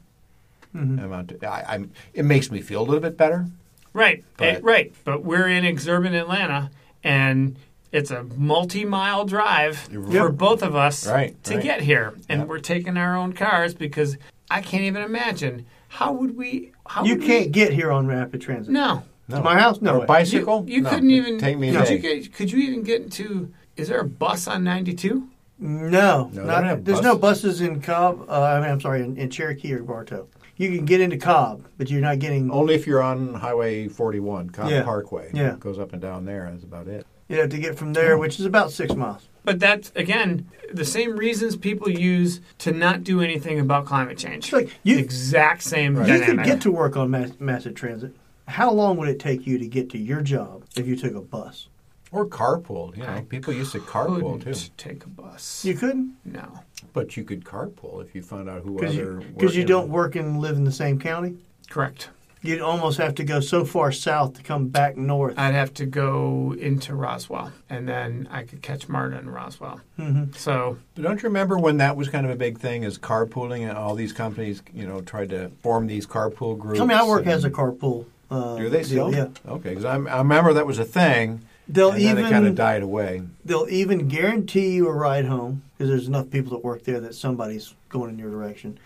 Speaker 2: Mm-hmm.
Speaker 3: amount. To, I, I'm, it makes me feel a little bit better.
Speaker 4: Right,
Speaker 3: But-
Speaker 4: eh, right. But we're in exurban Atlanta, and it's a multi-mile drive for both of us
Speaker 3: Right,
Speaker 4: to
Speaker 3: right.
Speaker 4: get here, and we're taking our own cars because I can't even imagine how would we. How
Speaker 2: You
Speaker 4: would we-
Speaker 2: can't get here on rapid transit.
Speaker 4: No,
Speaker 2: To my house? No.
Speaker 3: Or
Speaker 2: way.
Speaker 3: a bicycle?
Speaker 4: you, you
Speaker 3: No,
Speaker 4: couldn't
Speaker 3: it'd
Speaker 4: even.
Speaker 3: take me. a
Speaker 4: could,
Speaker 3: day.
Speaker 4: you get, could you even get into? Is there a bus on ninety two?
Speaker 2: No,
Speaker 3: No, they
Speaker 2: not-
Speaker 3: don't have
Speaker 2: there's no buses in Cobb. Uh, I mean, I'm sorry, in, in Cherokee or Bartow. You can get into Cobb, but you're not getting.
Speaker 3: Only if you're on Highway 41, Cotton
Speaker 2: Yeah.
Speaker 3: Parkway.
Speaker 2: Yeah.
Speaker 3: goes up and down there. That's about it.
Speaker 2: You have to get from there, which is about six miles.
Speaker 4: But that's again the same reasons people use to not do anything about climate change.
Speaker 2: like you-
Speaker 4: exact same
Speaker 2: You
Speaker 4: dynamic.
Speaker 2: could get to work on mass, massive transit. How long would it take you to get to your job if you took a bus?
Speaker 3: Or carpool. You know, people used to carpool
Speaker 4: Couldn't
Speaker 3: too.
Speaker 4: take a bus.
Speaker 2: You couldn't
Speaker 4: no.
Speaker 3: But you could carpool if you found out who
Speaker 2: because
Speaker 3: other.
Speaker 2: you, 'cause you
Speaker 3: working-
Speaker 2: don't work and live in the same county.
Speaker 4: Correct.
Speaker 2: You'd almost have to go so far south to come back north.
Speaker 4: I'd have to go into Roswell, and then I could catch Marta in Roswell. Mm-hmm. So
Speaker 3: But don't you remember when that was kind of a big thing? Is carpooling and all these companies, you know, tried to form these carpool groups.
Speaker 2: I mean, I work
Speaker 3: and-
Speaker 2: as a carpool. Uh,
Speaker 3: Do they
Speaker 2: deal,
Speaker 3: still?
Speaker 2: Yeah.
Speaker 3: Okay, because I remember that was a thing.
Speaker 2: They'll
Speaker 3: and then it kind
Speaker 2: even-
Speaker 3: of died away.
Speaker 2: They'll even guarantee you a ride home because there's enough people that work there that somebody's going in your direction.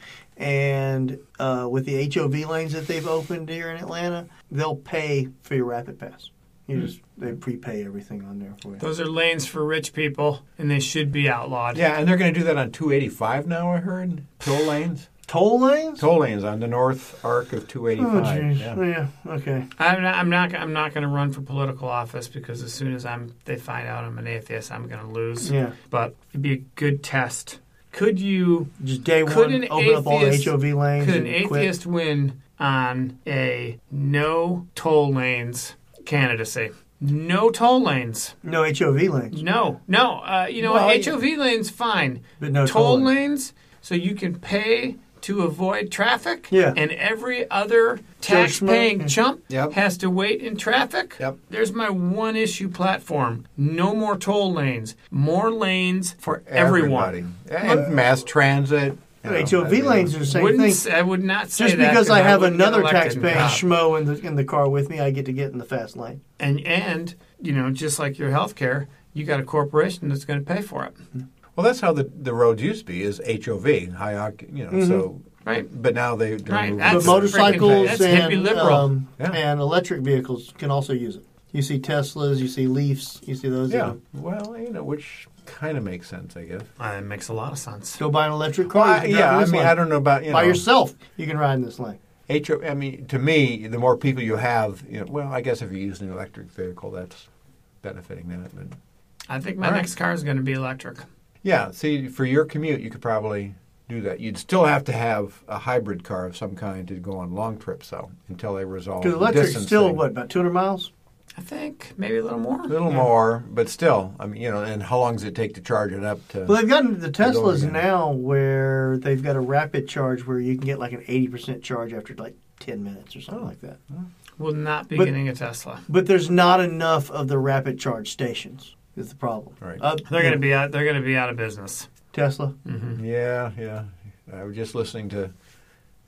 Speaker 2: And uh, with the HOV lanes that they've opened here in Atlanta, they'll pay for your rapid pass.
Speaker 3: Hmm.
Speaker 2: You just they prepay everything on there for you.
Speaker 4: those are lanes for rich people, and they should be outlawed.
Speaker 3: Yeah, and they're going to do that on 285 now. I heard toll lanes.
Speaker 2: Toll lanes?
Speaker 3: Toll lanes on the north arc of
Speaker 2: Oh,
Speaker 3: 285.
Speaker 2: jeez.
Speaker 3: yeah.
Speaker 2: Yeah. Okay.
Speaker 4: I'm not. I'm not. I'm not going to run for political office because as soon as I'm, they find out I'm an atheist, I'm going to lose.
Speaker 2: Yeah.
Speaker 4: But it'd be a good test. Could you?
Speaker 2: Just day
Speaker 4: Could
Speaker 2: one,
Speaker 4: an
Speaker 2: open up all the
Speaker 4: atheist-
Speaker 2: HOV lanes.
Speaker 4: Could an
Speaker 2: and quit.
Speaker 4: atheist win on a no toll lanes candidacy? No toll lanes.
Speaker 2: No HOV lanes.
Speaker 4: No, no. Uh, you know,
Speaker 3: Well,
Speaker 4: what?
Speaker 3: you-
Speaker 4: HOV lanes fine,
Speaker 2: But no
Speaker 4: toll,
Speaker 2: toll
Speaker 4: lanes, so you can pay to avoid traffic.
Speaker 2: Yeah.
Speaker 4: and every other
Speaker 2: Joe
Speaker 4: tax-paying
Speaker 2: Schmo.
Speaker 4: chump
Speaker 3: Yep.
Speaker 4: has to wait in traffic.
Speaker 3: Yep.
Speaker 4: There's my one issue platform: no more toll lanes, more lanes for
Speaker 3: Everybody.
Speaker 4: everyone.
Speaker 3: And mass transit. you know, uh,
Speaker 2: HOV
Speaker 3: I mean,
Speaker 2: lanes are the same
Speaker 4: Wouldn't
Speaker 2: thing.
Speaker 4: s- I would not say
Speaker 2: Just
Speaker 4: that
Speaker 2: because
Speaker 4: 'cause
Speaker 2: I have
Speaker 4: wouldn't get
Speaker 2: another
Speaker 4: elected.
Speaker 2: tax-paying
Speaker 4: Yeah.
Speaker 2: schmo in the in the car with me, I get to get in the fast lane.
Speaker 4: and and you know, just like your health care, you got a corporation that's going to pay for it.
Speaker 3: Well, that's how the, the roads used to be is HOV, high octane, you know, so.
Speaker 4: Right.
Speaker 3: But now they. they're
Speaker 4: Right,
Speaker 3: moving
Speaker 4: that's-
Speaker 3: to-
Speaker 2: but
Speaker 4: freaking-
Speaker 2: Mm-hmm. motorcycles
Speaker 4: that's hippie
Speaker 2: and
Speaker 4: liberal.
Speaker 2: um,
Speaker 3: Yeah.
Speaker 2: and electric vehicles can also use it. You see Teslas, you see Leafs, you see those.
Speaker 3: Yeah.
Speaker 2: that
Speaker 3: Well, you know, which kind of makes sense, I guess.
Speaker 4: Uh, it makes a lot of sense.
Speaker 2: Go buy an electric car. you
Speaker 3: I-
Speaker 2: can drive
Speaker 3: yeah,
Speaker 2: in
Speaker 3: I
Speaker 2: this
Speaker 3: mean,
Speaker 2: lane.
Speaker 3: I don't know about you
Speaker 2: By
Speaker 3: know,
Speaker 2: yourself, you can ride in this lane.
Speaker 3: HO, I mean, to me, the more people you have, you know, well, I guess if you use an electric vehicle, that's benefiting that. But
Speaker 4: I think my
Speaker 3: All right.
Speaker 4: next car is going to be electric.
Speaker 3: yeah, see, for your commute, you could probably do that. You'd still have to have a hybrid car of some kind to go on long trips, though, until they resolve
Speaker 2: Because
Speaker 3: the
Speaker 2: electric's
Speaker 3: distance
Speaker 2: still
Speaker 3: thing.
Speaker 2: what about 200 miles?
Speaker 4: I think maybe a little more.
Speaker 3: A little more, but still, I mean, you know, and how long does it take to charge it up to?
Speaker 2: Well, they've gotten the
Speaker 3: They're going
Speaker 2: Teslas
Speaker 3: again.
Speaker 2: now where they've got a rapid charge where you can get like an 80% charge after like 10 minutes or
Speaker 3: Oh.
Speaker 2: something like that.
Speaker 4: Will not be
Speaker 2: But-
Speaker 4: getting a Tesla.
Speaker 2: But there's not enough of the rapid charge stations. Is the problem?
Speaker 3: Right.
Speaker 2: Uh,
Speaker 4: They're going to be out. They're going to be out of business.
Speaker 2: Tesla.
Speaker 4: Mm-hmm.
Speaker 3: Yeah, yeah. I was just listening to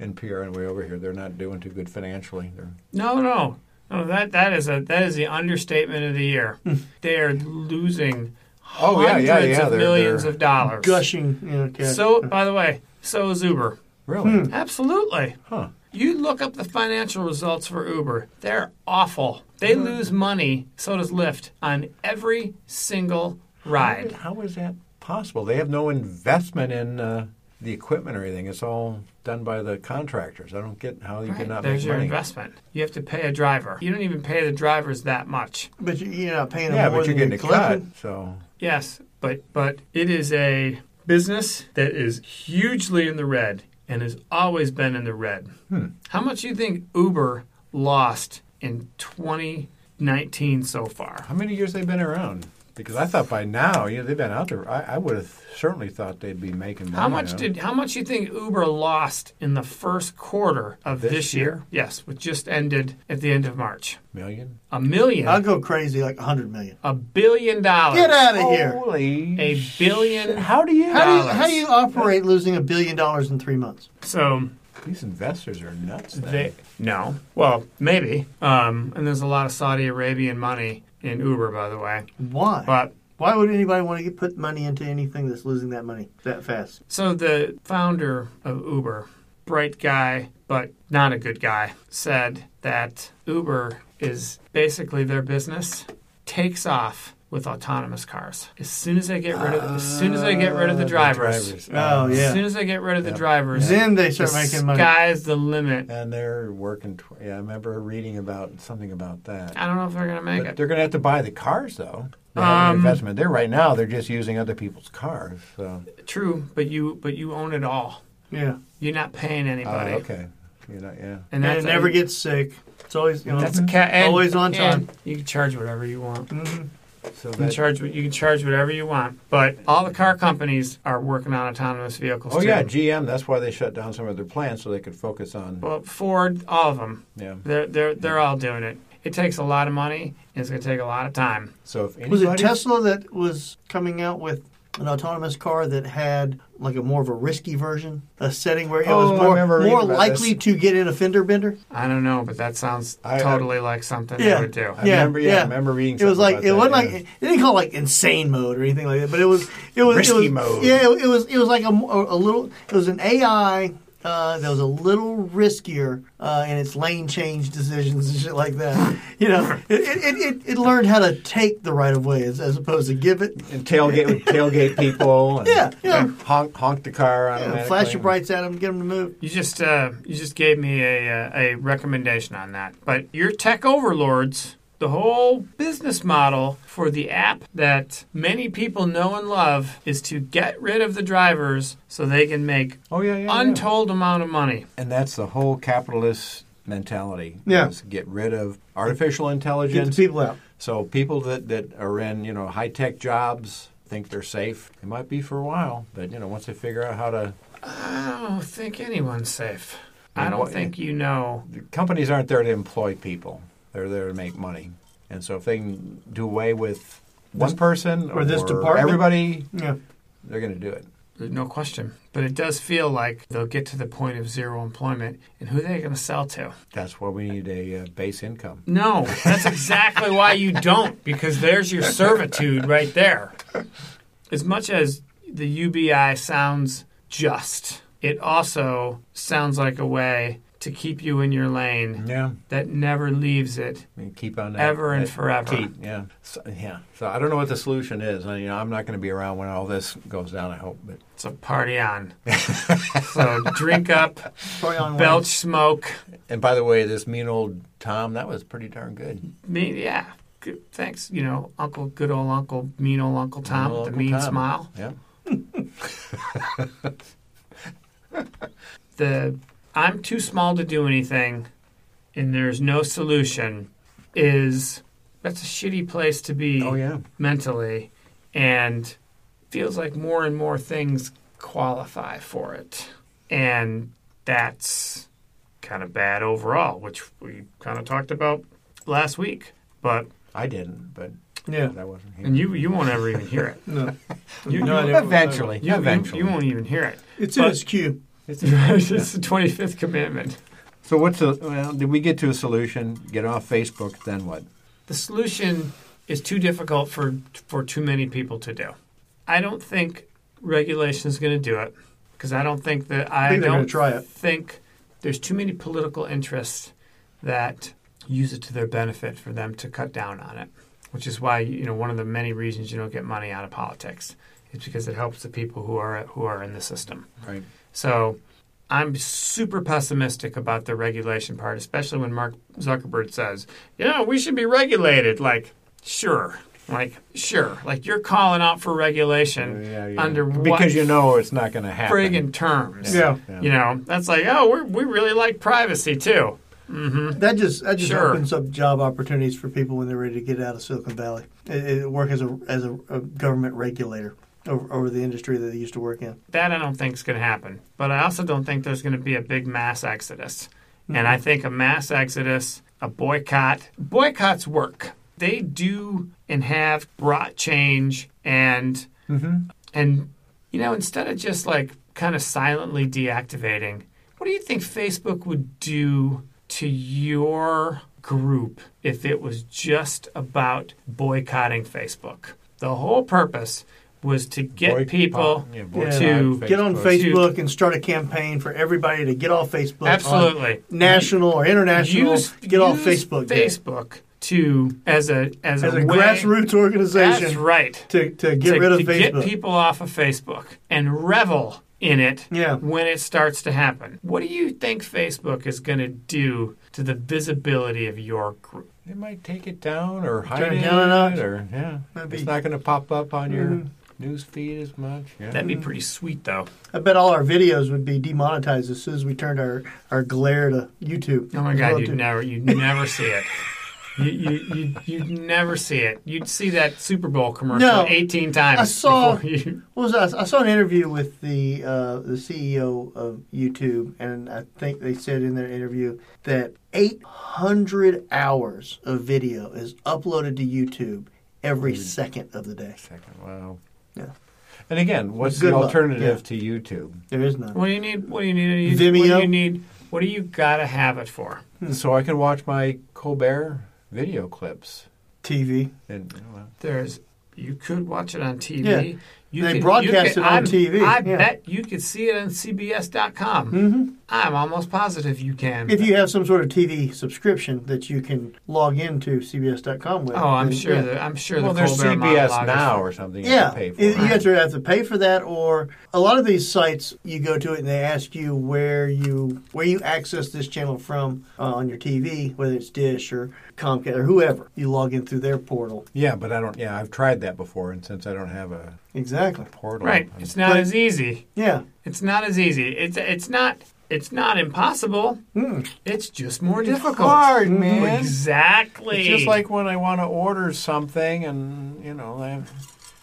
Speaker 3: NPR on the way over here. They're not doing too good financially. They're
Speaker 4: No, no, no. That that is a that is the understatement of the year. they are losing
Speaker 3: Oh, yeah,
Speaker 4: hundreds
Speaker 3: yeah, yeah,
Speaker 4: of
Speaker 3: they're-
Speaker 4: 1000000s
Speaker 3: they're
Speaker 4: of dollars.
Speaker 2: Gushing. You know, uh, cash.
Speaker 4: So, by the way, so is Uber.
Speaker 3: really,
Speaker 2: Hmm.
Speaker 4: Absolutely.
Speaker 3: huh?
Speaker 4: You look up the financial results for Uber. They're awful. They lose money. So does Lyft on every single ride.
Speaker 3: How is that possible? They have no investment in uh, the equipment or anything. It's all done by the contractors. I don't get how you
Speaker 4: Right,
Speaker 3: cannot
Speaker 4: There's
Speaker 3: make
Speaker 4: your
Speaker 3: money.
Speaker 4: investment. You have to pay a driver. You don't even pay the drivers that much.
Speaker 2: but you- you're not paying them
Speaker 3: yeah,
Speaker 2: more
Speaker 3: but you're
Speaker 2: than
Speaker 3: getting a
Speaker 2: you're
Speaker 3: cut.
Speaker 2: collecting.
Speaker 3: So
Speaker 4: Yes, but but it is a business that is hugely in the red and has always been in the red.
Speaker 3: Hmm.
Speaker 4: How much do you think Uber lost in 2019 so far?
Speaker 3: how many years they've been around? Because I thought by now, you know, they've been out there. I, I would have certainly thought they'd be making money.
Speaker 4: How much
Speaker 3: on it.
Speaker 4: did how much you think Uber lost in the first quarter of this,
Speaker 3: This
Speaker 4: year?
Speaker 3: year?
Speaker 4: Yes, which just ended at the end of March.
Speaker 3: million?
Speaker 4: A million,
Speaker 2: I'll go crazy like 100 million.
Speaker 4: a billion dollars.
Speaker 2: Get out of here.
Speaker 3: Holy
Speaker 4: A
Speaker 3: shit.
Speaker 4: billion
Speaker 3: How do you?
Speaker 2: How do you
Speaker 4: dollars.
Speaker 2: how do you operate losing a billion dollars in three months?
Speaker 4: So
Speaker 3: These investors are nuts. Then.
Speaker 4: They no. Well, maybe. Um, and there's a lot of Saudi Arabian money in Uber, by the way.
Speaker 2: Why?
Speaker 4: But
Speaker 2: Why would anybody want to get, put money into anything that's losing that money that fast?
Speaker 4: So the founder of Uber, bright guy but not a good guy, said that Uber is basically their business takes off with autonomous cars. As soon as they get rid of as soon as they get rid of the
Speaker 3: Uh,
Speaker 4: drivers.
Speaker 2: Oh, yeah.
Speaker 4: As soon as they get rid of the
Speaker 3: Yeah.
Speaker 4: drivers,
Speaker 2: Then they start
Speaker 4: the
Speaker 2: making money.
Speaker 4: Sky's the limit.
Speaker 3: And they're working. Tw- yeah, I remember reading about something about that.
Speaker 4: I don't know if they're gonna make
Speaker 3: But
Speaker 4: it.
Speaker 3: they're going to have to buy the cars, though. They have an
Speaker 4: Um,
Speaker 3: investment there right now. They're just using other people's cars. So,
Speaker 4: True, but you but you own it all.
Speaker 2: Yeah.
Speaker 4: You're not paying
Speaker 3: Oh,
Speaker 4: anybody.
Speaker 3: okay, you know, yeah.
Speaker 4: And
Speaker 2: And,
Speaker 4: that's
Speaker 2: it never
Speaker 4: a,
Speaker 2: gets sick. It's always, you know,
Speaker 4: that's a cat and,
Speaker 2: always on
Speaker 4: and
Speaker 2: time.
Speaker 4: You can charge whatever you want.
Speaker 2: Mhm.
Speaker 3: So
Speaker 4: You can
Speaker 3: that,
Speaker 4: charge what- you can charge whatever you want. But all the car companies are working on autonomous vehicles
Speaker 3: oh
Speaker 4: too.
Speaker 3: yeah, GM. That's why they shut down some of their plants so they could focus on.
Speaker 4: Well, Ford, all of them.
Speaker 3: Yeah.
Speaker 4: They're they're they're all doing it. It takes a lot of money and it's gonna take a lot of time.
Speaker 3: So if anybody,
Speaker 2: Was it Tesla that was coming out with an autonomous car that had like a more of a risky version, a setting where it
Speaker 3: Oh, I
Speaker 2: was
Speaker 3: remember
Speaker 2: more,
Speaker 3: reading
Speaker 2: more
Speaker 3: about
Speaker 2: likely to get in a fender bender?
Speaker 4: I don't know, but that sounds
Speaker 3: I- I-
Speaker 4: totally like something
Speaker 2: Yeah.
Speaker 4: they would do.
Speaker 3: I remember, yeah, I remember reading.
Speaker 2: It was
Speaker 3: something
Speaker 2: like
Speaker 3: about
Speaker 2: it wasn't
Speaker 3: that,
Speaker 2: like it didn't call it like insane mode or anything like that, but it was it was
Speaker 3: Risky
Speaker 2: it was,
Speaker 3: mode.
Speaker 2: Yeah, it, it was it was like a, m- a- a little it was an AI uh, that was a little riskier uh, in its lane change decisions and shit like that. [LAUGHS] You know, it it, it, it learned how to take the right of way as, as opposed to give it.
Speaker 3: yeah. and tailgate would tailgate
Speaker 2: [LAUGHS]
Speaker 3: people. And
Speaker 2: Yeah, yeah.
Speaker 3: Honk honk the car on.
Speaker 2: Yeah, flash your brights at them, get them to move.
Speaker 4: You just uh, you just gave me a uh, a recommendation on that. But your tech overlords, the whole business model for the app that many people know and love is to get rid of the drivers so they can make
Speaker 3: Oh yeah, yeah. yeah.
Speaker 4: untold amount of money.
Speaker 3: And that's the whole capitalist mentality.
Speaker 2: Yeah.
Speaker 3: is Get rid of artificial
Speaker 2: Get the
Speaker 3: intelligence.
Speaker 2: people out.
Speaker 3: So people that, that are in, you know, high tech jobs think they're safe. They might be for a while, but you know, once they figure out how to
Speaker 4: I don't Oh, think anyone's safe. I
Speaker 3: And
Speaker 4: don't
Speaker 3: what-
Speaker 4: think you know.
Speaker 3: the companies aren't there to employ people. They're there to make money. And so if they can do away with one person
Speaker 2: or this department?
Speaker 3: everybody,
Speaker 2: Yeah.
Speaker 3: they're gonna do it.
Speaker 4: There's no question. But it does feel like they'll get to the point of zero employment. And who are they going to sell to?
Speaker 3: That's why we need a uh, base income.
Speaker 4: No, that's exactly why you don't, because there's your servitude right there. As much as the UBI sounds just, it also sounds like a way to keep you in your lane
Speaker 3: Yeah.
Speaker 4: that never leaves it.
Speaker 3: I mean, keep on that,
Speaker 4: Ever and
Speaker 3: that
Speaker 4: forever.
Speaker 3: Keep, yeah, so, yeah. So I don't know what the solution is. I, you know, I'm not going to be around when all this goes down. I hope, but
Speaker 4: So party on. so drink
Speaker 3: [LAUGHS]
Speaker 4: up,
Speaker 2: Probably on
Speaker 4: belch smoke.
Speaker 3: and by the way, this mean old Tom, that was pretty darn good.
Speaker 4: Me, yeah. Good, thanks, you know, Uncle, good old Uncle, mean old Uncle Tom
Speaker 3: Little
Speaker 4: with the
Speaker 3: Uncle
Speaker 4: mean
Speaker 3: Tom.
Speaker 4: smile.
Speaker 3: Yeah.
Speaker 4: the I'm too small to do anything and there's no solution is that's a shitty place to be
Speaker 3: Oh yeah.
Speaker 4: mentally and feels like more and more things qualify for it. And that's kind of bad overall, which we kind of talked about last week. But
Speaker 3: I didn't, but
Speaker 2: one. Yeah.
Speaker 3: that wasn't here.
Speaker 4: and you you won't ever even hear
Speaker 2: [LAUGHS]
Speaker 4: it.
Speaker 2: No.
Speaker 3: [LAUGHS]
Speaker 4: You,
Speaker 2: No, I
Speaker 4: you,
Speaker 2: didn't.
Speaker 3: eventually,
Speaker 4: you,
Speaker 3: eventually.
Speaker 4: you won't even hear it.
Speaker 3: [LAUGHS]
Speaker 2: It's in
Speaker 4: But-
Speaker 2: its queue.
Speaker 4: it's the twenty fifth commandment.
Speaker 3: so what's the? Well, did we get to a solution? Get off Facebook, then what?
Speaker 4: the solution is too difficult for for too many people to do. I don't think regulation is going to do it because I don't think that I,
Speaker 2: I think they're going
Speaker 4: don't
Speaker 2: to try it.
Speaker 4: think there's too many political interests that use it to their benefit for them to cut down on it, which is why you know one of the many reasons you don't get money out of politics is because it helps the people who are who are in the system.
Speaker 3: Right.
Speaker 4: So I'm super pessimistic about the regulation part, especially when Mark Zuckerberg says, yeah, we should be regulated. Like, sure. Like, sure. Like, you're calling out for regulation
Speaker 3: Yeah, yeah.
Speaker 4: under what
Speaker 3: because you know it's not going to happen.
Speaker 4: friggin' terms?
Speaker 2: [LAUGHS]
Speaker 3: [LAUGHS]
Speaker 2: Yeah.
Speaker 3: Yeah.
Speaker 4: You know, that's like, oh, we're, we really like privacy too.
Speaker 2: That just that just
Speaker 4: Sure.
Speaker 2: opens up job opportunities for people when they're ready to get out of Silicon Valley. It, it work as a as a, a government regulator over, over the industry that they used to work in.
Speaker 4: That I don't think is going to happen. But I also don't think there's going to be a big mass exodus. And
Speaker 3: Mm-hmm.
Speaker 4: I think a mass exodus, a boycott, boycotts work. They do and have brought change and
Speaker 3: Mm-hmm.
Speaker 4: and you know instead of just like kind of silently deactivating What do you think Facebook would do to your group if it was just about boycotting Facebook? The whole purpose was to get
Speaker 3: Boycott-
Speaker 4: people
Speaker 3: yeah, boycott
Speaker 4: to
Speaker 3: Facebook.
Speaker 2: Get on
Speaker 4: Dude.
Speaker 2: Facebook and start a campaign for everybody to get off Facebook. on
Speaker 4: absolutely
Speaker 2: national or international. get off Facebook. Day.
Speaker 4: Facebook to as a as,
Speaker 2: As a
Speaker 4: way,
Speaker 2: grassroots
Speaker 4: That's
Speaker 2: organization
Speaker 4: right.
Speaker 2: to, to get
Speaker 4: to,
Speaker 2: rid of
Speaker 4: to
Speaker 2: Facebook.
Speaker 4: get people off of Facebook and revel in it
Speaker 2: Yeah.
Speaker 4: when it starts to happen. What do you think Facebook is going to do to the visibility of your group?
Speaker 3: They might take it down or hide
Speaker 2: Turn it
Speaker 3: it,
Speaker 2: down a notch.
Speaker 3: or yeah,
Speaker 2: That'd
Speaker 3: it's
Speaker 2: be-
Speaker 3: not going to pop up on your
Speaker 2: Mhm.
Speaker 3: news feed as much. Yeah.
Speaker 4: That'd be
Speaker 2: Mm.
Speaker 4: pretty sweet, though.
Speaker 2: I bet all our videos would be demonetized as soon as we turned our, our glare to YouTube.
Speaker 4: Oh my God,
Speaker 2: Well,
Speaker 4: you'd
Speaker 2: to-
Speaker 4: never, you'd never see it. You you you you'd never see it. You'd see that Super Bowl commercial
Speaker 2: No.
Speaker 4: eighteen times
Speaker 2: I saw-
Speaker 4: before [LAUGHS] you.
Speaker 2: What was that? I saw an interview with the uh, the CEO of YouTube, and I think they said in their interview that 800 hours of video is uploaded to YouTube
Speaker 4: Mm.
Speaker 2: every second of the day.
Speaker 3: Second, wow.
Speaker 2: Yeah.
Speaker 3: And again, what's
Speaker 2: Good
Speaker 3: the
Speaker 2: luck,
Speaker 3: alternative to YouTube?
Speaker 2: There is none.
Speaker 4: What do you need? What do you need? What do
Speaker 2: Vimeo?
Speaker 4: you need? What do you gotta have it for?
Speaker 2: Hmm.
Speaker 3: So I can watch my Colbert video clips.
Speaker 2: TV.
Speaker 3: And well,
Speaker 4: There's you could watch it on TV.
Speaker 2: Yeah.
Speaker 4: You
Speaker 2: They
Speaker 4: could-
Speaker 2: broadcast
Speaker 4: you could-
Speaker 2: it on
Speaker 4: I'm-
Speaker 2: TV,
Speaker 4: I
Speaker 2: yeah.
Speaker 4: bet you could see it on CBS.com.
Speaker 2: Mhm.
Speaker 4: I'm almost positive you can.
Speaker 2: If you have some sort of TV subscription that you can log into CBS.com with.
Speaker 4: oh, I'm
Speaker 2: then-
Speaker 4: sure
Speaker 2: yeah.
Speaker 4: that I'm sure
Speaker 3: well
Speaker 4: the
Speaker 3: there's
Speaker 4: Colbert
Speaker 3: CBS
Speaker 4: monologue
Speaker 3: now
Speaker 4: Is,
Speaker 3: or something. You
Speaker 2: Yeah,
Speaker 3: have to pay for.
Speaker 2: you
Speaker 3: right?
Speaker 2: have to have to pay for that, or a lot of these sites you go to it and they ask you where you where you access this channel from uh, on your TV, whether it's Dish or Comcast or whoever. You log in through their portal.
Speaker 3: Yeah, but I don't. Yeah, I've tried that before, and since I don't have a
Speaker 2: Exactly.
Speaker 3: portal,
Speaker 4: right.
Speaker 3: I'm-
Speaker 4: It's not
Speaker 2: But-
Speaker 4: as easy.
Speaker 2: Yeah.
Speaker 4: It's not as easy. It's it's not it's not impossible.
Speaker 2: Mm.
Speaker 4: It's just more difficult.
Speaker 3: hard, man.
Speaker 4: Exactly.
Speaker 3: It's just like when I want to order something, and you know, I,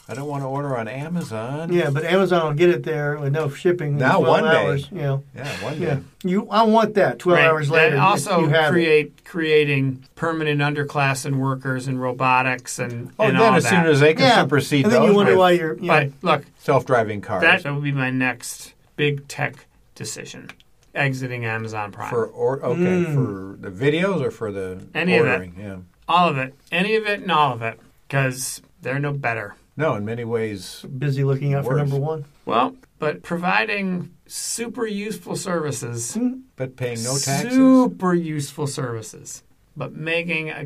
Speaker 3: I don't want to order on Amazon.
Speaker 2: Yeah, but Amazon will get it there with no shipping. in
Speaker 3: Now
Speaker 2: 12
Speaker 3: one day.
Speaker 2: hours. You know.
Speaker 3: yeah, one day.
Speaker 2: Yeah. You. I want that. Twelve
Speaker 4: Right.
Speaker 2: hours later.
Speaker 4: That
Speaker 2: if
Speaker 4: also
Speaker 2: you have it.
Speaker 4: create creating permanent underclass and workers and robotics and,
Speaker 3: Oh,
Speaker 4: and
Speaker 3: then
Speaker 4: all
Speaker 3: as
Speaker 4: that.
Speaker 3: soon as they can
Speaker 2: Yeah.
Speaker 3: supersede
Speaker 2: and then
Speaker 3: those
Speaker 2: you wonder
Speaker 3: with
Speaker 2: why you're. You know,
Speaker 4: But look,
Speaker 3: self-driving cars
Speaker 4: that, that would be my next big tech decision: exiting Amazon Prime.
Speaker 3: for or okay
Speaker 2: Hmm.
Speaker 3: for the videos or for the
Speaker 4: Any of it.
Speaker 3: ordering. Yeah.
Speaker 4: all of it, any of it, and all of it, because they're no better.
Speaker 3: No, in many ways,
Speaker 2: busy looking out for
Speaker 3: Worse.
Speaker 2: number one.
Speaker 4: Well, but providing super useful services,
Speaker 3: but paying Hmm. no taxes.
Speaker 4: super useful services, but making a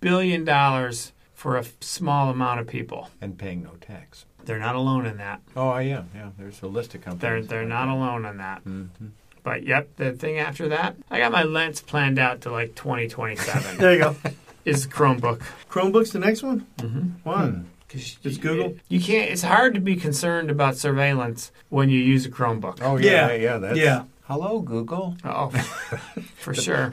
Speaker 4: billion dollars for a f- small amount of people.
Speaker 3: and paying no tax.
Speaker 4: They're not alone in that.
Speaker 3: Oh, yeah, yeah. There's a list of
Speaker 4: They're
Speaker 3: companies.
Speaker 4: they're not alone on that. But yep, the thing after that, I got my lens planned out to like 2027
Speaker 2: There you
Speaker 3: [LAUGHS]
Speaker 2: go.
Speaker 4: is Chromebook.
Speaker 2: Chromebook's the next one. Mm-hmm. Wow.
Speaker 4: 'Cause
Speaker 2: It's
Speaker 4: you-
Speaker 2: Google?
Speaker 4: You can't. It's hard to be concerned about surveillance when you use a Chromebook.
Speaker 3: Oh yeah,
Speaker 2: Yeah.
Speaker 3: yeah, yeah. That's,
Speaker 2: Yeah.
Speaker 3: Hello, Google.
Speaker 4: Oh, for sure.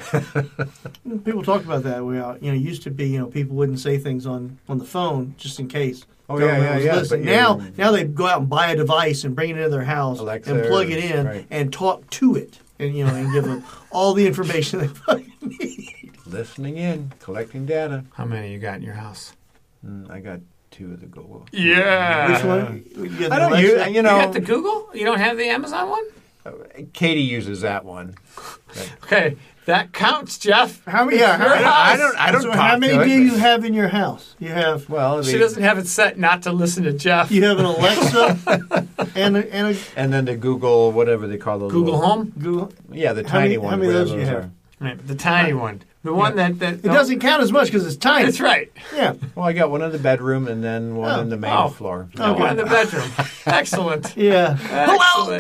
Speaker 2: People talk about that. We, uh, you know, used to be, you know, people wouldn't say things on, on the phone just in case.
Speaker 3: Oh, yeah,
Speaker 2: Government
Speaker 3: yeah,
Speaker 2: was
Speaker 3: yeah,
Speaker 2: listening.
Speaker 3: but you-
Speaker 2: Now, now they go out and buy a device and bring it into their house
Speaker 3: Alexa
Speaker 2: and plug it
Speaker 3: or-
Speaker 2: in
Speaker 3: right.
Speaker 2: and talk to it, and you know, and give [LAUGHS] them all the information they [LAUGHS] fucking need.
Speaker 3: Listening in, collecting data.
Speaker 4: How many you got in your house?
Speaker 3: Mm, I got two of the Google.
Speaker 4: Yeah.
Speaker 2: Which one? You got
Speaker 3: I
Speaker 2: the
Speaker 3: don't use.
Speaker 2: Alexa?
Speaker 3: You
Speaker 4: You
Speaker 3: know,
Speaker 4: got the Google? You don't have the Amazon one?
Speaker 3: Katie uses that one.
Speaker 4: Okay, that counts, Jeff.
Speaker 2: How many? Yeah, how,
Speaker 4: Your house.
Speaker 3: I don't. I don't.
Speaker 2: so
Speaker 3: talk
Speaker 2: how many
Speaker 3: to it,
Speaker 2: do you
Speaker 3: but-
Speaker 2: have in your house? You have
Speaker 3: Well,
Speaker 4: She
Speaker 3: the-
Speaker 4: doesn't have it set not to listen to Jeff.
Speaker 2: you have an Alexa [LAUGHS] and a, and a
Speaker 3: And then the Google, whatever they call those.
Speaker 4: Google
Speaker 3: little-
Speaker 4: Home,
Speaker 2: Google.
Speaker 3: Yeah, the
Speaker 2: How
Speaker 3: tiny
Speaker 2: many-
Speaker 3: one.
Speaker 2: how many of
Speaker 3: whatever
Speaker 2: those do you have?
Speaker 3: are.
Speaker 4: Right, the tiny one, the one that that
Speaker 2: It doesn't count as much because it's tiny.
Speaker 4: That's right.
Speaker 2: Yeah.
Speaker 3: Well, I got one in the bedroom and then one
Speaker 2: Oh.
Speaker 3: in the main
Speaker 4: Oh.
Speaker 3: floor.
Speaker 4: The
Speaker 2: Okay.
Speaker 4: one in the bedroom.
Speaker 2: [LAUGHS]
Speaker 4: Excellent.
Speaker 2: Yeah.
Speaker 4: Hello,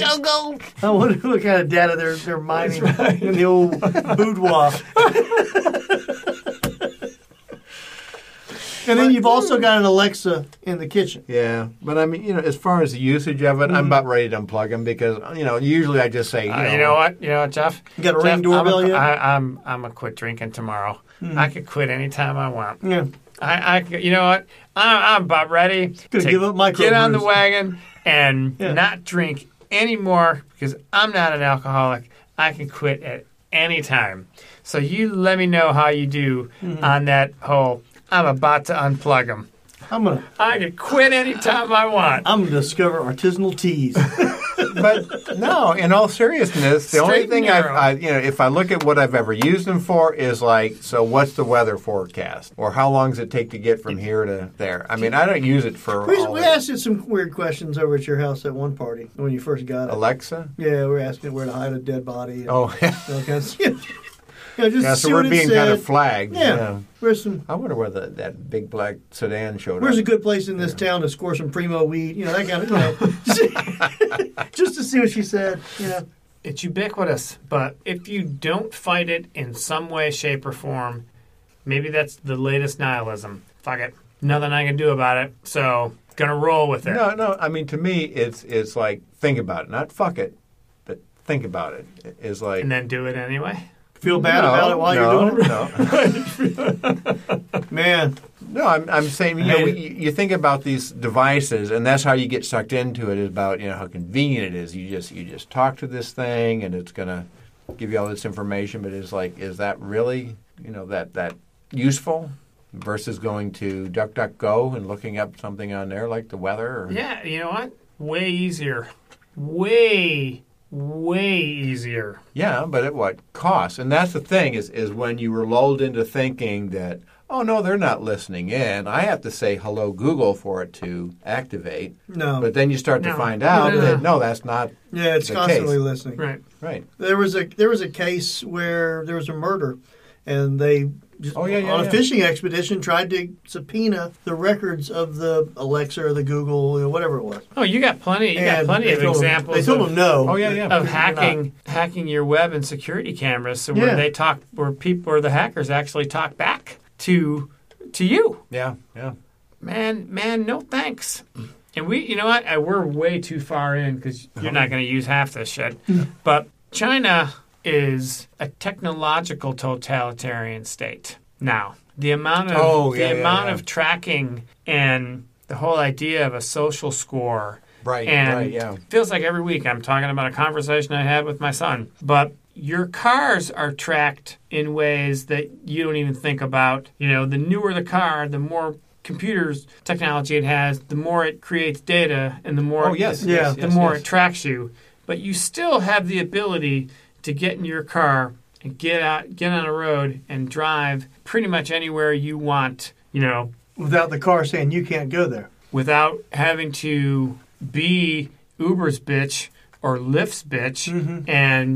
Speaker 4: Google.
Speaker 2: I wonder what kind of data they're they're mining in the old boudoir. and then you've also got an Alexa in the kitchen.
Speaker 3: Yeah, but I mean, you know, as far as the usage of it, I'm about ready to unplug them because you know, usually I just say, you,
Speaker 4: Uh,
Speaker 3: know,
Speaker 4: you know what? You know what, Jeff?
Speaker 2: You got a
Speaker 4: Jeff,
Speaker 2: ring doorbell
Speaker 4: I'm a,
Speaker 2: yet? Hmm.
Speaker 4: I, I'm I'm gonna quit drinking tomorrow. I could quit anytime I want.
Speaker 2: Yeah.
Speaker 4: I, I could- you know what? I, I'm about ready to
Speaker 2: Gonna give up microbrews.
Speaker 4: get on the wagon and
Speaker 2: [LAUGHS] Yeah.
Speaker 4: not drink anymore because I'm not an alcoholic. I can quit at any time. So you let me know how you do
Speaker 2: Hmm.
Speaker 4: on that whole. I'm about to unplug them.
Speaker 2: I'm gonna
Speaker 4: I can quit anytime I want.
Speaker 2: I'm gonna discover artisanal teas.
Speaker 3: but no, in all seriousness, the only
Speaker 4: Straight and
Speaker 3: thing I've,
Speaker 4: narrow.
Speaker 3: I, you know, if I look at what I've ever used them for is like, so what's the weather forecast, or how long does it take to get from here to there? I mean, I don't use it for
Speaker 2: We,
Speaker 3: all
Speaker 2: we
Speaker 3: of-
Speaker 2: asked you some weird questions over at your house at one party when you first got it.
Speaker 3: Alexa.
Speaker 2: Yeah, we were asking where to hide a dead body. And
Speaker 3: Oh, [LAUGHS]
Speaker 2: all kinds of- [LAUGHS] you know, just
Speaker 3: yeah.
Speaker 2: see
Speaker 3: So
Speaker 2: what
Speaker 3: we're
Speaker 2: it
Speaker 3: being
Speaker 2: said.
Speaker 3: kind of flagged.
Speaker 2: Yeah.
Speaker 3: yeah.
Speaker 2: Where's some?
Speaker 3: I wonder where the, that big black sedan showed
Speaker 2: Where's a
Speaker 3: up.
Speaker 2: good place in this town to score some primo weed? You know that kind of. You know, [LAUGHS] just to see what she said. You know.
Speaker 4: It's ubiquitous, but if you don't fight it in some way, shape, or form, maybe that's the latest nihilism. Fuck it. Nothing I can do about it, so gonna roll with it.
Speaker 3: no, no. I mean, to me, it's it's like think about it, not fuck it, but think about it. it. Is like
Speaker 4: And then do it anyway.
Speaker 2: Feel bad
Speaker 3: No,
Speaker 2: about it while
Speaker 3: no,
Speaker 2: you're doing
Speaker 3: No, [LAUGHS]
Speaker 2: it, man.
Speaker 3: No, I'm, I'm saying you know
Speaker 4: Hey.
Speaker 3: we, you you think about these devices, and that's how you get sucked into it. Is about you know how convenient it is. You just you just talk to this thing, and it's gonna give you all this information. But it's like, is that really you know that that useful? Versus going to DuckDuckGo and looking up something on there like the weather. Or,
Speaker 4: Yeah, you know what? Way easier. Way, way easier.
Speaker 3: Yeah, but at what cost? And that's the thing is is when you were lulled into thinking that oh no, they're not listening in. I have to say hello Google for it to activate.
Speaker 2: No.
Speaker 3: But then you start
Speaker 4: No.
Speaker 3: to find out
Speaker 4: No, no,
Speaker 3: that
Speaker 4: no.
Speaker 3: no, that's not
Speaker 2: Yeah, it's
Speaker 3: The
Speaker 2: constantly
Speaker 3: case.
Speaker 2: listening.
Speaker 4: Right.
Speaker 3: right.
Speaker 2: There was a there was a case where there was a murder, and they just,
Speaker 3: Oh, yeah, yeah,
Speaker 2: on a
Speaker 3: yeah.
Speaker 2: fishing expedition tried to subpoena the records of the Alexa or the Google or whatever it was.
Speaker 4: Oh, you got plenty. You got
Speaker 2: And
Speaker 4: plenty
Speaker 2: they
Speaker 4: of
Speaker 2: told them-
Speaker 4: examples.
Speaker 2: they told
Speaker 4: of,
Speaker 2: them no.
Speaker 3: Oh, yeah, yeah.
Speaker 4: of
Speaker 2: You're not.
Speaker 4: hacking hacking your web and security cameras so where
Speaker 2: Yeah.
Speaker 4: they talk where people where the hackers actually talk back to to you
Speaker 3: Yeah, yeah.
Speaker 4: man man no thanks and we you know what I, we're way too far in because you're not going to use half
Speaker 3: [LAUGHS]
Speaker 4: this shit but china is a technological totalitarian state now the amount of
Speaker 3: Oh, yeah,
Speaker 4: the
Speaker 3: yeah,
Speaker 4: amount
Speaker 3: yeah.
Speaker 4: of tracking and the whole idea of a social score
Speaker 3: Right,
Speaker 4: and
Speaker 3: right, yeah.
Speaker 4: feels like every week I'm talking about a conversation I had with my son. But your cars are tracked in ways that you don't even think about. You know, the newer the car, the more computers technology it has, the more it creates data and the more
Speaker 3: Oh yes,
Speaker 4: it,
Speaker 2: Yeah.
Speaker 3: yes,
Speaker 4: the
Speaker 3: yes,
Speaker 4: more
Speaker 3: yes.
Speaker 4: it tracks you. But you still have the ability to get in your car and get out get on a road and drive pretty much anywhere you want, you know,
Speaker 2: without the car saying you can't go there.
Speaker 4: without having to be Uber's bitch or Lyft's bitch, and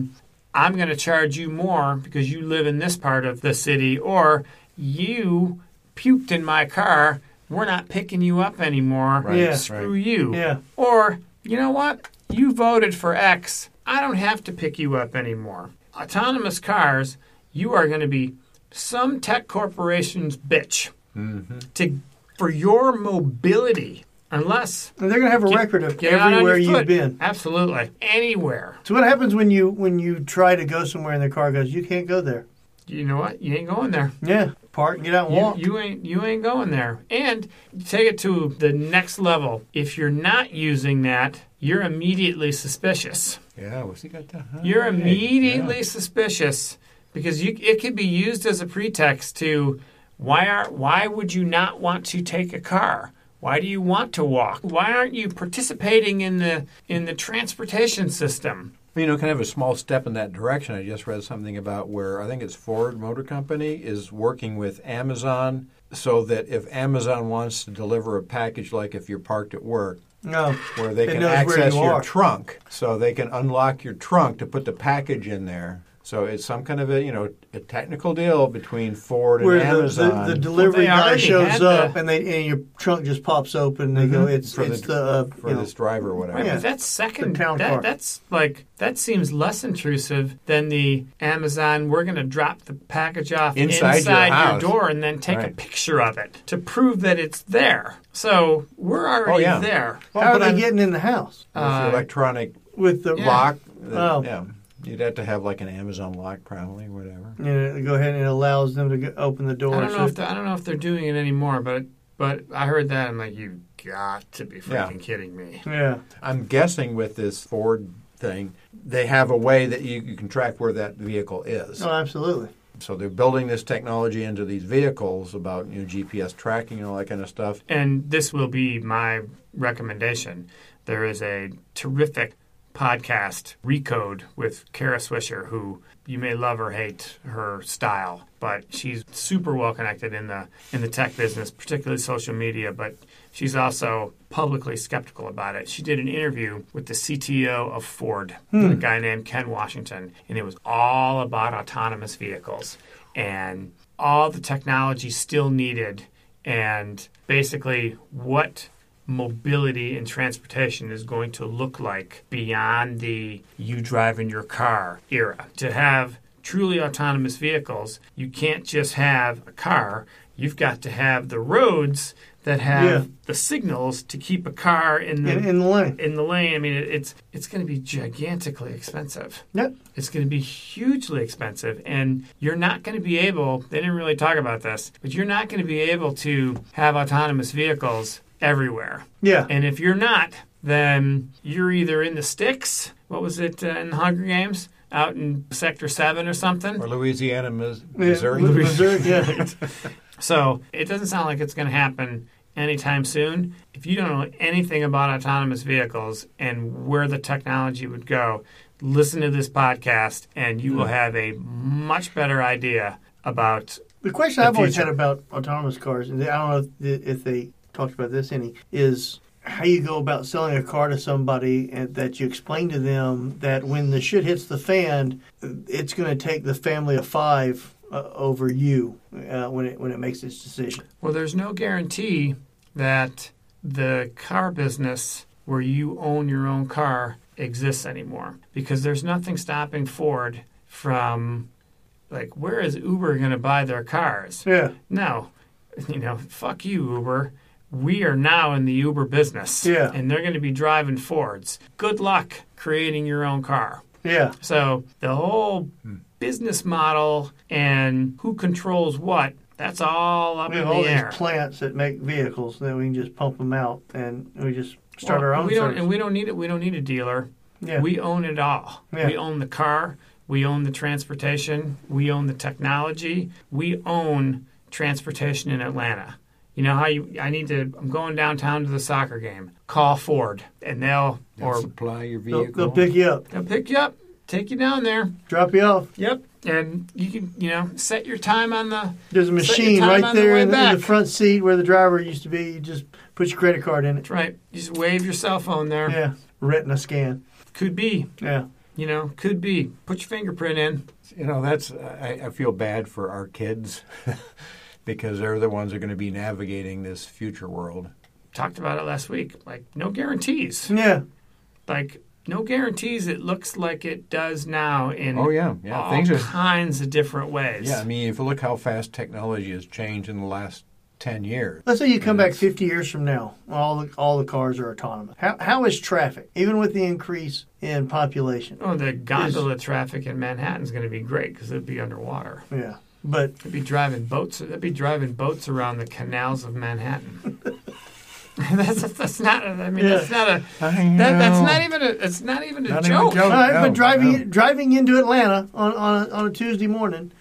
Speaker 4: I'm going to charge you more because you live in this part of the city, or you puked in my car. We're not picking you up anymore.
Speaker 3: Right,
Speaker 2: Yeah.
Speaker 4: Screw
Speaker 3: right.
Speaker 4: you.
Speaker 2: Yeah.
Speaker 4: Or, you know what? You voted for X. I don't have to pick you up anymore. Autonomous cars, you are going to be some tech corporation's bitch
Speaker 2: Mm-hmm.
Speaker 4: to for your mobility, unless
Speaker 2: And they're gonna have a record of
Speaker 4: get out on
Speaker 2: everywhere
Speaker 4: your
Speaker 2: you've
Speaker 4: foot.
Speaker 2: been.
Speaker 4: Absolutely, anywhere.
Speaker 2: So what happens when you when you try to go somewhere and the car goes, you can't go there.
Speaker 4: You know what? You ain't going there.
Speaker 2: Yeah, park and get out and
Speaker 4: You,
Speaker 2: walk.
Speaker 4: you ain't you ain't going there. And take it to the next level. If you're not using that, you're immediately suspicious.
Speaker 3: Yeah, what's he got that? huh?
Speaker 4: You're
Speaker 3: Hey,
Speaker 4: immediately
Speaker 3: yeah.
Speaker 4: suspicious because you, it could be used as a pretext to why aren't why would you not want to take a car? Why do you want to walk? Why aren't you participating in the in the transportation system?
Speaker 3: You know, kind of a small step in that direction. I just read something about where I think it's Ford Motor Company is working with Amazon so that if Amazon wants to deliver a package, like if you're parked at work,
Speaker 2: no,
Speaker 3: where they
Speaker 2: It
Speaker 3: can
Speaker 2: knows where
Speaker 3: access
Speaker 2: you
Speaker 3: your
Speaker 2: are.
Speaker 3: trunk. So they can unlock your trunk to put the package in there. So it's some kind of a you know a technical deal between Ford and
Speaker 2: where the, the,
Speaker 3: Amazon
Speaker 2: the delivery
Speaker 4: Well, they
Speaker 2: guy
Speaker 4: already
Speaker 2: shows
Speaker 4: had the-
Speaker 2: up and they and your trunk just pops open. and They go, it's
Speaker 3: for
Speaker 2: it's
Speaker 3: the,
Speaker 2: the, uh,
Speaker 3: for
Speaker 2: you know,
Speaker 3: this driver or whatever.
Speaker 4: Right,
Speaker 2: Yeah.
Speaker 4: but that's second.
Speaker 2: The town
Speaker 4: that,
Speaker 2: car.
Speaker 4: That's like that seems less intrusive than the Amazon. We're going to drop the package off
Speaker 3: Inside your house."
Speaker 4: door and then take a
Speaker 3: Right.
Speaker 4: picture of it to prove that it's there. So we're already
Speaker 3: Oh, yeah.
Speaker 4: there.
Speaker 2: How are
Speaker 3: How
Speaker 2: they
Speaker 3: the-
Speaker 2: getting in the house
Speaker 3: With
Speaker 4: Uh,
Speaker 3: the electronic
Speaker 2: with the
Speaker 3: lock.
Speaker 2: Oh.
Speaker 3: Yeah, you'd have to have like an Amazon lock probably, or whatever.
Speaker 2: And it- go ahead and it allows them to go, open the door.
Speaker 4: I don't
Speaker 2: so
Speaker 4: know if the, I don't know if they're doing it anymore, but but I heard that I'm like, you got to be freaking
Speaker 3: Yeah.
Speaker 4: kidding me.
Speaker 2: yeah,
Speaker 3: I'm guessing with this Ford thing, they have a way that you, you can track where that vehicle is.
Speaker 2: no, Oh, absolutely.
Speaker 3: So they're building this technology into these vehicles about you know GPS tracking and all that kind of stuff.
Speaker 4: And this will be my recommendation. There is a terrific podcast, Recode, with Kara Swisher, who you may love or hate her style, but she's super well connected in the in the tech business, particularly social media, but she's also publicly skeptical about it. She did an interview with the CTO of Ford, a guy named Ken Washington, and it was all about autonomous vehicles and all the technology still needed and basically what mobility and transportation is going to look like beyond the you drive in your car era. To have truly autonomous vehicles, you can't just have a car. You've got to have the roads that have
Speaker 2: Yeah.
Speaker 4: the signals to keep a car in the
Speaker 2: in, in the lane.
Speaker 4: in the lane. I mean, it, it's it's going to be gigantically expensive.
Speaker 2: Yep.
Speaker 4: It's going to be hugely expensive, and you're not going to be able. They didn't really talk about this, but you're not going to be able to have autonomous vehicles everywhere.
Speaker 2: Yeah.
Speaker 4: And if you're not, then you're either in the sticks. What was it uh, in the Hunger Games? Out in Sector Seven or something.
Speaker 3: Or Louisiana, Mis-
Speaker 2: Yeah,
Speaker 3: Missouri.
Speaker 2: Lu- Missouri. Yeah.
Speaker 4: So it doesn't sound like it's going to happen anytime soon. If you don't know anything about autonomous vehicles and where the technology would go, listen to this podcast and you will have a much better idea about
Speaker 2: The question
Speaker 4: The
Speaker 2: I've always
Speaker 4: future.
Speaker 2: had about autonomous cars, and I don't know if, if they talked about this any, is how you go about selling a car to somebody and that you explain to them that when the shit hits the fan, it's going to take the family of five uh, over you uh, when it when it makes its decision.
Speaker 4: Well, there's no guarantee that the car business where you own your own car exists anymore because there's nothing stopping Ford from like where is Uber going to buy their cars?
Speaker 2: Yeah,
Speaker 4: No, [LAUGHS] you know, fuck you Uber. We are now in the Uber business.
Speaker 2: Yeah.
Speaker 4: And they're going to be driving Fords. Good luck creating your own car.
Speaker 2: yeah,
Speaker 4: So the whole
Speaker 2: Hmm.
Speaker 4: business model and who controls what, that's all up
Speaker 2: we
Speaker 4: in
Speaker 2: have
Speaker 4: the
Speaker 2: all these
Speaker 4: air.
Speaker 2: plants that make vehicles, then we can just pump them out and we just start
Speaker 4: Well,
Speaker 2: our own.
Speaker 4: We don't,
Speaker 2: service.
Speaker 4: and we don't need it. We don't need a dealer.
Speaker 2: yeah.
Speaker 4: We own it all.
Speaker 2: Yeah.
Speaker 4: We own the car. We own the transportation. We own the technology. We own transportation in Atlanta. You know how you? I need to. I'm going downtown to the soccer game. Call Ford, and they'll or
Speaker 3: supply your
Speaker 2: they'll,
Speaker 3: vehicle.
Speaker 2: they'll pick you up,
Speaker 4: they'll pick you up, take you down there.
Speaker 2: drop you off.
Speaker 4: Yep. And you can you know set your time on the
Speaker 2: There's a
Speaker 4: Set your
Speaker 2: machine
Speaker 4: time
Speaker 2: right
Speaker 4: on the
Speaker 2: there
Speaker 4: way
Speaker 2: in, the, in the
Speaker 4: back.
Speaker 2: front seat where the driver used to be. You just put your credit card in it.
Speaker 4: that's right. You just wave your cell phone there.
Speaker 2: Yeah, retina scan.
Speaker 4: Could be.
Speaker 2: Yeah,
Speaker 4: You know, could be. Put your fingerprint in.
Speaker 3: You know, that's I, I feel bad for our kids [LAUGHS] because they're the ones that are going to be navigating this future world.
Speaker 4: Talked about it last week. Like no guarantees.
Speaker 2: yeah.
Speaker 4: like no guarantees it looks like it does now in
Speaker 3: Oh yeah, yeah.
Speaker 4: all
Speaker 3: Things
Speaker 4: [LAUGHS]
Speaker 3: are.
Speaker 4: kinds of different ways.
Speaker 3: Yeah, I mean, if you look how fast technology has changed in the last ten years,
Speaker 2: Let's say you come back 50 years from now, all the, all the cars are autonomous. How, how is traffic, even with the increase in population?
Speaker 4: Oh, the gondola traffic in Manhattan's going to be great because it'd be underwater.
Speaker 2: Yeah, but
Speaker 4: It'd be driving boats. It'd be driving boats around the canals of Manhattan. [LAUGHS] that's that's not. I mean, that's not a. That, that's not even a. It's not even a
Speaker 3: Not even a
Speaker 4: joke.
Speaker 2: all
Speaker 3: joke.
Speaker 2: right,
Speaker 3: no,
Speaker 2: but driving
Speaker 4: oh.
Speaker 3: no.
Speaker 2: driving into Atlanta on, on a, on a Tuesday morning,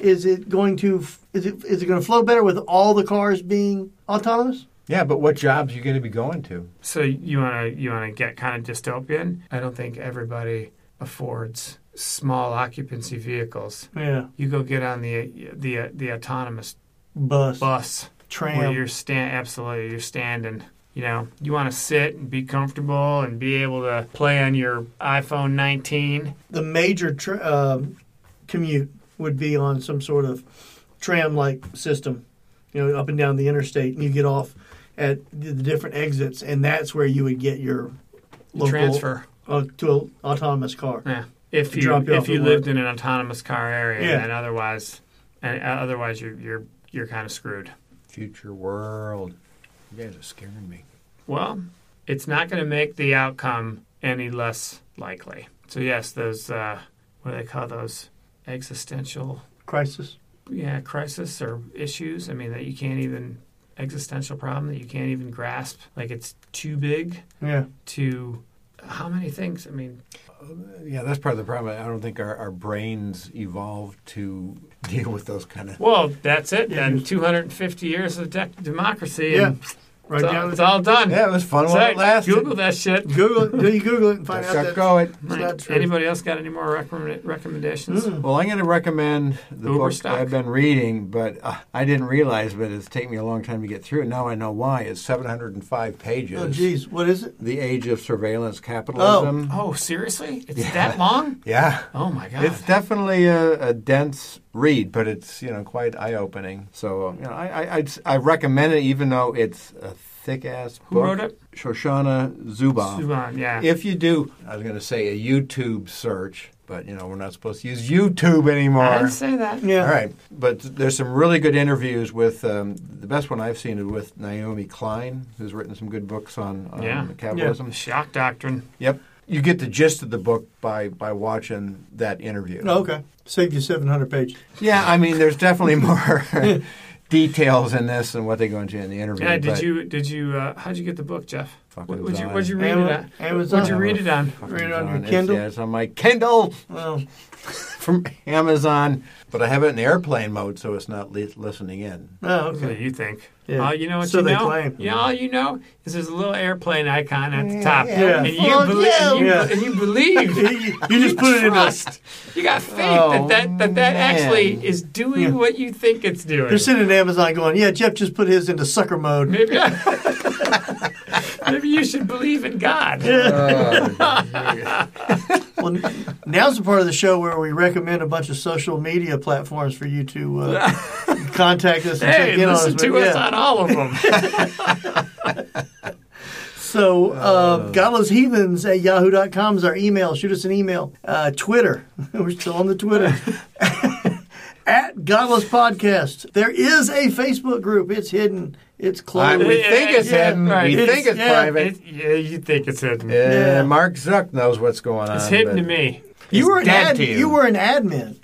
Speaker 2: is it going to f- is it is it going to flow better with all the cars being autonomous?
Speaker 3: Yeah, but what jobs are you going to be going to?
Speaker 4: So you wanna you wanna get kind of dystopian? I don't think everybody affords small occupancy vehicles.
Speaker 2: Yeah,
Speaker 4: You go get on the the the autonomous
Speaker 2: bus,
Speaker 4: bus where
Speaker 2: tram.
Speaker 4: you're stand absolutely you're standing you know you want to sit and be comfortable and be able to play on your iphone 19
Speaker 2: The major tr um commute would be on some sort of tram like system, you know, up and down the interstate, and you get off at the the different exits, and that's where you would get your local,
Speaker 4: transfer
Speaker 2: uh, to an autonomous car.
Speaker 4: yeah if you
Speaker 2: Drop you off
Speaker 4: if
Speaker 2: at
Speaker 4: you
Speaker 2: work.
Speaker 4: lived in an autonomous car area
Speaker 2: Yeah.
Speaker 4: and otherwise and uh, otherwise you're you're you're kind of screwed
Speaker 3: Future world. You guys are scaring me.
Speaker 4: well it's not going to make the outcome any less likely so yes those uh, what do they call those existential
Speaker 2: Crisis.
Speaker 4: yeah crisis or issues i mean that you can't even existential problem that you can't even grasp like it's too big
Speaker 2: Yeah.
Speaker 4: to how many things i mean
Speaker 3: Yeah, that's part of the problem. I don't think our, our brains evolved to [LAUGHS] deal with those kind of.
Speaker 4: well that's it
Speaker 2: Yeah,
Speaker 4: then
Speaker 2: you-
Speaker 4: 250 years of de- democracy and
Speaker 2: Right
Speaker 4: It's all,
Speaker 2: down
Speaker 4: it's
Speaker 2: the
Speaker 4: all done.
Speaker 3: Yeah, it was fun
Speaker 4: It's
Speaker 3: while
Speaker 4: like,
Speaker 3: it lasted.
Speaker 4: Google that shit.
Speaker 2: Google it. You Google it and find
Speaker 3: That's
Speaker 2: out
Speaker 3: how
Speaker 2: that's
Speaker 3: go it.
Speaker 2: it's not true.
Speaker 4: Anybody else got any more recommend, recommendations?
Speaker 3: Well, I'm going to recommend the
Speaker 4: Uber
Speaker 3: book
Speaker 4: stock.
Speaker 3: I've been reading, but uh, I didn't realize, but it's taken me a long time to get through it. Now I know why. It's 705 pages.
Speaker 2: Oh, geez, what is it?
Speaker 3: The Age of Surveillance Capitalism.
Speaker 4: Oh, seriously? It's that long?
Speaker 3: Yeah.
Speaker 4: Oh my god.
Speaker 3: It's definitely a, a dense read, but it's you know quite eye-opening. So um, you know, I I, I'd, I recommend it, even though it's a thick-ass book.
Speaker 4: Who wrote it?
Speaker 3: Shoshana Zuboff.
Speaker 4: Subhan, yeah.
Speaker 3: If you do, I was going to say a YouTube search, but you know we're not supposed to use YouTube anymore.
Speaker 4: I didn't say that.
Speaker 2: Yeah.
Speaker 3: All right, but there's some really good interviews with um, the best one I've seen is with Naomi Klein, who's written some good books on, on
Speaker 4: Yeah.
Speaker 3: capitalism.
Speaker 4: Shock doctrine.
Speaker 3: Yep, you get the gist of the book by by watching that interview.
Speaker 2: Oh, okay. Saved you 700 pages.
Speaker 3: Yeah, I mean, there's definitely [LAUGHS] more details in this and what they go into in the interview.
Speaker 4: Yeah, did
Speaker 3: but-
Speaker 4: you did you uh, how'd you get the book, Jeff?
Speaker 3: Fucking
Speaker 4: What, would you
Speaker 3: Zion.
Speaker 4: would you read it
Speaker 2: Amazon-
Speaker 4: on?
Speaker 2: Amazon.
Speaker 4: What'd you read it on?
Speaker 3: Fucking
Speaker 2: Read it on your
Speaker 3: Amazon. It's-
Speaker 2: Kindle?
Speaker 3: yeah, it's on my Kindle [LAUGHS]
Speaker 2: Well,
Speaker 3: from Amazon, but I have it in airplane mode, so it's not li- listening in.
Speaker 2: oh,
Speaker 4: What do
Speaker 2: okay.
Speaker 4: you think?
Speaker 2: Yeah.
Speaker 4: All you know what
Speaker 2: So
Speaker 4: you
Speaker 2: they
Speaker 4: know?
Speaker 2: claim.
Speaker 4: Yeah, all you know is there's a little airplane icon at the top.
Speaker 2: yeah.
Speaker 4: And, you
Speaker 3: Fuck
Speaker 4: belie- and, you,
Speaker 2: you.
Speaker 4: and you believe.
Speaker 2: [LAUGHS] You, you just put it in a.
Speaker 4: trust. You got faith
Speaker 3: Oh,
Speaker 4: that that, that, that
Speaker 3: man.
Speaker 4: actually is doing
Speaker 2: Yeah.
Speaker 4: what you think it's doing.
Speaker 2: You're sitting at Amazon going, yeah, Jeff just put his into sucker mode.
Speaker 4: Maybe, [LAUGHS] maybe you should believe in God.
Speaker 2: Well, now's the part of the show where we recommend a bunch of social media platforms for you to uh, contact us and
Speaker 4: Hey,
Speaker 2: check in on
Speaker 4: listen
Speaker 2: us.
Speaker 4: to
Speaker 2: But,
Speaker 4: us
Speaker 2: yeah.
Speaker 4: on all of
Speaker 2: [LAUGHS]
Speaker 4: them.
Speaker 2: So, uh, godlessheathens at yahoo.com is our email. Shoot us an email. Uh, Twitter. [LAUGHS] We're still on the Twitter.
Speaker 4: [LAUGHS]
Speaker 2: at Godless Podcast. There is a Facebook group. It's hidden, it's
Speaker 3: [LAUGHS] I-
Speaker 2: closed.
Speaker 3: we
Speaker 4: Yeah,
Speaker 3: think it's
Speaker 4: yeah,
Speaker 3: hidden.
Speaker 4: right.
Speaker 3: We
Speaker 2: It's-
Speaker 3: think it's
Speaker 2: yeah,
Speaker 3: private.
Speaker 4: It- yeah, you think it's hidden.
Speaker 3: Yeah,
Speaker 2: Yeah.
Speaker 3: Mark Zuck knows what's going on.
Speaker 4: It's hidden
Speaker 3: but-
Speaker 4: to me.
Speaker 2: you, were an
Speaker 3: dead
Speaker 2: ad,
Speaker 3: to
Speaker 2: you.
Speaker 3: you.
Speaker 2: were an admin.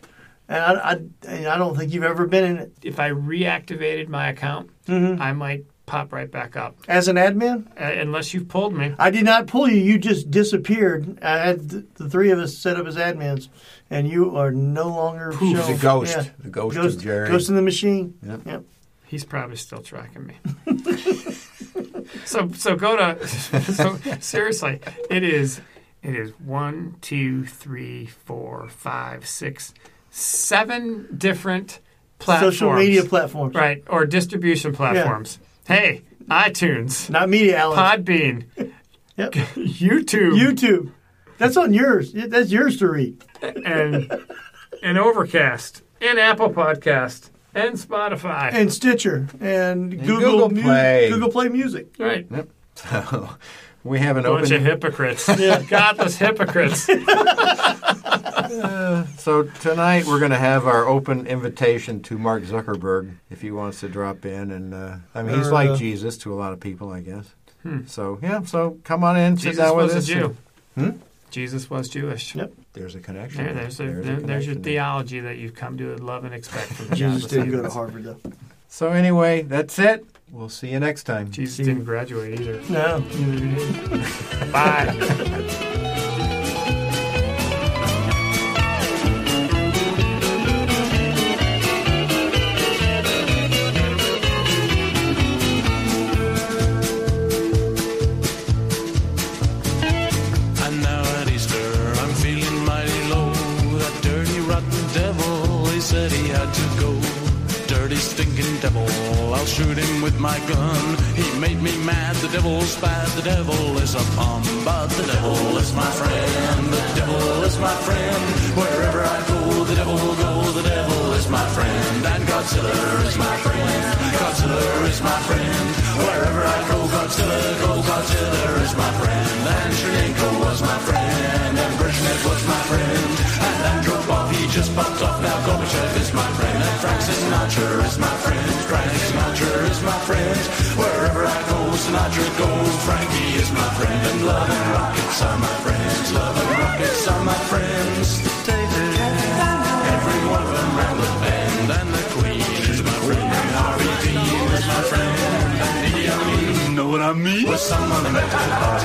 Speaker 2: And I, I, and I don't think you've ever been in it.
Speaker 4: If I reactivated my account,
Speaker 2: Mm-hmm.
Speaker 4: I might pop right back up,
Speaker 2: As an admin?
Speaker 4: uh, unless you've pulled me.
Speaker 2: I did not pull you. You just disappeared. I had th- the three of us set up as admins, and you are no longer.
Speaker 3: Poof,
Speaker 2: shown.
Speaker 3: the ghost.
Speaker 2: Yeah.
Speaker 3: The ghost,
Speaker 2: Ghost,
Speaker 3: of Jerry.
Speaker 2: Ghost in the Machine.
Speaker 3: Yep.
Speaker 2: Yep.
Speaker 4: He's probably still tracking
Speaker 2: [LAUGHS]
Speaker 4: me. so so go to [LAUGHS] so seriously, it is it is one, two, three, four, five, six, seven different platforms.
Speaker 2: Social media platforms.
Speaker 4: Right, or distribution platforms. Hey, iTunes,
Speaker 2: Not media, Alex.
Speaker 4: Podbean,
Speaker 2: Yep.
Speaker 4: [LAUGHS] YouTube,
Speaker 2: YouTube. That's on yours. Yeah, That's yours to read.
Speaker 4: and and Overcast, and Apple Podcast, and Spotify.
Speaker 2: And Stitcher and, Google
Speaker 3: Google
Speaker 2: Mu-
Speaker 3: Play.
Speaker 2: Google Play Music.
Speaker 4: right.
Speaker 3: Yep. So [LAUGHS] we have an
Speaker 4: Bunch
Speaker 3: open.
Speaker 4: of hypocrites. Godless hypocrites.
Speaker 3: So tonight we're going to have our open invitation to Mark Zuckerberg if he wants to drop in, and uh, I mean he's
Speaker 2: Or,
Speaker 3: like
Speaker 2: uh,
Speaker 3: Jesus to a lot of people, I guess. So yeah, so come on in, sit
Speaker 4: Hmm. Jesus
Speaker 3: down with
Speaker 4: was a
Speaker 3: us.
Speaker 4: Jew.
Speaker 3: and-
Speaker 4: Jesus was Jewish.
Speaker 2: Yep.
Speaker 3: There's a connection.
Speaker 4: There, there's, a,
Speaker 3: There's a
Speaker 4: there- there's your
Speaker 3: connection.
Speaker 4: theology that you've come to love and expect from
Speaker 2: [LAUGHS]
Speaker 4: the
Speaker 2: Jesus
Speaker 4: Godless
Speaker 2: didn't go to
Speaker 4: heathens.
Speaker 2: Harvard though.
Speaker 3: So anyway, that's it. We'll see you next time.
Speaker 4: Jesus didn't graduate either.
Speaker 2: No.
Speaker 4: Bye.
Speaker 1: And now at Easter, I'm feeling mighty low. That dirty, rotten devil, he said he had to go. Dirty, stinking devil, I'll shoot him with my gun. He made me mad, the devil bad, the devil is a bum. But the devil is my friend, the devil is my friend. Wherever I go, the devil will go, the devil is my friend. And Godzilla is my friend, Godzilla is my friend. Wherever I go, Godzilla, go, Godzilla is my friend. And Shrenko was my friend, and Brezhnev was my friend. And Andrew Bob, he just popped off, now Gorbachev is my friend. And Frank Sinatra is my friend, Frank Sinatra is my friend. Wherever I go, Sinatra goes, Frankie is my friend. And love and rockets are my friends, love and rockets are my friends. Every one of them round the bend, and the Queen is my friend, and Harvey Dean is my friend. And Idi Amin, know what I mean? Was someone met the boss?